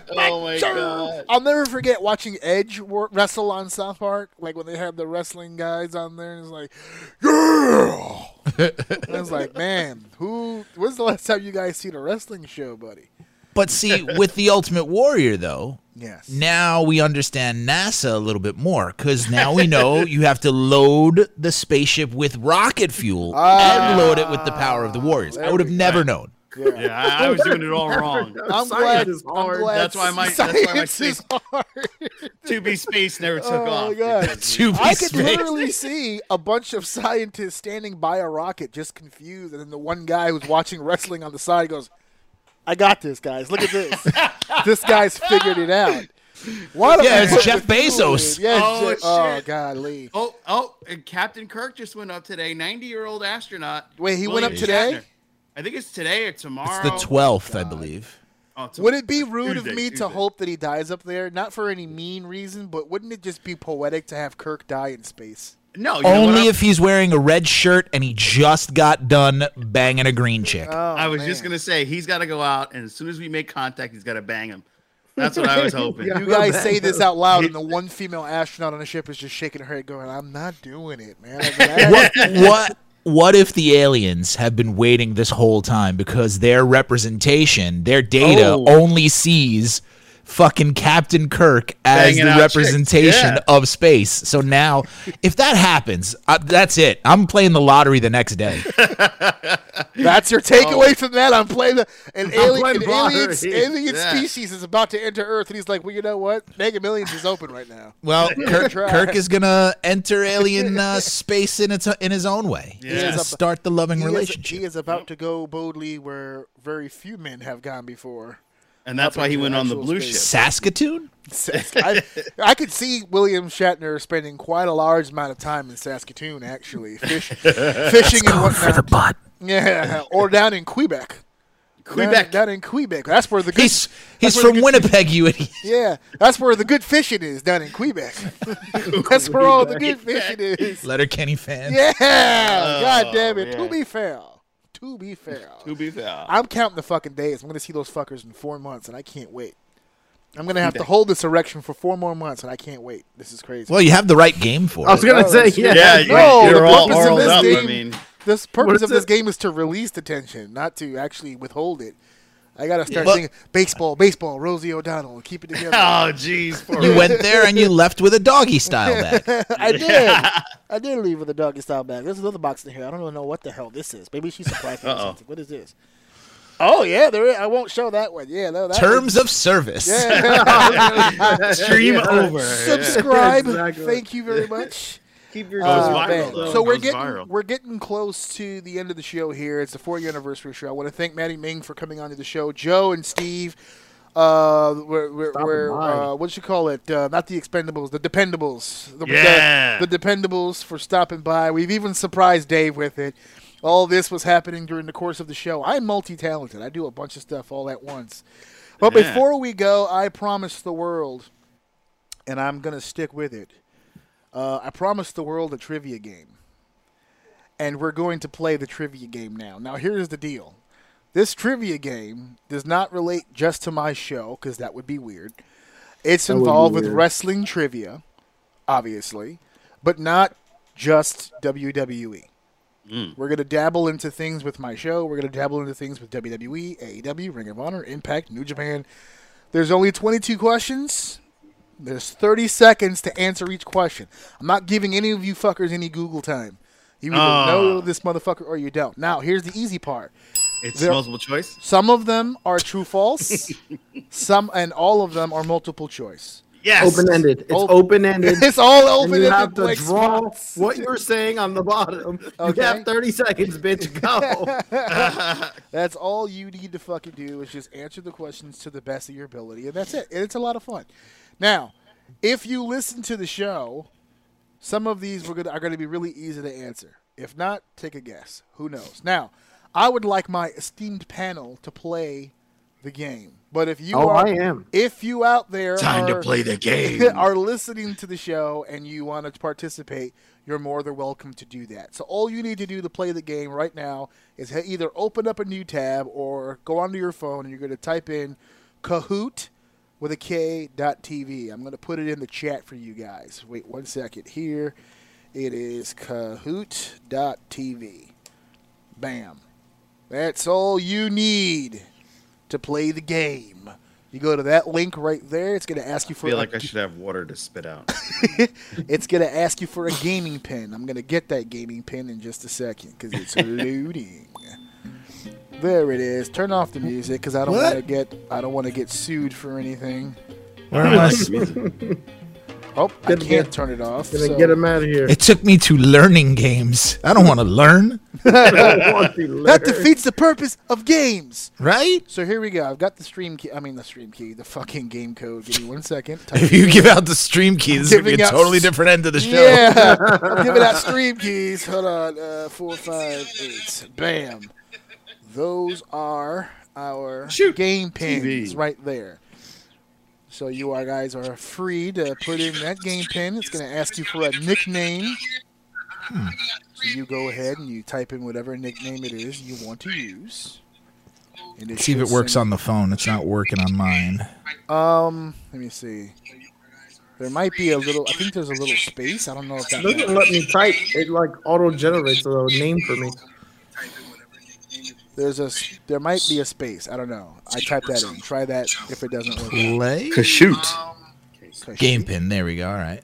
Speaker 6: Oh my
Speaker 2: Serve.
Speaker 6: god.
Speaker 2: I'll never forget watching Edge wor- wrestle on South Park, like when they had the wrestling guys on there, and it's like, yeah. I was like, man, who? When's the last time you guys seen a wrestling show, buddy?
Speaker 5: But see, with the Ultimate Warrior, though,
Speaker 2: Yes.
Speaker 5: now we understand NASA a little bit more because now we know you have to load the spaceship with rocket fuel
Speaker 6: Ah.
Speaker 5: and load it with the power of the Warriors. I would have never known.
Speaker 2: Yeah.
Speaker 6: Yeah, I, I was doing it all wrong.
Speaker 2: I'm
Speaker 3: Science
Speaker 2: glad,
Speaker 3: is
Speaker 2: I'm
Speaker 3: hard.
Speaker 2: glad.
Speaker 6: That's why my- that's why
Speaker 2: science
Speaker 6: my
Speaker 2: is hard.
Speaker 6: To be space never took
Speaker 2: Oh my
Speaker 6: off.
Speaker 2: God.
Speaker 6: because-
Speaker 5: To be
Speaker 2: I could
Speaker 5: space.
Speaker 2: literally see a bunch of scientists standing by a rocket, just confused, and then the one guy who's watching wrestling on the side goes, "I got this, guys. Look at this. this guy's figured it out." Why don't
Speaker 5: Yeah,
Speaker 2: we
Speaker 5: it's
Speaker 2: put
Speaker 5: Jeff
Speaker 2: the fuel in?
Speaker 5: Bezos.
Speaker 2: Yeah,
Speaker 6: Oh,
Speaker 2: Je- oh
Speaker 6: shit.
Speaker 2: golly.
Speaker 6: Oh, oh, and Captain Kirk just went up today. 90 year old astronaut.
Speaker 2: Wait, he went
Speaker 6: William
Speaker 2: up today?
Speaker 6: Shatner. I think it's today or tomorrow.
Speaker 5: It's the 12th, I believe.
Speaker 6: Oh, it's-
Speaker 2: Would it be rude of
Speaker 6: Tuesday,
Speaker 2: me to
Speaker 6: Tuesday.
Speaker 2: hope that he dies up there? Not for any mean reason, but wouldn't it just be poetic to have Kirk die in space?
Speaker 6: No, you know what?
Speaker 5: Only
Speaker 6: I'm-
Speaker 5: if he's wearing a red shirt and he just got done banging a green chick.
Speaker 2: Oh,
Speaker 6: I was just
Speaker 2: man.
Speaker 6: gonna say he's got to go out, and as soon as we make contact, he's got to bang him. That's what I was hoping.
Speaker 2: You guys say this out loud, and the one female astronaut on the ship is just shaking her head, going, "I'm not doing it, man." I'm glad-
Speaker 5: what what what if the aliens have been waiting this whole time because their representation, their data
Speaker 6: Oh.
Speaker 5: only sees fucking Captain Kirk as
Speaker 6: Banging
Speaker 5: the
Speaker 6: out chicks,
Speaker 5: representation
Speaker 6: yeah.
Speaker 5: of space. So now if that happens, I, that's it. I'm playing the lottery the next day.
Speaker 2: That's your takeaway from that. I'm playing the, an alien,
Speaker 3: playing
Speaker 2: an alien,
Speaker 3: lottery.
Speaker 2: alien
Speaker 6: Yeah.
Speaker 2: species is about to enter Earth, and he's like, "Well, you know what? Mega Millions is open right now."
Speaker 5: Well, Kirk,
Speaker 2: try.
Speaker 5: Kirk is going to enter alien uh, space in its in his own way. He's
Speaker 6: Yeah.
Speaker 5: going to start the loving
Speaker 2: He is,
Speaker 5: relationship.
Speaker 2: he is about to go boldly where very few men have gone before.
Speaker 6: and that's why he
Speaker 2: into
Speaker 6: went on the
Speaker 2: actual
Speaker 6: blue
Speaker 2: space.
Speaker 6: ship.
Speaker 5: Saskatoon?
Speaker 2: I, I could see William Shatner spending quite a large amount of time in Saskatoon, actually, fish, fishing and
Speaker 5: Going for the
Speaker 2: whatnot.
Speaker 5: butt.
Speaker 2: Yeah, or down in Quebec.
Speaker 6: Quebec.
Speaker 2: down, down in Quebec. That's where the good.
Speaker 5: He's he's
Speaker 2: that's where
Speaker 5: from
Speaker 2: the good-
Speaker 5: Winnipeg, you idiot.
Speaker 2: Yeah, that's where the good fishing is down in Quebec. that's where all the good fishing is.
Speaker 5: Letterkenny fan.
Speaker 2: Yeah, god damn it. To
Speaker 6: Oh, man.
Speaker 2: be fair, to be fair,
Speaker 6: To be fair.
Speaker 2: I'm counting the fucking days. I'm gonna see those fuckers in four months, and I can't wait. I'm gonna have to hold this erection for four more months, and I can't wait. This is crazy.
Speaker 5: Well, you have the right game for
Speaker 3: I
Speaker 5: it.
Speaker 3: was gonna say yeah.
Speaker 6: Yeah, you-
Speaker 2: No,
Speaker 6: you're,
Speaker 2: the
Speaker 6: all
Speaker 2: purpose of
Speaker 6: oiled
Speaker 2: this
Speaker 6: up. I
Speaker 2: game-
Speaker 6: mean,
Speaker 2: This purpose
Speaker 3: is
Speaker 2: of this
Speaker 3: it?
Speaker 2: game is to release the tension, not to actually withhold it. I gotta start
Speaker 5: Well-
Speaker 2: thinking baseball, baseball, Rosie O'Donnell, keep it together.
Speaker 6: oh jeez, poor
Speaker 5: You went there and you left with a doggy style bat.
Speaker 2: I did. I did leave with a doggy style bag. There's another box in here. I don't really know what the hell this is. Maybe she surprised me with
Speaker 6: Uh-oh.
Speaker 2: something. What is this? Oh yeah, there. Is. I won't show that one. Yeah, no. That
Speaker 5: Terms of service.
Speaker 6: stream over.
Speaker 2: Subscribe.
Speaker 3: Exactly.
Speaker 2: Thank you very much.
Speaker 4: Keep your
Speaker 6: Goes
Speaker 2: Oh,
Speaker 6: viral,
Speaker 2: man.
Speaker 6: though.
Speaker 2: So we're
Speaker 6: Goes
Speaker 2: getting
Speaker 6: viral.
Speaker 2: we're getting close to the end of the show here. It's the four year anniversary show. I want to thank Maddie Ming for coming onto the show. Joe and Steve. Uh, we're, we're,
Speaker 3: Stopping
Speaker 2: we're
Speaker 3: by.
Speaker 2: uh, what you call it? Uh, not the Expendables, the Dependables. The,
Speaker 6: Yeah.
Speaker 2: the, the Dependables for stopping by. We've even surprised Dave with it. All this was happening during the course of the show. I'm multi talented. I do a bunch of stuff all at once. But
Speaker 6: Yeah.
Speaker 2: before we go, I promised the world, and I'm gonna stick with it. Uh, I promised the world a trivia game, and we're going to play the trivia game now. Now here's the deal: this trivia game does not relate just to my show because that would be weird. It's
Speaker 3: would be
Speaker 2: involved with
Speaker 3: weird.
Speaker 2: wrestling trivia, obviously, but not just WWE. We're going to dabble into things with my show. We're going to dabble into things with E, WWE, AEW, Ring of Honor, Impact, New Japan. There's only 22 questions. There's 30 seconds to answer each question. I'm not giving any of you fuckers any Google time. You either
Speaker 6: Ah.
Speaker 2: know this motherfucker or you don't. Now, here's the easy part.
Speaker 6: It's
Speaker 2: There-
Speaker 6: multiple choice.
Speaker 2: Some of them are true false. some and all of them are multiple choice.
Speaker 6: Yes.
Speaker 3: Open ended. It's
Speaker 2: Open-
Speaker 3: open ended.
Speaker 2: It's all open
Speaker 3: and you
Speaker 2: ended
Speaker 3: have to
Speaker 2: blank
Speaker 3: draw
Speaker 2: spots.
Speaker 3: what you're saying on the bottom.
Speaker 2: Okay.
Speaker 3: You have 30 seconds, bitch. Go.
Speaker 2: That's all you need to fucking do is just answer the questions to the best of your ability, and that's it. And it's a lot of fun. Now, If you listen to the show, some of these were gonna, are going to be really easy to answer. If not, take a guess. Who knows? Now, I would like my esteemed panel to play the game. But if you
Speaker 3: Oh,
Speaker 2: are,
Speaker 3: I am.
Speaker 2: if you out there
Speaker 6: Time
Speaker 2: are-
Speaker 6: to play the game.
Speaker 2: are listening to the show and you want to participate, you're more than welcome to do that. So all you need to do to play the game right now is he- either open up a new tab or go onto your phone and you're going to type in Kahoot with a K dot TV. I'm going to put it in the chat for you guys. Wait one second here. It is Kahoot dot TV. Bam. That's all you need to play the game. You go to that link right there. It's going to ask you
Speaker 6: I
Speaker 2: for
Speaker 6: feel
Speaker 2: a
Speaker 6: like I should have water to spit out.
Speaker 2: it's gonna ask you for a gaming pin. I'm gonna get that gaming pin in just a second because it's loading. There it is. Turn off the music because I don't
Speaker 5: What?
Speaker 2: want to get I don't want to get sued for anything.
Speaker 5: Where am I?
Speaker 2: Oh, I
Speaker 3: Good,
Speaker 2: can't
Speaker 3: good.
Speaker 2: turn it off.
Speaker 3: Gonna
Speaker 2: so-
Speaker 3: get him out of here.
Speaker 5: It took me to learning games. I don't want to learn,
Speaker 3: Don't want to
Speaker 2: that
Speaker 3: learn.
Speaker 2: defeats the purpose of games.
Speaker 5: right?
Speaker 2: So here we go. I've got the stream key. I mean the stream key. The fucking game code. Give me one second.
Speaker 5: If you give out the stream key, this is gonna be
Speaker 2: Giving
Speaker 5: a
Speaker 2: out
Speaker 5: totally
Speaker 2: s-
Speaker 5: different end of the show.
Speaker 2: Yeah, I'm giving out stream keys. Hold on, uh, four, five, eight. Bam. Those are our game pins
Speaker 6: TV.
Speaker 2: right there. So you are guys are free to put in that game pin. It's going to ask you for a nickname. So you go ahead and you type in whatever nickname it is you want to use. And
Speaker 5: See
Speaker 2: should
Speaker 5: if it works
Speaker 2: send-
Speaker 5: on the phone. It's not working on mine.
Speaker 2: Um, let me see. There might be a little. I think there's a little space. I don't know if that.
Speaker 3: It doesn't let me type. It like auto generates a little name for me.
Speaker 2: There's a s- there might be a space. I don't know. I typed that in. Try that if it doesn't work. out.
Speaker 5: Play
Speaker 6: Shoot.
Speaker 2: Uh, Cause
Speaker 5: game pin. There we go. All right.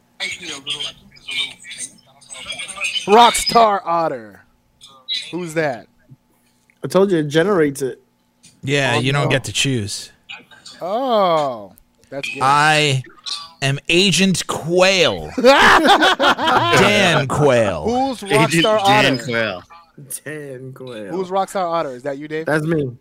Speaker 2: Rockstar Otter. Who's that?
Speaker 3: I told you it generates it.
Speaker 5: Yeah, you don't get to choose.
Speaker 2: Oh, that's
Speaker 3: Ah.
Speaker 2: good.
Speaker 5: I am Agent Quail. Dan Quail.
Speaker 2: Who's
Speaker 6: Agent
Speaker 2: Rockstar
Speaker 6: Dan
Speaker 2: Otter?
Speaker 6: Quayle.
Speaker 3: Dan Quayle.
Speaker 2: Who's Rockstar Otter? Is that you, Dave?
Speaker 3: That's me.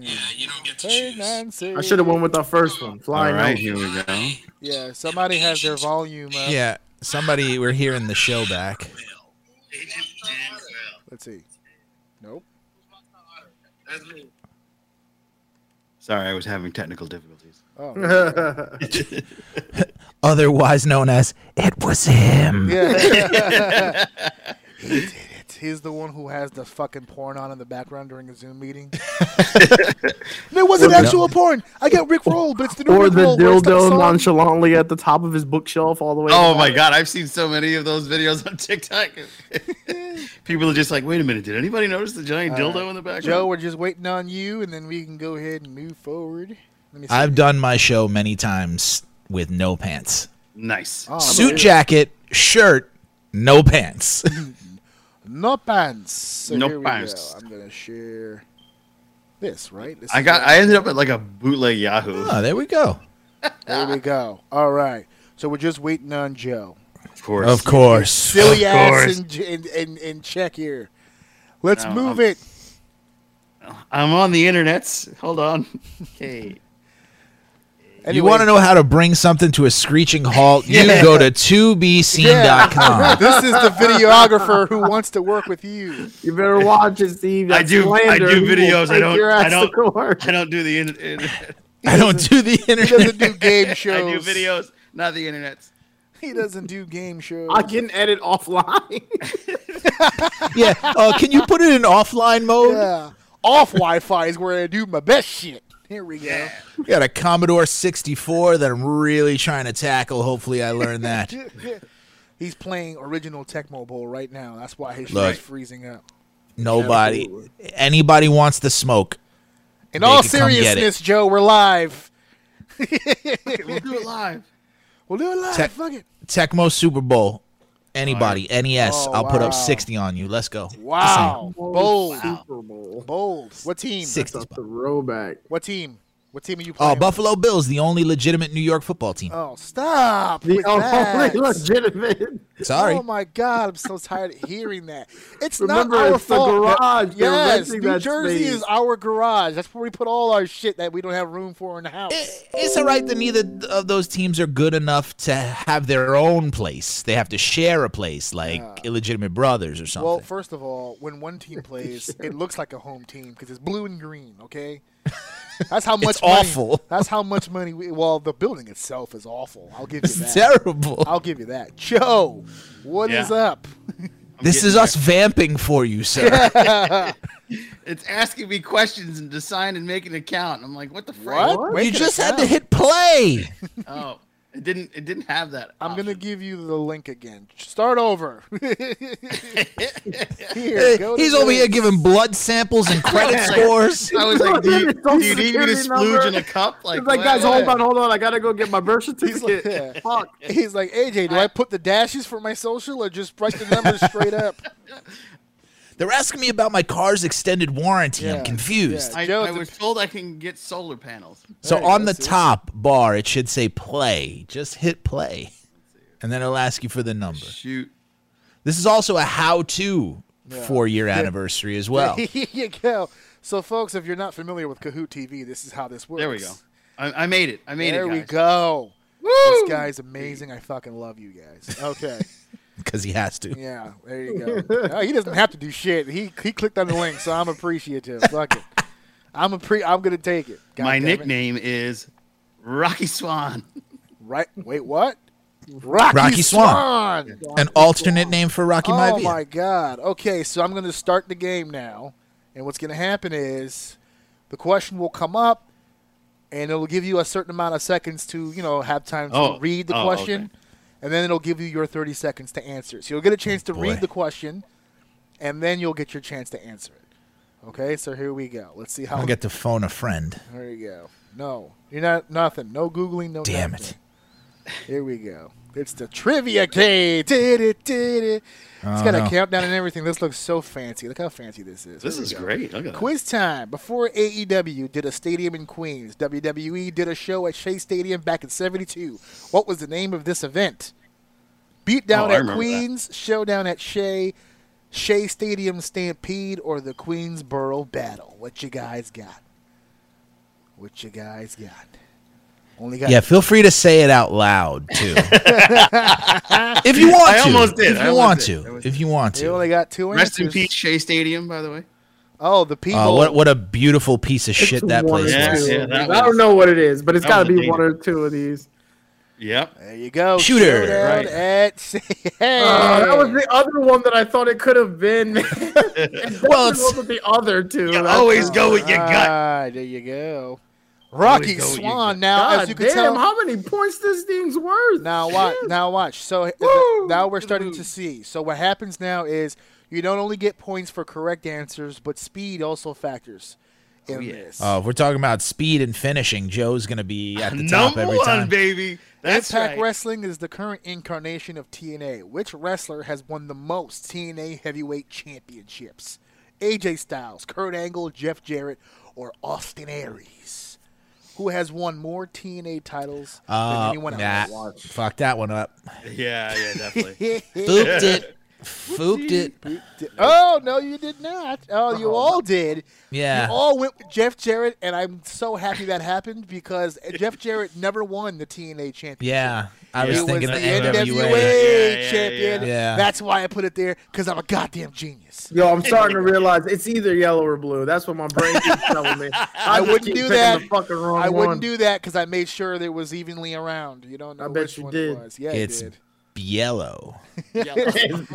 Speaker 2: Hey, Nancy.
Speaker 3: I should have won with the first one.
Speaker 6: All
Speaker 3: Flying
Speaker 6: right,
Speaker 3: right.
Speaker 6: here we go.
Speaker 2: Yeah, somebody has their volume up.
Speaker 5: Yeah, somebody. We're hearing the show back.
Speaker 2: Let's see. Nope.
Speaker 6: Sorry, I was having technical difficulties.
Speaker 2: Oh.
Speaker 5: Otherwise known as it was him.
Speaker 2: Yeah. he did it. He's the one who has the fucking porn on in the background during a Zoom meeting. there wasn't
Speaker 5: the-
Speaker 2: actual porn. I got Rick Roll, but it's the new
Speaker 3: or
Speaker 2: Rick
Speaker 3: the
Speaker 2: Roll where it's the
Speaker 3: dildo
Speaker 2: song-
Speaker 3: nonchalantly at the top of his bookshelf all the way.
Speaker 6: Oh my god, I've seen so many of those videos on TikTok. People are just like, wait a minute, did anybody notice the giant dildo in the background?
Speaker 2: Uh, Joe, we're just waiting on you, and then we can go ahead and move forward. Let me see.
Speaker 5: I've done my show many times with no pants.
Speaker 6: nice.
Speaker 2: Oh,
Speaker 5: Suit jacket, shirt, no pants.
Speaker 2: no pants. So
Speaker 6: No
Speaker 2: here we
Speaker 6: pants.
Speaker 2: go. I'm gonna share this. Right. This
Speaker 6: I
Speaker 2: is
Speaker 6: got.
Speaker 2: it.
Speaker 6: I ended up at like a bootleg Yahoo.
Speaker 5: Oh, there we go.
Speaker 2: There we go. All right. So we're just waiting on Joe.
Speaker 6: Of course.
Speaker 5: Of course.
Speaker 2: Silly
Speaker 6: course.
Speaker 2: ass in, in, in, in check here. Let's
Speaker 6: No,
Speaker 2: move
Speaker 6: I'm-
Speaker 2: it.
Speaker 6: I'm on the internets. Hold on. Okay.
Speaker 5: You
Speaker 2: Anyway,
Speaker 5: want to know how to bring something to a screeching halt? You go to 2bscene.com.
Speaker 2: This is the videographer who wants to work with you.
Speaker 3: You better watch it, Steve.
Speaker 6: I
Speaker 3: That's
Speaker 6: do- I
Speaker 3: slander.
Speaker 6: do
Speaker 3: He will
Speaker 6: videos. I
Speaker 3: take
Speaker 6: don't-
Speaker 3: your
Speaker 6: I
Speaker 3: ass
Speaker 6: don't-
Speaker 3: to court.
Speaker 6: I don't do the in- in-
Speaker 5: I don't do the
Speaker 2: He doesn't do
Speaker 5: internet.
Speaker 2: game
Speaker 6: I
Speaker 2: shows.
Speaker 6: do videos, not the internets.
Speaker 2: He doesn't do game shows.
Speaker 3: I can edit offline.
Speaker 5: Yeah. Uh, can you put it in offline mode?
Speaker 2: Yeah. Off Wi-Fi is where I do my best shit. Here we go.
Speaker 5: We got a Commodore 64 that I'm really trying to tackle. Hopefully, I learned that.
Speaker 2: He's playing original Tecmo Bowl right now. That's why his
Speaker 5: Look.
Speaker 2: shit's freezing up.
Speaker 5: Nobody, anybody wants the smoke.
Speaker 2: In
Speaker 5: They
Speaker 2: all
Speaker 5: could come get it.
Speaker 2: seriousness, Joe, we're live.
Speaker 6: We'll do it live.
Speaker 2: We'll do it live.
Speaker 5: Tec-
Speaker 2: Fuck it.
Speaker 5: Tecmo Super Bowl, anybody, NES,
Speaker 2: Oh,
Speaker 5: I'll put
Speaker 2: wow.
Speaker 5: up 60 on you. Let's go.
Speaker 2: Wow. Bold.
Speaker 3: Super Bowl.
Speaker 2: Bold. What team?
Speaker 5: Six.
Speaker 3: That's a throwback.
Speaker 2: What team? What team are you
Speaker 5: Oh,
Speaker 2: playing?
Speaker 5: Uh, Buffalo Bills, the only legitimate New York football team.
Speaker 2: Oh, stop.
Speaker 3: The
Speaker 2: with that.
Speaker 3: only legitimate.
Speaker 5: Sorry.
Speaker 2: Oh my God, I'm so tired of hearing that. It's
Speaker 3: Remember,
Speaker 2: not our
Speaker 3: it's the
Speaker 2: fault.
Speaker 3: garage. They're
Speaker 2: Yes,
Speaker 3: renting
Speaker 2: New
Speaker 3: that
Speaker 2: Jersey
Speaker 3: space.
Speaker 2: is our garage. That's where we put all our shit that we don't have room for in the house.
Speaker 5: I- It's all right that neither of those teams are good enough to have their own place. They have to share a place, like illegitimate brothers or something.
Speaker 2: well, first of all, when one team plays, it looks like a home team because it's blue and green. Okay, that's how much. money-
Speaker 5: awful.
Speaker 2: That's how much money. We, well, the building itself is awful. I'll give you that.
Speaker 5: it's terrible.
Speaker 2: I'll give you that. Joe, what is
Speaker 6: Yeah.
Speaker 2: up?
Speaker 5: this is us vamping for you, sir.
Speaker 6: It's asking me questions and to sign and make an account. I'm like, what the fuck?
Speaker 2: What?
Speaker 5: You
Speaker 2: Wake it
Speaker 5: just
Speaker 2: up
Speaker 5: had to
Speaker 2: now.
Speaker 5: hit play.
Speaker 6: Oh, it didn't. It didn't have that.
Speaker 2: I'm gonna
Speaker 6: option.
Speaker 2: give you the link again. Start over.
Speaker 5: Eh,
Speaker 2: Here, go to
Speaker 5: He's over
Speaker 2: the-
Speaker 5: here giving blood samples and credit scores.
Speaker 6: I was like, do you,
Speaker 3: It's all
Speaker 6: do you need me to
Speaker 3: security number.
Speaker 6: splooge in a cup? Like,
Speaker 3: It's like,
Speaker 6: what?
Speaker 3: guys, hold on, hold on. I gotta go get my birth
Speaker 2: He's like,
Speaker 3: certificate. Fuck.
Speaker 2: He's like, AJ, do I, put the dashes for my social or just write the numbers straight up?
Speaker 5: They're asking me about my car's extended warranty.
Speaker 2: Yeah,
Speaker 5: I'm confused.
Speaker 2: yeah.
Speaker 6: I,
Speaker 2: Joe,
Speaker 6: I
Speaker 2: it's a-
Speaker 6: was told I can get solar panels.
Speaker 5: So
Speaker 2: There you
Speaker 5: on
Speaker 2: go,
Speaker 5: the
Speaker 2: see?
Speaker 5: top bar, it should say play. Just hit play. And then it'll ask you for the number.
Speaker 6: Shoot.
Speaker 5: This is also a how to four year anniversary as well.
Speaker 2: Here you go. So, folks, if you're not familiar with Kahoot TV, this is how this works.
Speaker 6: There we go. I, I made it. I made
Speaker 2: there
Speaker 6: it.
Speaker 2: we
Speaker 6: guys.
Speaker 2: go. This guy's amazing. I fucking love you guys. Okay.
Speaker 5: Because he has to.
Speaker 2: Yeah, there you go. Oh, he doesn't have to do shit. He he clicked on the link, so I'm appreciative. Fuck it. I'm a pre. I'm gonna take it. God
Speaker 6: My
Speaker 2: damn it.
Speaker 6: nickname is Rocky Swan.
Speaker 2: Right. Wait. What? Rocky,
Speaker 5: Rocky
Speaker 2: Swan.
Speaker 5: Swan. An alternate name for Rocky
Speaker 2: Oh
Speaker 5: Maivia.
Speaker 2: my god. Okay, so I'm gonna start the game now, and what's gonna happen is the question will come up, and it'll give you a certain amount of seconds to you know have time to
Speaker 6: Oh,
Speaker 2: read the
Speaker 6: oh,
Speaker 2: question,
Speaker 6: okay.
Speaker 2: and then it'll give you your 30 seconds to answer. So you'll get a chance
Speaker 6: Oh,
Speaker 2: to
Speaker 5: boy.
Speaker 2: read the question, and then you'll get your chance to answer it. Okay, so here we go. Let's see how.
Speaker 5: I'll get to phone a friend.
Speaker 2: There you go. No, you're not nothing. No googling. No.
Speaker 5: Damn
Speaker 2: nothing. Here we go. It's the trivia game. Did it? Did it? It's
Speaker 5: Oh,
Speaker 2: got a
Speaker 5: no.
Speaker 2: countdown and everything. This looks so fancy. Look how fancy this is.
Speaker 6: This
Speaker 2: Here we
Speaker 6: is
Speaker 2: go.
Speaker 6: great. Look at that.
Speaker 2: Quiz time. Before AEW did a stadium in Queens, WWE did a show at Shea Stadium back in '72. What was the name of this event? Beatdown
Speaker 6: Oh, I
Speaker 2: at
Speaker 6: remember that.
Speaker 2: Queens, Showdown at Shea, Shea Stadium Stampede, or the Queensboro Battle. What you guys got? What you guys got? Only got
Speaker 5: Yeah, feel free to say it out loud too. if you want
Speaker 6: I
Speaker 5: to.
Speaker 6: almost did.
Speaker 5: If
Speaker 6: I
Speaker 5: you
Speaker 6: almost
Speaker 5: want
Speaker 6: did. I
Speaker 5: to.
Speaker 6: almost
Speaker 5: If you want
Speaker 2: You
Speaker 5: to.
Speaker 2: only got two answers.
Speaker 6: Rest in peace, Shea Stadium. By the way,
Speaker 2: Oh, the people.
Speaker 5: Oh, what what a beautiful piece of shit that
Speaker 3: One or
Speaker 5: place
Speaker 6: Yeah,
Speaker 5: was.
Speaker 3: two.
Speaker 6: yeah, that
Speaker 3: I don't
Speaker 6: was-
Speaker 3: know what it is, but it's
Speaker 6: that
Speaker 3: got
Speaker 6: was
Speaker 3: to be
Speaker 6: dated.
Speaker 3: one or two of these.
Speaker 6: yep.
Speaker 2: There you go.
Speaker 5: Shooter.
Speaker 2: Showdown
Speaker 6: Right.
Speaker 2: at Shea.
Speaker 3: Oh, that was the other one that I thought it could have been. man.
Speaker 5: Well,
Speaker 3: well,
Speaker 5: it's-
Speaker 3: the other two.
Speaker 6: You
Speaker 3: That's-
Speaker 6: always go with your gut.
Speaker 2: Ah, there you go. Rocky
Speaker 6: go with your
Speaker 2: Swan.
Speaker 6: gut.
Speaker 2: Now,
Speaker 3: God
Speaker 2: as you can
Speaker 3: damn,
Speaker 2: tell,
Speaker 3: how many points this thing's worth?
Speaker 2: now watch. Now watch. So h-
Speaker 3: Woo!
Speaker 2: now we're
Speaker 6: Look at the
Speaker 2: starting to
Speaker 6: moves.
Speaker 2: see. So what happens now is you don't only get points for correct answers, but speed also factors in
Speaker 6: yeah.
Speaker 2: this.
Speaker 5: Oh, if we're talking about speed and finishing, Joe's gonna be at the top
Speaker 6: Number
Speaker 5: every
Speaker 6: one,
Speaker 5: time.
Speaker 6: baby. That's
Speaker 2: Impact
Speaker 6: right.
Speaker 2: Wrestling is the current incarnation of TNA. Which wrestler has won the most TNA heavyweight championships? AJ Styles, Kurt Angle, Jeff Jarrett, or Austin Aries? Who has won more TNA titles than
Speaker 5: Uh,
Speaker 2: anyone
Speaker 5: nah,
Speaker 2: else?
Speaker 5: fuck that one up.
Speaker 6: Yeah, yeah, definitely.
Speaker 5: Fooped it. Fooped it.
Speaker 2: Oh no, you did not. Oh, you
Speaker 5: Uh-huh.
Speaker 2: all did.
Speaker 5: Yeah.
Speaker 2: You all went with Jeff Jarrett, and I'm so happy that happened because Jeff Jarrett never won the TNA championship.
Speaker 5: Yeah. I
Speaker 2: He
Speaker 5: was
Speaker 2: was
Speaker 5: thinking
Speaker 2: the
Speaker 5: the
Speaker 2: NWA,
Speaker 5: NWA.
Speaker 6: Yeah, yeah,
Speaker 2: champion.
Speaker 5: yeah. Yeah.
Speaker 2: That's why I put it there because I'm a goddamn genius.
Speaker 3: Yo, I'm starting to realize it's either yellow or blue. That's what my brain keeps telling me. I, just
Speaker 2: wouldn't
Speaker 3: keep
Speaker 2: do
Speaker 3: picking
Speaker 2: that.
Speaker 3: The fucking wrong
Speaker 2: I wouldn't
Speaker 3: one.
Speaker 2: do that because I made sure there was evenly around. You don't know
Speaker 3: I bet
Speaker 2: which
Speaker 3: you
Speaker 2: one
Speaker 3: did.
Speaker 2: it was. Yeah, I
Speaker 5: It's
Speaker 2: did.
Speaker 5: yellow.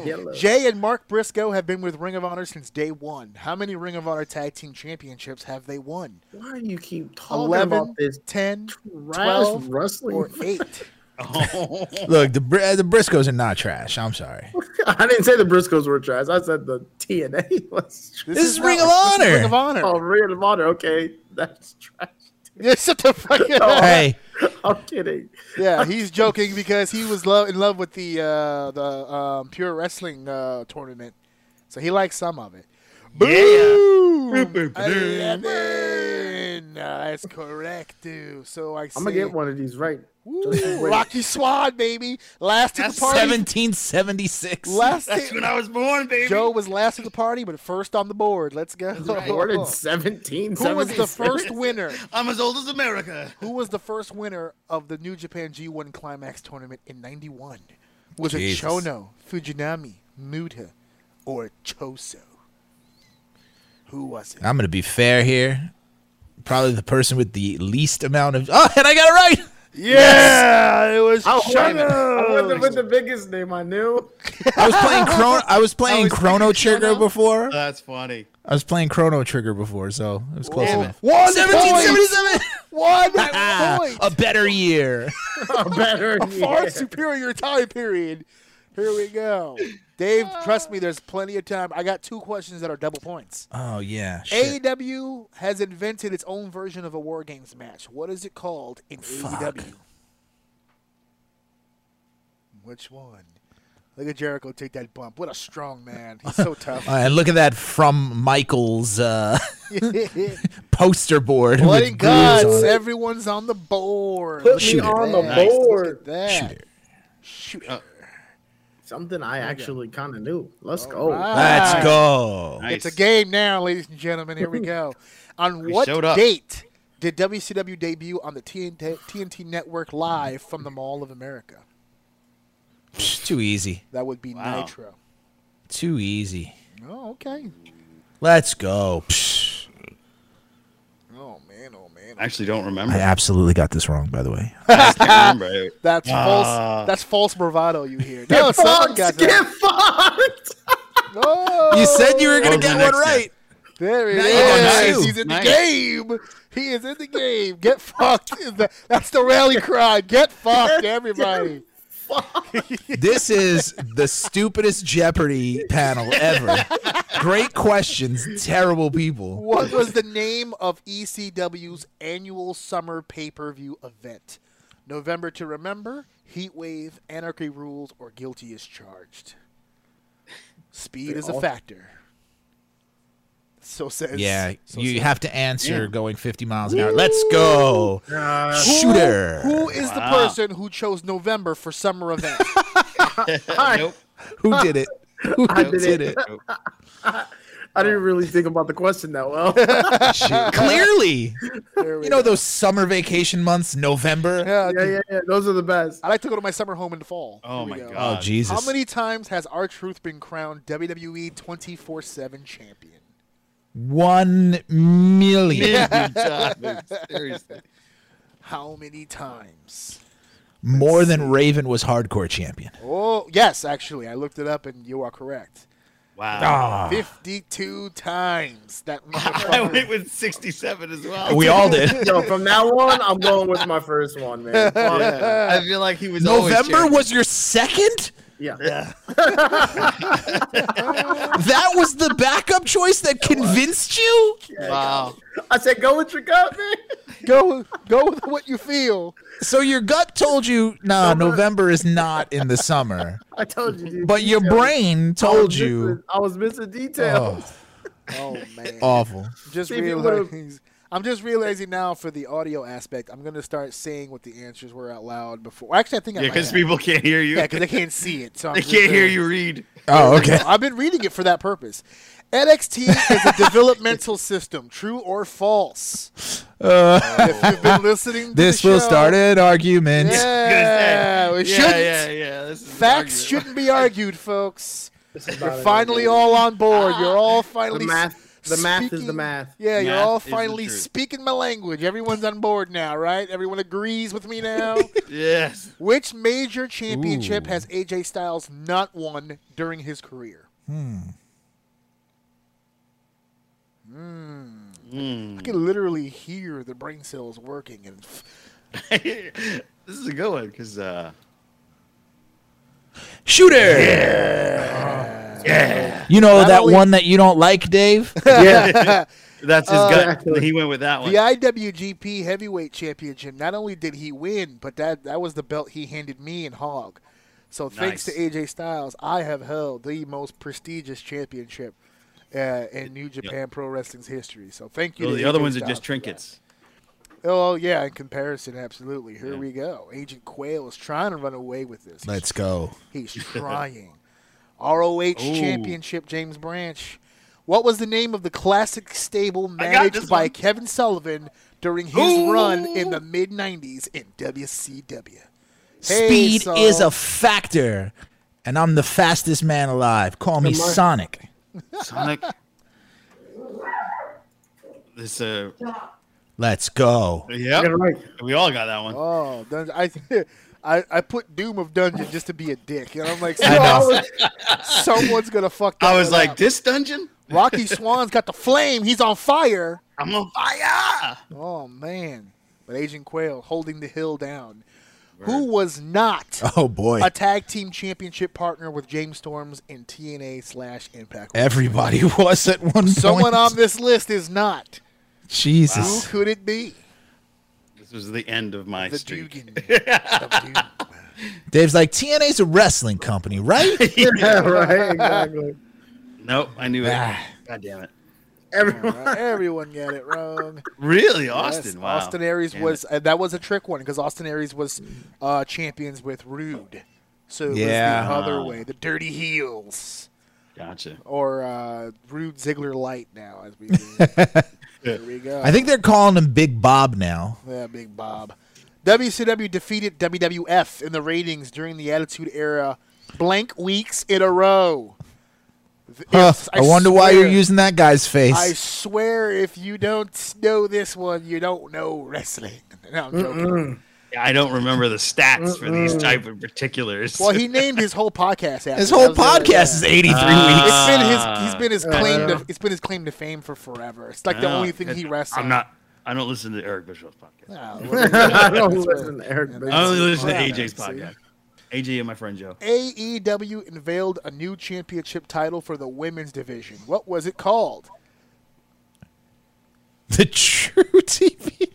Speaker 3: Yellow.
Speaker 2: Jay and Mark Briscoe have been with Ring of Honor since day one. How many Ring of Honor tag team championships have they won?
Speaker 3: Why do you keep talking
Speaker 2: 11,
Speaker 3: about this
Speaker 2: 10,
Speaker 3: trash
Speaker 2: 12,
Speaker 3: wrestling?
Speaker 2: or 8?
Speaker 6: Oh,
Speaker 5: Look, the Br- uh, the Briscoes are not trash. I'm sorry.
Speaker 3: I didn't say the Briscoes were trash. I said the TNA was trash.
Speaker 5: This is Ring
Speaker 2: this
Speaker 5: of
Speaker 2: is
Speaker 5: Honor.
Speaker 2: Ring of Honor.
Speaker 3: Oh, Ring of Honor. Okay, that's trash.
Speaker 2: Yeah, shut the fuck up.
Speaker 3: Oh,
Speaker 5: Hey,
Speaker 3: I'm kidding.
Speaker 2: Yeah, he's joking because he was lo- in love with the uh, the um, pure wrestling uh, tournament, so he likes some of it. Boom!
Speaker 6: Boop, boop, boom.
Speaker 2: Eleven. Uh, That's correct, dude. So I see.
Speaker 3: I'm gonna get one of these right.
Speaker 2: Woo,
Speaker 3: Just wait.
Speaker 2: Rocky Swan, baby. Last to the
Speaker 6: That's
Speaker 2: party.
Speaker 5: 1776.
Speaker 2: Last
Speaker 6: That's
Speaker 2: to,
Speaker 6: when I was born, baby.
Speaker 2: Joe was last at the party, but first on the board. Let's go.
Speaker 3: Born in 17.
Speaker 2: Who was the first winner?
Speaker 6: I'm as old as America.
Speaker 2: Who was the first winner of the New Japan G1 Climax tournament in '91? Was
Speaker 5: Jesus.
Speaker 2: it Chono, Fujinami, Muda, or Choso? Who was it?
Speaker 5: I'm going to be fair here. Probably the person with the least amount of. Oh, and I got it right.
Speaker 2: Yeah, it was
Speaker 3: I wasn't, I wasn't
Speaker 2: Chono.
Speaker 3: with the biggest name I knew.
Speaker 5: I was playing Chrono. I was playing Chrono Trigger before.
Speaker 6: That's funny.
Speaker 5: I was playing Chrono Trigger before, so it was close
Speaker 2: Oh.
Speaker 5: enough.
Speaker 2: One point.
Speaker 5: 1777.
Speaker 2: One point.
Speaker 5: Ah, A better year.
Speaker 3: A better
Speaker 2: far
Speaker 3: year.
Speaker 2: superior time period. Here we go. Dave, trust me, there's plenty of time. I got two questions that are double points.
Speaker 5: Oh yeah. Shit.
Speaker 2: AEW E has invented its own version of a War Games match. What is it called in E AEW? Which one? Look at Jericho take that bump. What a strong man. He's so tough.
Speaker 5: Uh, and look at that from Michael's uh, poster board.
Speaker 2: Blood
Speaker 5: with
Speaker 2: and
Speaker 5: grooves
Speaker 2: guts.
Speaker 5: on it.
Speaker 2: Everyone's on the board.
Speaker 3: Put me
Speaker 5: Shooter.
Speaker 3: on the
Speaker 2: Nice. Look
Speaker 3: board.
Speaker 2: at that.
Speaker 5: Shooter.
Speaker 2: Shooter.
Speaker 6: Oh,
Speaker 3: Something I actually kind of knew. Let's go.
Speaker 5: Let's
Speaker 2: Nice.
Speaker 5: go.
Speaker 2: It's a game now, ladies and gentlemen. Here we go. On what
Speaker 6: showed up.
Speaker 2: date did WCW debut on the TNT, TNT network live from the Mall of America?
Speaker 5: Psh, Too easy.
Speaker 2: That would be
Speaker 6: Wow.
Speaker 2: Nitro.
Speaker 5: Too easy.
Speaker 2: Oh, okay.
Speaker 5: Let's go. Psh.
Speaker 2: Oh, man. Oh, man.
Speaker 6: I actually don't
Speaker 5: I
Speaker 6: remember.
Speaker 5: absolutely got this wrong, by the way.
Speaker 6: I can't remember.
Speaker 2: That's
Speaker 6: Ah.
Speaker 2: false. That's false bravado you hear. No, someone got that.
Speaker 3: Get fucked.
Speaker 2: Oh,
Speaker 5: You said you were gonna
Speaker 6: gonna
Speaker 5: get
Speaker 6: Over get the
Speaker 5: one
Speaker 6: one next right.
Speaker 5: right.
Speaker 6: year.
Speaker 2: there it
Speaker 5: Now you got
Speaker 2: is.
Speaker 5: two.
Speaker 2: He's in the
Speaker 6: Nice.
Speaker 2: game. He is in the game. Get fucked. is the- That's the rally cry. Get fucked, everybody.
Speaker 5: This is the stupidest Jeopardy panel ever. Great questions, terrible people.
Speaker 2: What was the name of ECW's annual summer pay per view event? November to Remember, Heat Wave, Anarchy Rules, or Guilty is Charged? Speed is a factor. So says.
Speaker 5: Yeah,
Speaker 2: so
Speaker 5: you
Speaker 2: says-
Speaker 5: have to answer going 50 miles an hour. Let's go. Shooter.
Speaker 2: Who, who is the person who chose November for summer event?
Speaker 6: Nope.
Speaker 5: Who did it? Who
Speaker 3: I did
Speaker 5: did it?
Speaker 3: it. I didn't really think about the question that well.
Speaker 5: Shit. Clearly.
Speaker 2: There we
Speaker 5: You know
Speaker 2: go.
Speaker 5: those summer vacation months, November?
Speaker 2: Yeah,
Speaker 3: yeah,
Speaker 2: dude,
Speaker 3: yeah, yeah. Those are the best.
Speaker 2: I like to go to my summer home in the fall.
Speaker 6: Oh
Speaker 2: Here we
Speaker 6: my
Speaker 2: go.
Speaker 5: Oh,
Speaker 6: God.
Speaker 5: Jesus.
Speaker 2: How many times has R Truth been crowned WWE 24 7 champion?
Speaker 5: One million.
Speaker 6: Seriously.
Speaker 2: How many times?
Speaker 5: More than Raven was hardcore champion.
Speaker 2: Oh, yes, actually. I looked it up and you are correct.
Speaker 6: Wow.
Speaker 5: Ah,
Speaker 2: 52 times that
Speaker 6: I
Speaker 2: motherfucker.
Speaker 6: went with 67 as well.
Speaker 5: We all did.
Speaker 3: Yo, from now on, I'm going with my first one, man. Fuck.
Speaker 6: I feel like he was always
Speaker 5: November
Speaker 6: champion.
Speaker 5: was your second?
Speaker 3: Yeah.
Speaker 5: That was the backup choice that convinced you?
Speaker 6: Wow.
Speaker 3: I said, go with your gut, man.
Speaker 2: go, go with what you feel.
Speaker 5: So your gut told you, nah, November is not in the summer.
Speaker 3: I told you, dude.
Speaker 5: But your
Speaker 3: Details.
Speaker 5: brain
Speaker 3: I was
Speaker 5: told you.
Speaker 3: missing- I was missing details.
Speaker 5: Oh,
Speaker 2: Oh, man.
Speaker 6: Uh,
Speaker 5: awful.
Speaker 2: just
Speaker 3: See if you would've-
Speaker 2: realizing, I'm just realizing now for the audio aspect, I'm going to start saying what the answers were out loud before. Actually, I think I
Speaker 6: Yeah,
Speaker 2: might
Speaker 6: because
Speaker 2: have.
Speaker 6: people can't hear you.
Speaker 2: Yeah, 'cause they can't see it. So I'm
Speaker 6: they
Speaker 2: just
Speaker 6: can't hear
Speaker 2: saying.
Speaker 6: you read.
Speaker 5: Oh, okay.
Speaker 2: I've been reading it for that purpose. NXT is a developmental system. True or false? if you've been listening, to
Speaker 5: Uh, This
Speaker 2: the
Speaker 5: will
Speaker 2: show,
Speaker 5: start an argument.
Speaker 2: Yeah, we
Speaker 6: Gonna say,
Speaker 2: shouldn't.
Speaker 6: yeah, yeah, yeah. This is an
Speaker 2: Facts
Speaker 6: argument.
Speaker 2: shouldn't be argued, folks.
Speaker 3: is
Speaker 2: You're
Speaker 3: not an
Speaker 2: finally all on board. You're all finally
Speaker 3: The math- the math is the
Speaker 2: speaking-
Speaker 3: math.
Speaker 2: Yeah, you're
Speaker 6: Math
Speaker 2: all
Speaker 6: is the
Speaker 2: finally
Speaker 6: truth.
Speaker 2: speaking my language. Everyone's on board now, right? Everyone agrees with me now.
Speaker 6: Yes.
Speaker 2: Which major championship
Speaker 5: Ooh.
Speaker 2: has AJ Styles not won during his career?
Speaker 6: Hmm.
Speaker 2: Hmm.
Speaker 3: Hmm.
Speaker 2: I can literally hear the brain cells working, and
Speaker 6: this is a good one because uh,
Speaker 5: Shooter. You know
Speaker 2: Not
Speaker 5: that
Speaker 2: only-
Speaker 5: one that you don't like, Dave?
Speaker 3: Yeah.
Speaker 6: that's his gut. He went with that
Speaker 2: Uh, the
Speaker 6: one.
Speaker 2: IWGP Heavyweight Championship. Not only did he win, but that that was the belt he handed me and Hog. So thanks to
Speaker 6: Nice.
Speaker 2: AJ Styles, I have held the most prestigious championship uh, in New Japan Pro Wrestling's history. So thank you.
Speaker 6: Well,
Speaker 2: to
Speaker 6: the other
Speaker 2: AJ
Speaker 6: ones are
Speaker 2: Styles
Speaker 6: just
Speaker 2: for that.
Speaker 6: trinkets.
Speaker 2: Oh yeah, in comparison, absolutely. Here we go. Agent Quayle is trying to run away with this.
Speaker 5: Let's go.
Speaker 2: He's trying. ROH Championship, James Branch. What was the name of the classic stable managed
Speaker 6: this
Speaker 2: by
Speaker 6: one.
Speaker 2: Kevin Sullivan during his run in the mid 90s in WCW? Hey,
Speaker 5: Speed
Speaker 2: Saul.
Speaker 5: is a factor, and I'm the fastest man alive. Call me Sonic.
Speaker 6: Sonic. This uh,
Speaker 5: Let's go.
Speaker 6: yeah,
Speaker 3: Right.
Speaker 6: we all got that one.
Speaker 2: Oh, Dun- I, I, I put Doom of Dungeon just to be a dick. And I'm like,
Speaker 5: know.
Speaker 2: someone's going to fuck that
Speaker 6: I was
Speaker 2: one
Speaker 6: like,
Speaker 2: up.
Speaker 6: this dungeon,
Speaker 2: Rocky Swan's got the flame. He's on fire.
Speaker 6: I'm on fire.
Speaker 2: Oh, man. But Agent Quayle holding the hill down. Who was not
Speaker 5: Oh boy.
Speaker 2: a tag team championship partner with James Storms in TNA slash Impact.
Speaker 5: Everybody was at one
Speaker 2: Someone
Speaker 5: point.
Speaker 2: on this list is not. Who
Speaker 5: Jesus.
Speaker 2: could it be?
Speaker 6: This was the end of my
Speaker 2: The
Speaker 6: streak.
Speaker 2: Dugan. The Dugan.
Speaker 5: Dave's like TNA's a wrestling company, right?
Speaker 3: Yeah, right. Exactly.
Speaker 6: Nope, I knew it.
Speaker 5: Ah.
Speaker 6: God damn it.
Speaker 3: Everyone.
Speaker 2: Right, Everyone got it wrong.
Speaker 6: Really,
Speaker 2: Yes,
Speaker 6: Austin? wow.
Speaker 2: Austin Aries
Speaker 6: Damn
Speaker 2: was uh, that was a trick one because Austin Aries was uh, champions with Rude, so it
Speaker 5: Yeah.
Speaker 2: was the other way, the Dirty Heels
Speaker 6: it. Gotcha.
Speaker 2: or uh, Rude Ziggler Light now as we. Here we go.
Speaker 5: I think they're calling him Big Bob now.
Speaker 2: Yeah, Big Bob. WCW defeated WWF in the ratings during the Attitude Era, blank weeks in a row. Th-
Speaker 5: Huh,
Speaker 2: it's-
Speaker 5: I, wonder why you're
Speaker 2: swear-
Speaker 5: using that guy's face.
Speaker 2: I swear, if you don't know this one, you don't know wrestling. No, I'm joking.
Speaker 6: Yeah, I don't remember the stats for these type of particulars.
Speaker 2: Well, he named his whole podcast after
Speaker 5: His
Speaker 2: it.
Speaker 5: whole
Speaker 2: That was the-
Speaker 5: podcast is 83
Speaker 6: Ah.
Speaker 5: weeks.
Speaker 2: It's been his.
Speaker 6: Ah.
Speaker 2: He's been his claim. To, it's been his claim to fame for forever. It's like the
Speaker 6: Yeah.
Speaker 2: only thing he wrestled.
Speaker 6: I'm not. I don't listen to Eric Bischoff's podcast.
Speaker 2: Oh, well,
Speaker 3: I don't listen to Eric. Bischoff.
Speaker 6: I only listen to
Speaker 2: Yeah,
Speaker 6: AJ's
Speaker 2: see?
Speaker 6: podcast. AJ and my friend Joe.
Speaker 2: AEW E unveiled a new championship title for the women's division. What was it called?
Speaker 5: The true TV.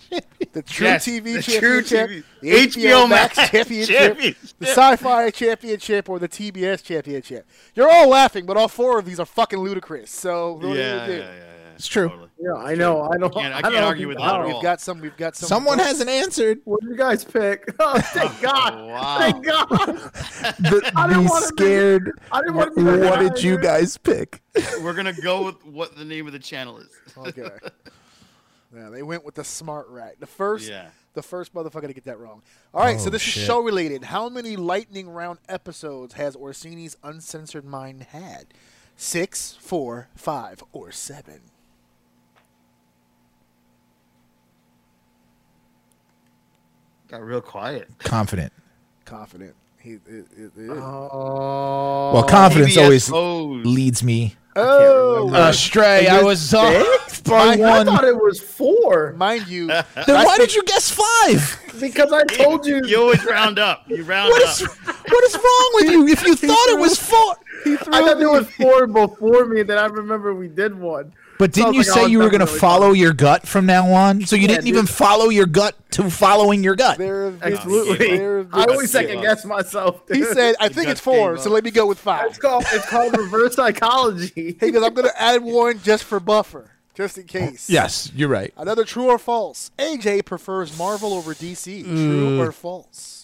Speaker 2: The True
Speaker 6: Yes,
Speaker 2: TV
Speaker 6: the True
Speaker 2: Championship,
Speaker 6: TV
Speaker 2: the HBO,
Speaker 6: HBO
Speaker 2: Max
Speaker 6: Max
Speaker 2: Championship,
Speaker 6: Championship.
Speaker 2: the Sci-Fi Championship, or the TBS Championship. You're all laughing, but all four of these are fucking ludicrous. So what are
Speaker 6: Yeah,
Speaker 2: you
Speaker 6: yeah,
Speaker 2: gonna do?
Speaker 6: yeah, yeah.
Speaker 5: It's true.
Speaker 6: Totally.
Speaker 3: Yeah, I know. I don't.
Speaker 6: I can't- I
Speaker 3: don't
Speaker 6: can't argue with that at
Speaker 3: know.
Speaker 6: all.
Speaker 2: We've got some. We've got some.
Speaker 5: Someone hasn't answered.
Speaker 3: What did you guys pick? Oh, thank
Speaker 5: Ah,
Speaker 3: God!
Speaker 6: wow.
Speaker 3: Thank God!
Speaker 5: The,
Speaker 3: I didn't wanna be- I didn't want to. Be that guy.
Speaker 5: guys pick?
Speaker 6: We're gonna go with what the name of the channel is.
Speaker 2: Okay. Yeah, they went with the smart rat. The first,
Speaker 6: Yeah.
Speaker 2: the first motherfucker to get that wrong. All right, so
Speaker 5: Oh,
Speaker 2: this
Speaker 5: shit.
Speaker 2: is show related. How many lightning round episodes has Orsini's Uncensored Mind had? Six, four, five, or seven?
Speaker 6: Got real quiet.
Speaker 5: Confident.
Speaker 2: Confident. He. It, it, it.
Speaker 3: Oh,
Speaker 5: Well, confidence
Speaker 6: PBS
Speaker 5: always
Speaker 6: O's.
Speaker 5: leads me
Speaker 2: oh,
Speaker 5: astray. I was off by
Speaker 3: I
Speaker 5: one.
Speaker 3: thought it was four
Speaker 2: mind you,
Speaker 5: Then why did you guess five?
Speaker 3: because I told you.
Speaker 6: You always round up. You round
Speaker 5: What
Speaker 6: up.
Speaker 5: is what is wrong with you? If you thought it was four,
Speaker 3: I thought there was four before me that I remember we did one.
Speaker 5: but didn't
Speaker 3: Sounds
Speaker 5: you
Speaker 3: like I
Speaker 5: say
Speaker 3: was
Speaker 5: you were gonna
Speaker 3: definitely
Speaker 5: follow your gut from now on? So you didn't
Speaker 3: dude.
Speaker 5: even follow your gut to following your gut.
Speaker 2: there have been,
Speaker 6: Absolutely.
Speaker 2: there have
Speaker 3: I
Speaker 2: been-
Speaker 3: always second guess myself. Dude.
Speaker 2: He said, "I think
Speaker 6: got
Speaker 2: it's four,
Speaker 6: gave
Speaker 2: so
Speaker 6: up.
Speaker 2: let me go with five.
Speaker 3: "It's called it's called reverse psychology."
Speaker 2: He goes, "I'm gonna add one just for buffer, just in case."
Speaker 5: Yes, you're right.
Speaker 2: Another true or false? AJ prefers Marvel over DC.
Speaker 5: Mm.
Speaker 2: True or false?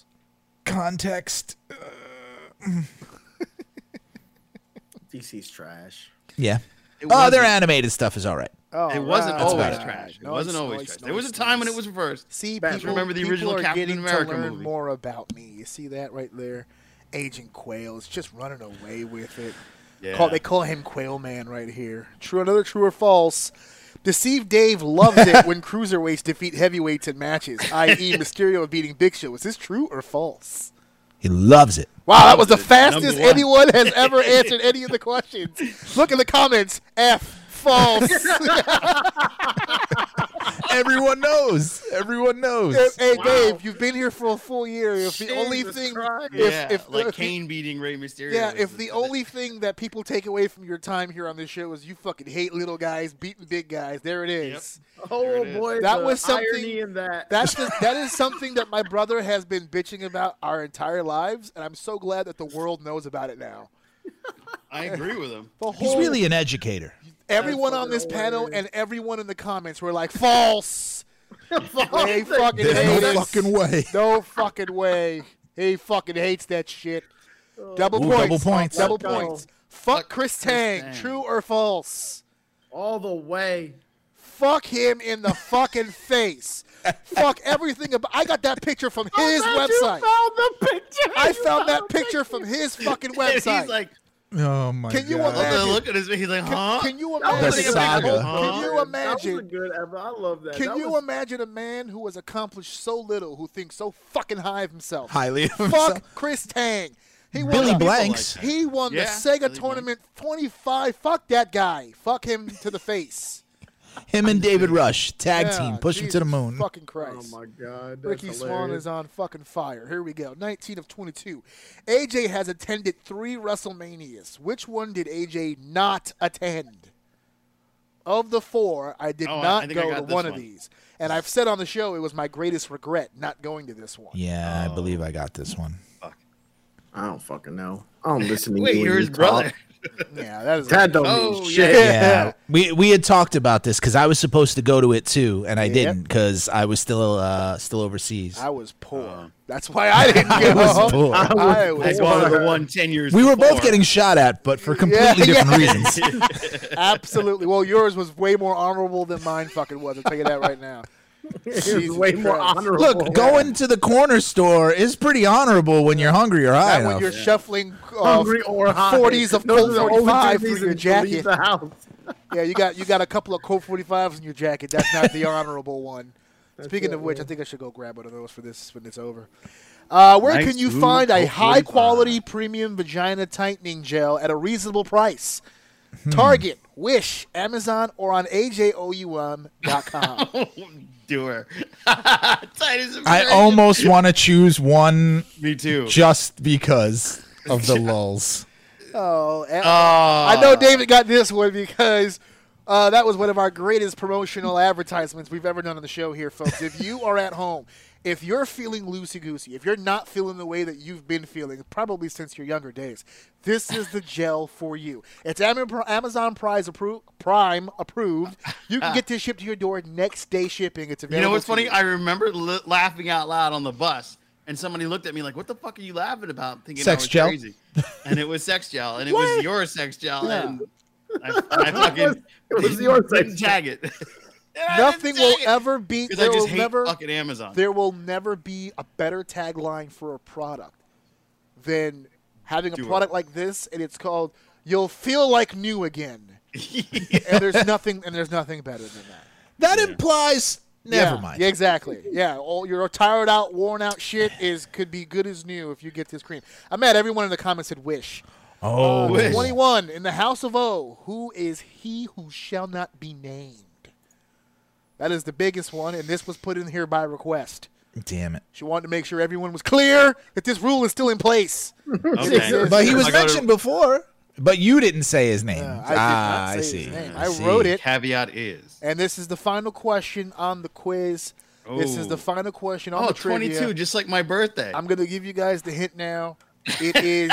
Speaker 5: Context.
Speaker 3: DC's trash.
Speaker 5: Yeah.
Speaker 6: It
Speaker 5: Oh, their
Speaker 6: wasn't-
Speaker 5: animated stuff is all right.
Speaker 2: Oh,
Speaker 6: It wasn't
Speaker 2: right.
Speaker 6: always trash. It
Speaker 2: Nice,
Speaker 6: wasn't always
Speaker 2: nice,
Speaker 6: trash.
Speaker 2: nice,
Speaker 6: There was a time when it
Speaker 2: nice.
Speaker 6: was reversed.
Speaker 2: See,
Speaker 3: Bad.
Speaker 2: people,
Speaker 6: Remember the
Speaker 2: people
Speaker 6: original
Speaker 2: are
Speaker 6: Captain
Speaker 2: getting
Speaker 6: America
Speaker 2: to learn
Speaker 6: movie.
Speaker 2: more about me. You see that right there? Agent Quail is just running away with it.
Speaker 6: Yeah.
Speaker 2: Call, they call him Quail Man right here. True, another true or false? Deceived Dave loves it when cruiserweights defeat heavyweights in matches, i.e., Mysterio beating Big Show. Is this true or false?
Speaker 5: He loves it.
Speaker 2: Wow, that was the
Speaker 6: Number
Speaker 2: fastest
Speaker 6: one.
Speaker 2: anyone has ever answered any of the questions. Look in the comments. F false.
Speaker 5: Everyone knows. Everyone knows.
Speaker 2: hey Dave, you've been here for a full year. If the only
Speaker 3: Jesus
Speaker 2: thing,
Speaker 3: Christ.
Speaker 2: if,
Speaker 6: yeah,
Speaker 2: if
Speaker 6: like
Speaker 2: if-
Speaker 6: Kane beating Ray Mysterio.
Speaker 2: yeah,
Speaker 6: was
Speaker 2: if the only thing that people take away from your time here on this show is you fucking hate little guys beating big guys, there it is.
Speaker 3: Oh boy,
Speaker 2: That
Speaker 3: the
Speaker 2: was something-
Speaker 3: irony in that.
Speaker 2: That's the, that is something that my brother has been bitching about our entire lives, and I'm so glad that the world knows about it now.
Speaker 6: I agree with him.
Speaker 2: The
Speaker 5: He's
Speaker 2: whole-
Speaker 5: really an educator.
Speaker 2: everyone on
Speaker 3: fucking
Speaker 2: this panel
Speaker 3: hilarious.
Speaker 2: and everyone in the comments were like false. They fucking
Speaker 5: There's
Speaker 2: hate
Speaker 5: no
Speaker 2: it.
Speaker 5: fucking way.
Speaker 2: No fucking way. He fucking hates that shit.
Speaker 3: Oh.
Speaker 2: Double
Speaker 5: Ooh,
Speaker 2: points.
Speaker 5: double points.
Speaker 2: Double
Speaker 3: Let's go.
Speaker 2: points. Fuck Chris
Speaker 6: Chris
Speaker 2: Tang.
Speaker 6: Tang.
Speaker 2: True or false?
Speaker 3: all the way.
Speaker 2: Fuck him in the fucking face. Fuck everything about. I got that picture from his website.
Speaker 3: found the picture.
Speaker 2: I found that picture from his fucking
Speaker 6: And he's
Speaker 2: website.
Speaker 6: like,
Speaker 5: Oh my
Speaker 2: Can you
Speaker 5: god.
Speaker 2: imagine-
Speaker 6: oh, the look at his face. He's like, huh?
Speaker 2: Can you
Speaker 3: That
Speaker 2: imagine?
Speaker 5: was
Speaker 2: a
Speaker 5: a saga.
Speaker 2: man-
Speaker 6: Huh?
Speaker 2: Can you
Speaker 3: That was a
Speaker 2: imagine?
Speaker 3: good ever. I love that.
Speaker 2: Can
Speaker 3: That
Speaker 2: you
Speaker 3: was-
Speaker 2: imagine a man who has accomplished so little, who thinks so fucking high of himself?
Speaker 5: Highly of himself.
Speaker 2: Fuck Chris Tang. He won
Speaker 5: Billy
Speaker 2: the-
Speaker 5: Blanks.
Speaker 2: He won the
Speaker 6: Yeah,
Speaker 2: Sega
Speaker 6: Billy
Speaker 2: tournament 25. Fuck that guy. Fuck him to the face.
Speaker 5: Him and David Rush tag
Speaker 2: Yeah,
Speaker 5: team, push him to the
Speaker 2: Jesus
Speaker 5: moon.
Speaker 2: Fucking
Speaker 3: Oh
Speaker 2: Christ.
Speaker 3: my god. that's
Speaker 2: Ricky Swan
Speaker 3: hilarious.
Speaker 2: is on fucking fire. Here we go. 19 of 22. AJ has attended three WrestleManias. Which one did AJ not attend? Of the four, I did
Speaker 6: Oh, I- I
Speaker 2: not
Speaker 6: think I
Speaker 2: go
Speaker 6: got
Speaker 2: to
Speaker 6: this
Speaker 2: one, of
Speaker 6: one.
Speaker 2: these. And I've said on the show it was my greatest regret not going to this one.
Speaker 5: Yeah, I believe I got this one.
Speaker 3: I don't fucking know. I don't listen to
Speaker 6: Wait,
Speaker 3: you. when
Speaker 6: you're
Speaker 3: you
Speaker 6: his brother.
Speaker 3: talk.
Speaker 2: Yeah, that is
Speaker 3: That don't
Speaker 6: Oh,
Speaker 3: mean
Speaker 6: yeah.
Speaker 3: shit.
Speaker 5: Yeah, we we had talked about this because I was supposed to go to it too, and I didn't because I was still uh, still overseas.
Speaker 2: I was poor. That's why I didn't go.
Speaker 5: was poor.
Speaker 2: I was
Speaker 6: That's one of the one 10 years.
Speaker 5: we were both
Speaker 6: before.
Speaker 5: getting shot at, but for completely
Speaker 2: Yeah,
Speaker 5: different
Speaker 2: yeah.
Speaker 5: reasons.
Speaker 2: absolutely. Well, yours was way more honorable than mine fucking was. I'll tell you that right now.
Speaker 3: It's
Speaker 2: Jesus
Speaker 3: way more
Speaker 2: Christ.
Speaker 3: honorable.
Speaker 5: Look, going to the corner store is pretty honorable when you're hungry or
Speaker 2: Not
Speaker 5: high
Speaker 2: when
Speaker 5: enough.
Speaker 2: you're shuffling uh,
Speaker 3: hungry or high.
Speaker 2: 40s of
Speaker 3: Those are the
Speaker 2: Colt
Speaker 3: only two
Speaker 2: 45 through
Speaker 3: reasons
Speaker 2: your
Speaker 3: to leave
Speaker 2: jacket.
Speaker 3: The house.
Speaker 2: Yeah, you got you got a couple of Colt 45s in your jacket. That's not the honorable one. Speaking of which, I think I should go grab one of those for this when it's over. Uh, where
Speaker 6: Nice
Speaker 2: can you
Speaker 6: move,
Speaker 2: find a
Speaker 6: Colt
Speaker 2: high quality premium vagina tightening gel at a reasonable price? Target,
Speaker 6: Hmm.
Speaker 2: Wish, Amazon, or on ajoum.com.
Speaker 6: doer. Titus and
Speaker 5: I
Speaker 6: Frank.
Speaker 5: almost want to choose one
Speaker 6: Me too.
Speaker 5: just because of the lulls.
Speaker 2: oh, a-
Speaker 6: Uh,
Speaker 2: I know David got this one because uh, that was one of our greatest promotional advertisements we've ever done on the show here, folks. If you are at home, if you're feeling loosey goosey, if you're not feeling the way that you've been feeling, probably since your younger days, this is the gel for you. It's Am- Amazon Prize appro- Prime approved. You can get this shipped to your door next day shipping. It's
Speaker 6: You
Speaker 2: available.
Speaker 6: know what's
Speaker 2: to
Speaker 6: funny? I remember li- laughing out loud on the bus, and somebody looked at me like, "What the fuck are you laughing about?" Thinking
Speaker 5: Sex
Speaker 6: I was
Speaker 5: gel?
Speaker 6: crazy, and it was sex gel, and it
Speaker 2: What?
Speaker 6: was your sex gel,
Speaker 2: Yeah.
Speaker 6: and I, I fucking
Speaker 3: It was your
Speaker 6: didn't
Speaker 3: sex gel.
Speaker 6: tag it. And I didn't
Speaker 2: Nothing
Speaker 6: tag
Speaker 2: will
Speaker 6: it,
Speaker 2: ever beat.
Speaker 6: 'cause
Speaker 2: There
Speaker 6: I just
Speaker 2: will
Speaker 6: hate
Speaker 2: never.
Speaker 6: fucking Amazon.
Speaker 2: there will never be a better tagline for a product than having a
Speaker 6: Do it.
Speaker 2: product like this and it's called you'll feel like new again and there's nothing and there's nothing better than that
Speaker 5: That implies. Never
Speaker 2: Yeah,
Speaker 5: mind.
Speaker 2: yeah, exactly yeah all your tired out worn out shit is could be good as new if you get this cream i'm mad everyone in the comments said wish
Speaker 5: Oh,
Speaker 6: Wish.
Speaker 2: 21 in the house of o who is he who shall not be named that is the biggest one and this was put in here by request
Speaker 5: damn it.
Speaker 2: she wanted to make sure everyone was clear that this rule is still in place.
Speaker 6: Okay.
Speaker 5: But he was
Speaker 6: I gotta-
Speaker 5: mentioned before. But you didn't say his name.
Speaker 2: Uh, I did
Speaker 5: ah,
Speaker 2: not
Speaker 5: I
Speaker 2: say
Speaker 5: see.
Speaker 2: his name.
Speaker 5: I
Speaker 2: I
Speaker 5: see.
Speaker 2: wrote it,
Speaker 6: Caveat is.
Speaker 2: and this is the final question on the quiz. This is
Speaker 6: Oh.
Speaker 2: the final question on
Speaker 6: Oh,
Speaker 2: the trivia.
Speaker 6: 22, just like my birthday.
Speaker 2: I'm gonna give you guys the hint now. It is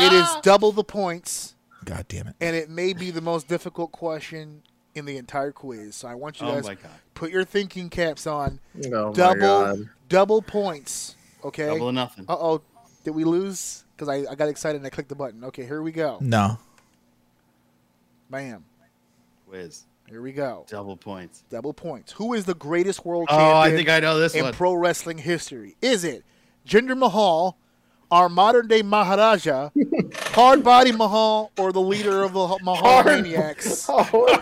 Speaker 2: it is double the points,
Speaker 5: God damn it.
Speaker 2: and it may be the most difficult question in the entire quiz. So I want you
Speaker 6: Oh
Speaker 2: guys
Speaker 6: my God.
Speaker 2: put your thinking caps on.
Speaker 3: Oh my
Speaker 2: double
Speaker 3: God.
Speaker 2: double points. Okay.
Speaker 6: Double or nothing.
Speaker 2: Uh oh, did we lose? Because I, I got excited and I clicked the button. Okay, here we go.
Speaker 5: No.
Speaker 2: Bam.
Speaker 6: Whiz.
Speaker 2: Here we go.
Speaker 6: Double points.
Speaker 2: double points. Who is the greatest world champion
Speaker 6: Oh, I think I know this
Speaker 2: in
Speaker 6: one.
Speaker 2: pro wrestling history? Is it Jinder Mahal, our modern day Maharaja, Hard Body Mahal, or the leader of the Mahal Maniacs?
Speaker 5: All of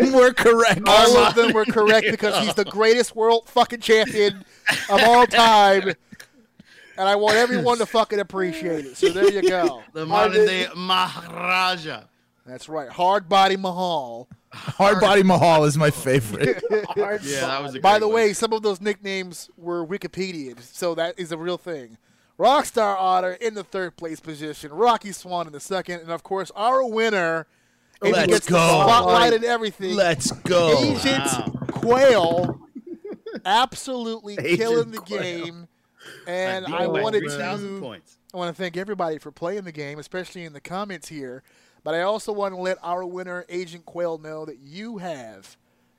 Speaker 5: them were correct.
Speaker 2: All of them were correct because he's the greatest world fucking champion of all time. And I want everyone to fucking appreciate it. So there you go.
Speaker 6: the modern day Maharaja.
Speaker 2: That's right. Hard Body Mahal.
Speaker 5: Hard
Speaker 2: uh,
Speaker 5: Body Mahal is my favorite.
Speaker 6: Yeah, that was a
Speaker 2: By
Speaker 6: great
Speaker 2: the
Speaker 6: one.
Speaker 2: way, some of those nicknames were Wikipedia, so that is a real thing. Rockstar Otter in the third place position, Rocky Swan in the second, and of course our winner. And
Speaker 5: Let's
Speaker 2: he gets the
Speaker 5: go.
Speaker 2: spotlight and everything.
Speaker 5: Let's go.
Speaker 2: Agent
Speaker 6: Wow.
Speaker 2: Quail, absolutely
Speaker 3: Agent
Speaker 2: killing the
Speaker 3: Quail.
Speaker 2: game. And
Speaker 6: beat
Speaker 2: I
Speaker 6: him by
Speaker 2: wanted
Speaker 6: 3,000
Speaker 2: to
Speaker 6: points.
Speaker 2: I want to thank everybody for playing the game, especially in the comments here. But I also want to let our winner, Agent Quail, know that you have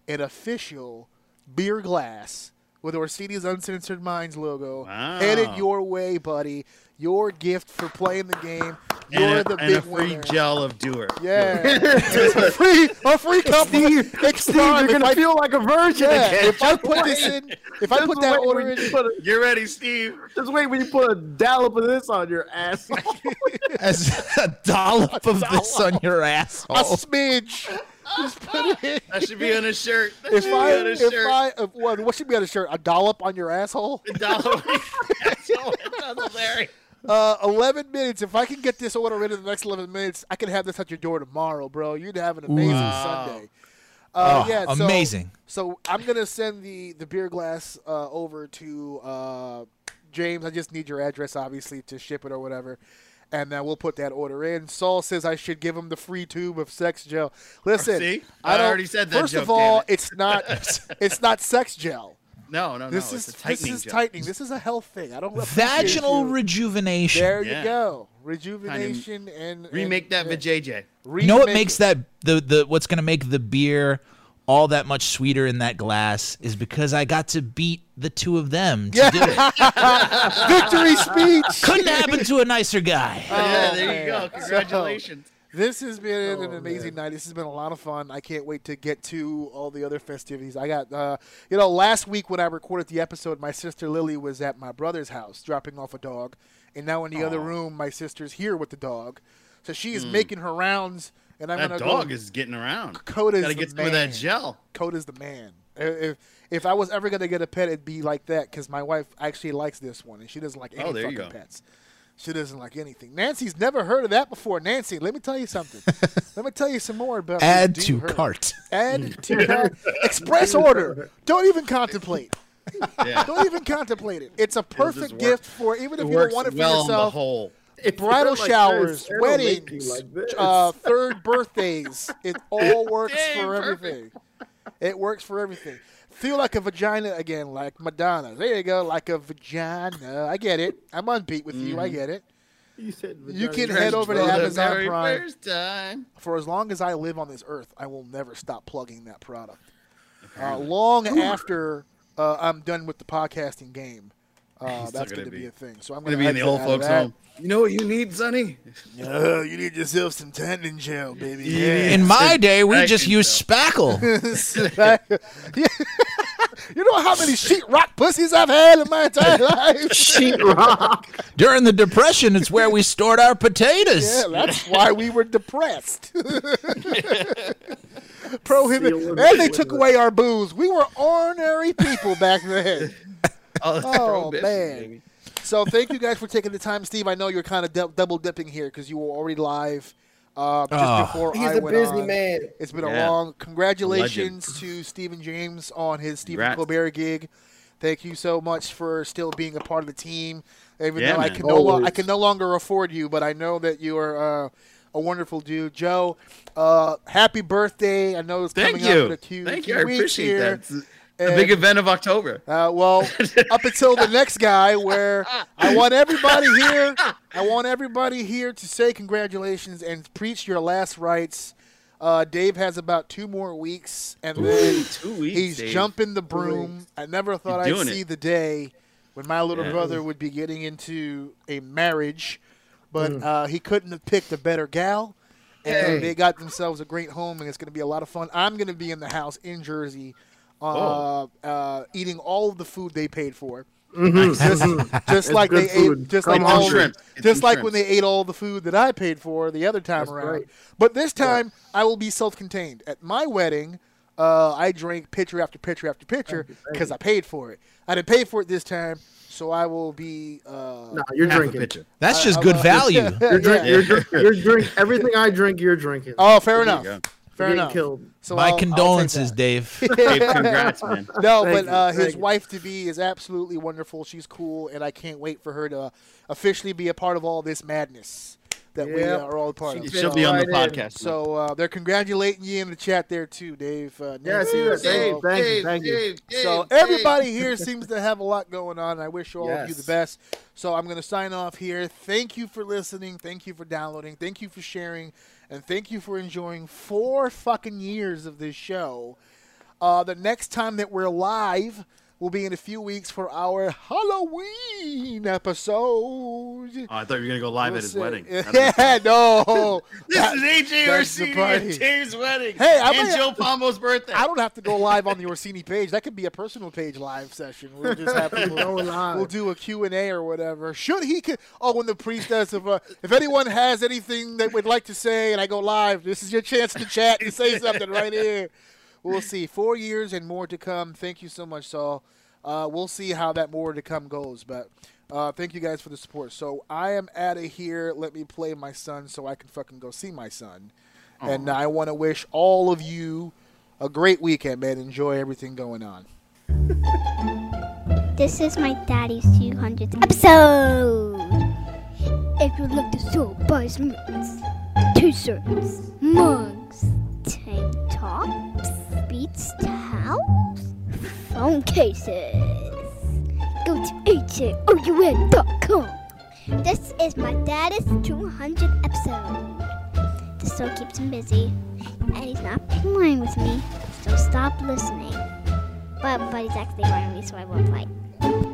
Speaker 2: an official beer glass with Orsini's Uncensored Minds logo.
Speaker 6: Wow.
Speaker 2: Headed your way, buddy. Your gift for playing the game. You're
Speaker 6: and a,
Speaker 2: the
Speaker 6: and
Speaker 2: big
Speaker 6: a free
Speaker 2: winner.
Speaker 6: gel of doer.
Speaker 2: Yeah, It's a free a free cup. Steve,
Speaker 3: Steve, you're gonna feel like a virgin
Speaker 2: yeah,
Speaker 3: again.
Speaker 2: if I put this in, if I
Speaker 3: Just
Speaker 2: put that
Speaker 3: wait
Speaker 2: order
Speaker 3: when you
Speaker 2: in,
Speaker 3: put a-
Speaker 6: You're ready, Steve.
Speaker 3: just wait when you put a dollop of this on your ass.
Speaker 5: As a dollop of this on your
Speaker 2: a
Speaker 5: asshole.
Speaker 2: smidge. Just put it in.
Speaker 6: That should be on a shirt. That
Speaker 2: If
Speaker 6: should
Speaker 2: I,
Speaker 6: be on a
Speaker 2: if
Speaker 6: shirt.
Speaker 2: I, if, what, what should be on a shirt? A dollop on your asshole?
Speaker 6: Dollar. That's all- that's all there.
Speaker 2: Uh, 11 minutes. If I can get this order in in the next 11 minutes, I can have this at your door tomorrow, bro. You'd have an amazing
Speaker 6: Wow.
Speaker 2: Sunday. Uh,
Speaker 5: Oh,
Speaker 2: yeah, so-
Speaker 5: amazing.
Speaker 2: So, I'm gonna send the the beer glass uh, over to uh, James. I just need your address, obviously, to ship it or whatever, and then we'll put that order in. Saul says I should give him the free tube of sex gel. Listen,
Speaker 6: See?
Speaker 2: I,
Speaker 6: I
Speaker 2: don't-
Speaker 6: already said that
Speaker 2: First
Speaker 6: joke,
Speaker 2: of all,
Speaker 6: damn
Speaker 2: it's not it's not sex gel.
Speaker 6: No, Oh, no, no.
Speaker 2: This is
Speaker 6: it's a
Speaker 2: this
Speaker 6: tightening
Speaker 2: is
Speaker 6: gel.
Speaker 2: tightening. This is a health thing. I don't appreciate
Speaker 5: Vaginal
Speaker 2: you.
Speaker 5: rejuvenation.
Speaker 2: There you
Speaker 6: Yeah.
Speaker 2: go. Rejuvenation and, and
Speaker 6: Remake that
Speaker 2: and
Speaker 6: vajayjay.
Speaker 5: You know what
Speaker 2: remake
Speaker 5: makes
Speaker 2: it.
Speaker 5: that the the what's gonna make the beer all that much sweeter in that glass is because I got to beat the two of them. To do it.
Speaker 2: victory speech?
Speaker 5: Couldn't happen to a nicer guy.
Speaker 2: Uh,
Speaker 6: yeah, there
Speaker 2: man.
Speaker 6: you go.
Speaker 2: Oh, So-
Speaker 6: Congratulations.
Speaker 2: This has been
Speaker 6: Oh,
Speaker 2: an amazing night. This has been a lot of fun. I can't wait to get to all the other festivities. I got, uh, you know, last week when I recorded the episode, my sister Lily was at my brother's house dropping off a dog, and now in the other room, my sister's here with the dog, so she is making her rounds. And I'm
Speaker 6: Hmm. that
Speaker 2: gonna
Speaker 6: dog
Speaker 2: go.
Speaker 6: is getting around.
Speaker 2: Coda's
Speaker 6: Gotta
Speaker 2: the
Speaker 6: get some of that
Speaker 2: man.
Speaker 6: gel.
Speaker 2: Coda's the man. If if I was ever gonna get a pet, it'd be like that because my wife actually likes this one and she doesn't like any
Speaker 6: Oh, there
Speaker 2: fucking
Speaker 6: you go.
Speaker 2: pets. She doesn't like anything. Nancy's never heard of that before. Nancy, let me tell you something. let me tell you some more about.
Speaker 5: Add
Speaker 2: this
Speaker 5: to
Speaker 2: dude her.
Speaker 5: cart. Mm.
Speaker 2: Add to cart. Express order. Don't even contemplate.
Speaker 6: Yeah.
Speaker 2: Don't even contemplate it. It's a perfect
Speaker 6: work.
Speaker 2: gift for even if
Speaker 6: It
Speaker 2: you don't
Speaker 6: works
Speaker 2: want it for
Speaker 6: well on the
Speaker 2: yourself.
Speaker 6: whole.
Speaker 3: If you're
Speaker 2: Bridal
Speaker 3: like this,
Speaker 2: showers,
Speaker 3: it'll make you
Speaker 2: weddings,
Speaker 3: like this.
Speaker 2: uh, third birthdays. It all works
Speaker 6: Damn,
Speaker 2: for
Speaker 6: perfect.
Speaker 2: everything. It works for everything. Feel like a vagina again, like Madonna. There you go, like a vagina. I get it. I'm on beat with you. I
Speaker 6: Mm-hmm.
Speaker 2: get it.
Speaker 3: you, said
Speaker 2: You
Speaker 3: vagina.
Speaker 2: can head over to
Speaker 6: For the
Speaker 2: Amazon
Speaker 6: very
Speaker 2: Prime.
Speaker 6: First time.
Speaker 2: For as long as I live on this earth, I will never stop plugging that product. Uh, long after uh, I'm done with the podcasting game, uh,
Speaker 6: It's
Speaker 2: that's
Speaker 6: still
Speaker 2: going to
Speaker 6: gonna
Speaker 2: be.
Speaker 6: be-
Speaker 2: a thing. So I'm
Speaker 6: Gonna
Speaker 2: going
Speaker 6: be in the old folks' home. You know what you need, Sonny?
Speaker 2: Oh, you need yourself some tendon gel, baby. Yeah.
Speaker 5: In my day, we
Speaker 6: Right,
Speaker 5: just used spackle.
Speaker 2: Yeah. you know how many sheetrock pussies I've had in my entire life?
Speaker 5: During the Depression, it's where we stored our
Speaker 2: yeah,
Speaker 5: potatoes.
Speaker 2: that's why we were depressed. Prohibit.
Speaker 3: Seal it
Speaker 2: And they
Speaker 3: with
Speaker 2: took
Speaker 3: a-
Speaker 2: away our booze. We were ordinary people back then.
Speaker 6: Oh, that's
Speaker 2: Oh,
Speaker 6: prohibition,
Speaker 2: man.
Speaker 6: baby.
Speaker 2: So thank you guys for taking the time, Steve. I know you're kind of dou- double dipping here because you were already live uh, just
Speaker 5: Oh.
Speaker 2: before
Speaker 7: He's
Speaker 2: I
Speaker 7: a
Speaker 2: went
Speaker 7: busy
Speaker 2: on.
Speaker 7: man.
Speaker 2: It's been a
Speaker 6: Yeah.
Speaker 2: long congratulations to Stephen James on his Stephen
Speaker 6: Congrats.
Speaker 2: Colbert gig. Thank you so much for still being a part of the team. Even
Speaker 6: Yeah,
Speaker 2: though I
Speaker 6: man.
Speaker 2: can no lo- I
Speaker 3: Always.
Speaker 2: can no longer afford you, but I know that you are uh, a wonderful dude, Joe. Uh, happy birthday! I know it's
Speaker 6: Thank
Speaker 2: coming up in
Speaker 6: you.
Speaker 2: a few,
Speaker 6: Thank
Speaker 2: few
Speaker 6: you. I
Speaker 2: weeks
Speaker 6: appreciate
Speaker 2: here.
Speaker 6: that. It's the
Speaker 2: And-
Speaker 6: big event of October.
Speaker 2: uh, well, up until the next guy, where I want everybody here, I want everybody here to say congratulations and preach your last rites. Uh, Dave has about two more weeks, and then
Speaker 6: Two weeks.
Speaker 2: he's
Speaker 6: Dave.
Speaker 2: jumping the broom. I never thought I'd
Speaker 6: doing
Speaker 2: see
Speaker 6: it.
Speaker 2: the day when my little
Speaker 6: Yeah.
Speaker 2: brother would be getting into a marriage, but
Speaker 3: Mm.
Speaker 2: uh, he couldn't have picked a better gal. And they got themselves a great home, and it's going to be a lot of fun. I'm going to be in the house in Jersey, uh,
Speaker 6: Oh.
Speaker 2: uh, eating all of the food they paid for,
Speaker 6: Nice.
Speaker 2: just like they
Speaker 3: Mm-hmm, good
Speaker 2: ate,
Speaker 3: food.
Speaker 2: just like
Speaker 3: Come on.
Speaker 2: all,
Speaker 6: Shrimp. Get
Speaker 2: just
Speaker 6: some
Speaker 2: like
Speaker 6: shrimp.
Speaker 2: when they ate all the food that I paid for the other time
Speaker 3: That's
Speaker 2: around.
Speaker 3: right.
Speaker 2: But this time, I will be self-contained. At my wedding, uh, I drank pitcher after pitcher after pitcher because I paid for it. I didn't pay for it this time, so I will be. Uh,
Speaker 3: Nah, you're
Speaker 6: Half a
Speaker 3: drinking.
Speaker 6: pitcher.
Speaker 5: That's just good value.
Speaker 3: You're drink,
Speaker 2: Yeah.
Speaker 3: you're drink, you're drink. Everything I drink, you're drinking.
Speaker 2: Oh, fair enough.
Speaker 6: go.
Speaker 2: Fair
Speaker 3: You're getting
Speaker 2: enough.
Speaker 3: killed.
Speaker 2: So I'll-
Speaker 5: My
Speaker 2: I'll take
Speaker 5: condolences,
Speaker 2: that.
Speaker 5: Dave.
Speaker 6: Dave, congrats, man.
Speaker 2: No,
Speaker 3: Thank
Speaker 2: but
Speaker 3: you.
Speaker 2: uh, his
Speaker 3: Thank you.
Speaker 2: wife to be is absolutely wonderful. She's cool, and I can't wait for her to officially be a part of all this madness that we
Speaker 3: Yep.
Speaker 2: uh, are all a part of. uh,
Speaker 3: She
Speaker 6: She'll be on the
Speaker 3: Right in.
Speaker 6: podcast. now.
Speaker 2: So uh, they're congratulating you in the chat there too, Dave. Uh,
Speaker 3: Yeah, I
Speaker 2: Nancy,
Speaker 3: see that.
Speaker 2: so-
Speaker 3: Thank you, thank you, thank you.
Speaker 2: So everybody here seems to have a lot going on. I wish all of you the
Speaker 3: Yes.
Speaker 2: best. So I'm going to sign off here. Thank you for listening. Thank you for downloading. Thank you for sharing, and thank you for enjoying four fucking years of this show. Uh, the next time that we're live will be in a few weeks for our Halloween episode.
Speaker 6: Oh, I thought you were gonna go live
Speaker 2: We'll
Speaker 6: at his
Speaker 2: see.
Speaker 6: wedding.
Speaker 2: Yeah, no.
Speaker 6: This is
Speaker 2: that's the
Speaker 6: AJRC
Speaker 2: party.
Speaker 6: and Dave's wedding.
Speaker 2: Hey, I
Speaker 6: and
Speaker 2: might-
Speaker 6: Joe Pombo's birthday.
Speaker 2: I don't have to go live on the Orsini page. That could be a personal page live session. We'll just have people
Speaker 3: Go live.
Speaker 2: We'll do a Q and A or whatever. Should he? Con- oh, when the priest asks if uh, if anyone has anything they would like to say, and I go live. This is your chance to chat and say something right here. We'll see. Four years and more to come. Thank you so much, Saul. Uh, we'll see how that more to come goes, but. Uh, thank you guys for the support. So I am out of here. Let me play my son so I can fucking go see my son. And I want to wish all of you a great weekend, man. Enjoy everything going on.
Speaker 7: This is my daddy's 200th episode. If you like the show, buy some merch. T-shirts, mugs, tank tops, beats towels, phone cases. Go to HAOUN.com. This is my daddy's 200th episode. The show keeps him busy, and he's not playing with me, so stop listening. But, but he's actually wearing me, so I won't fight.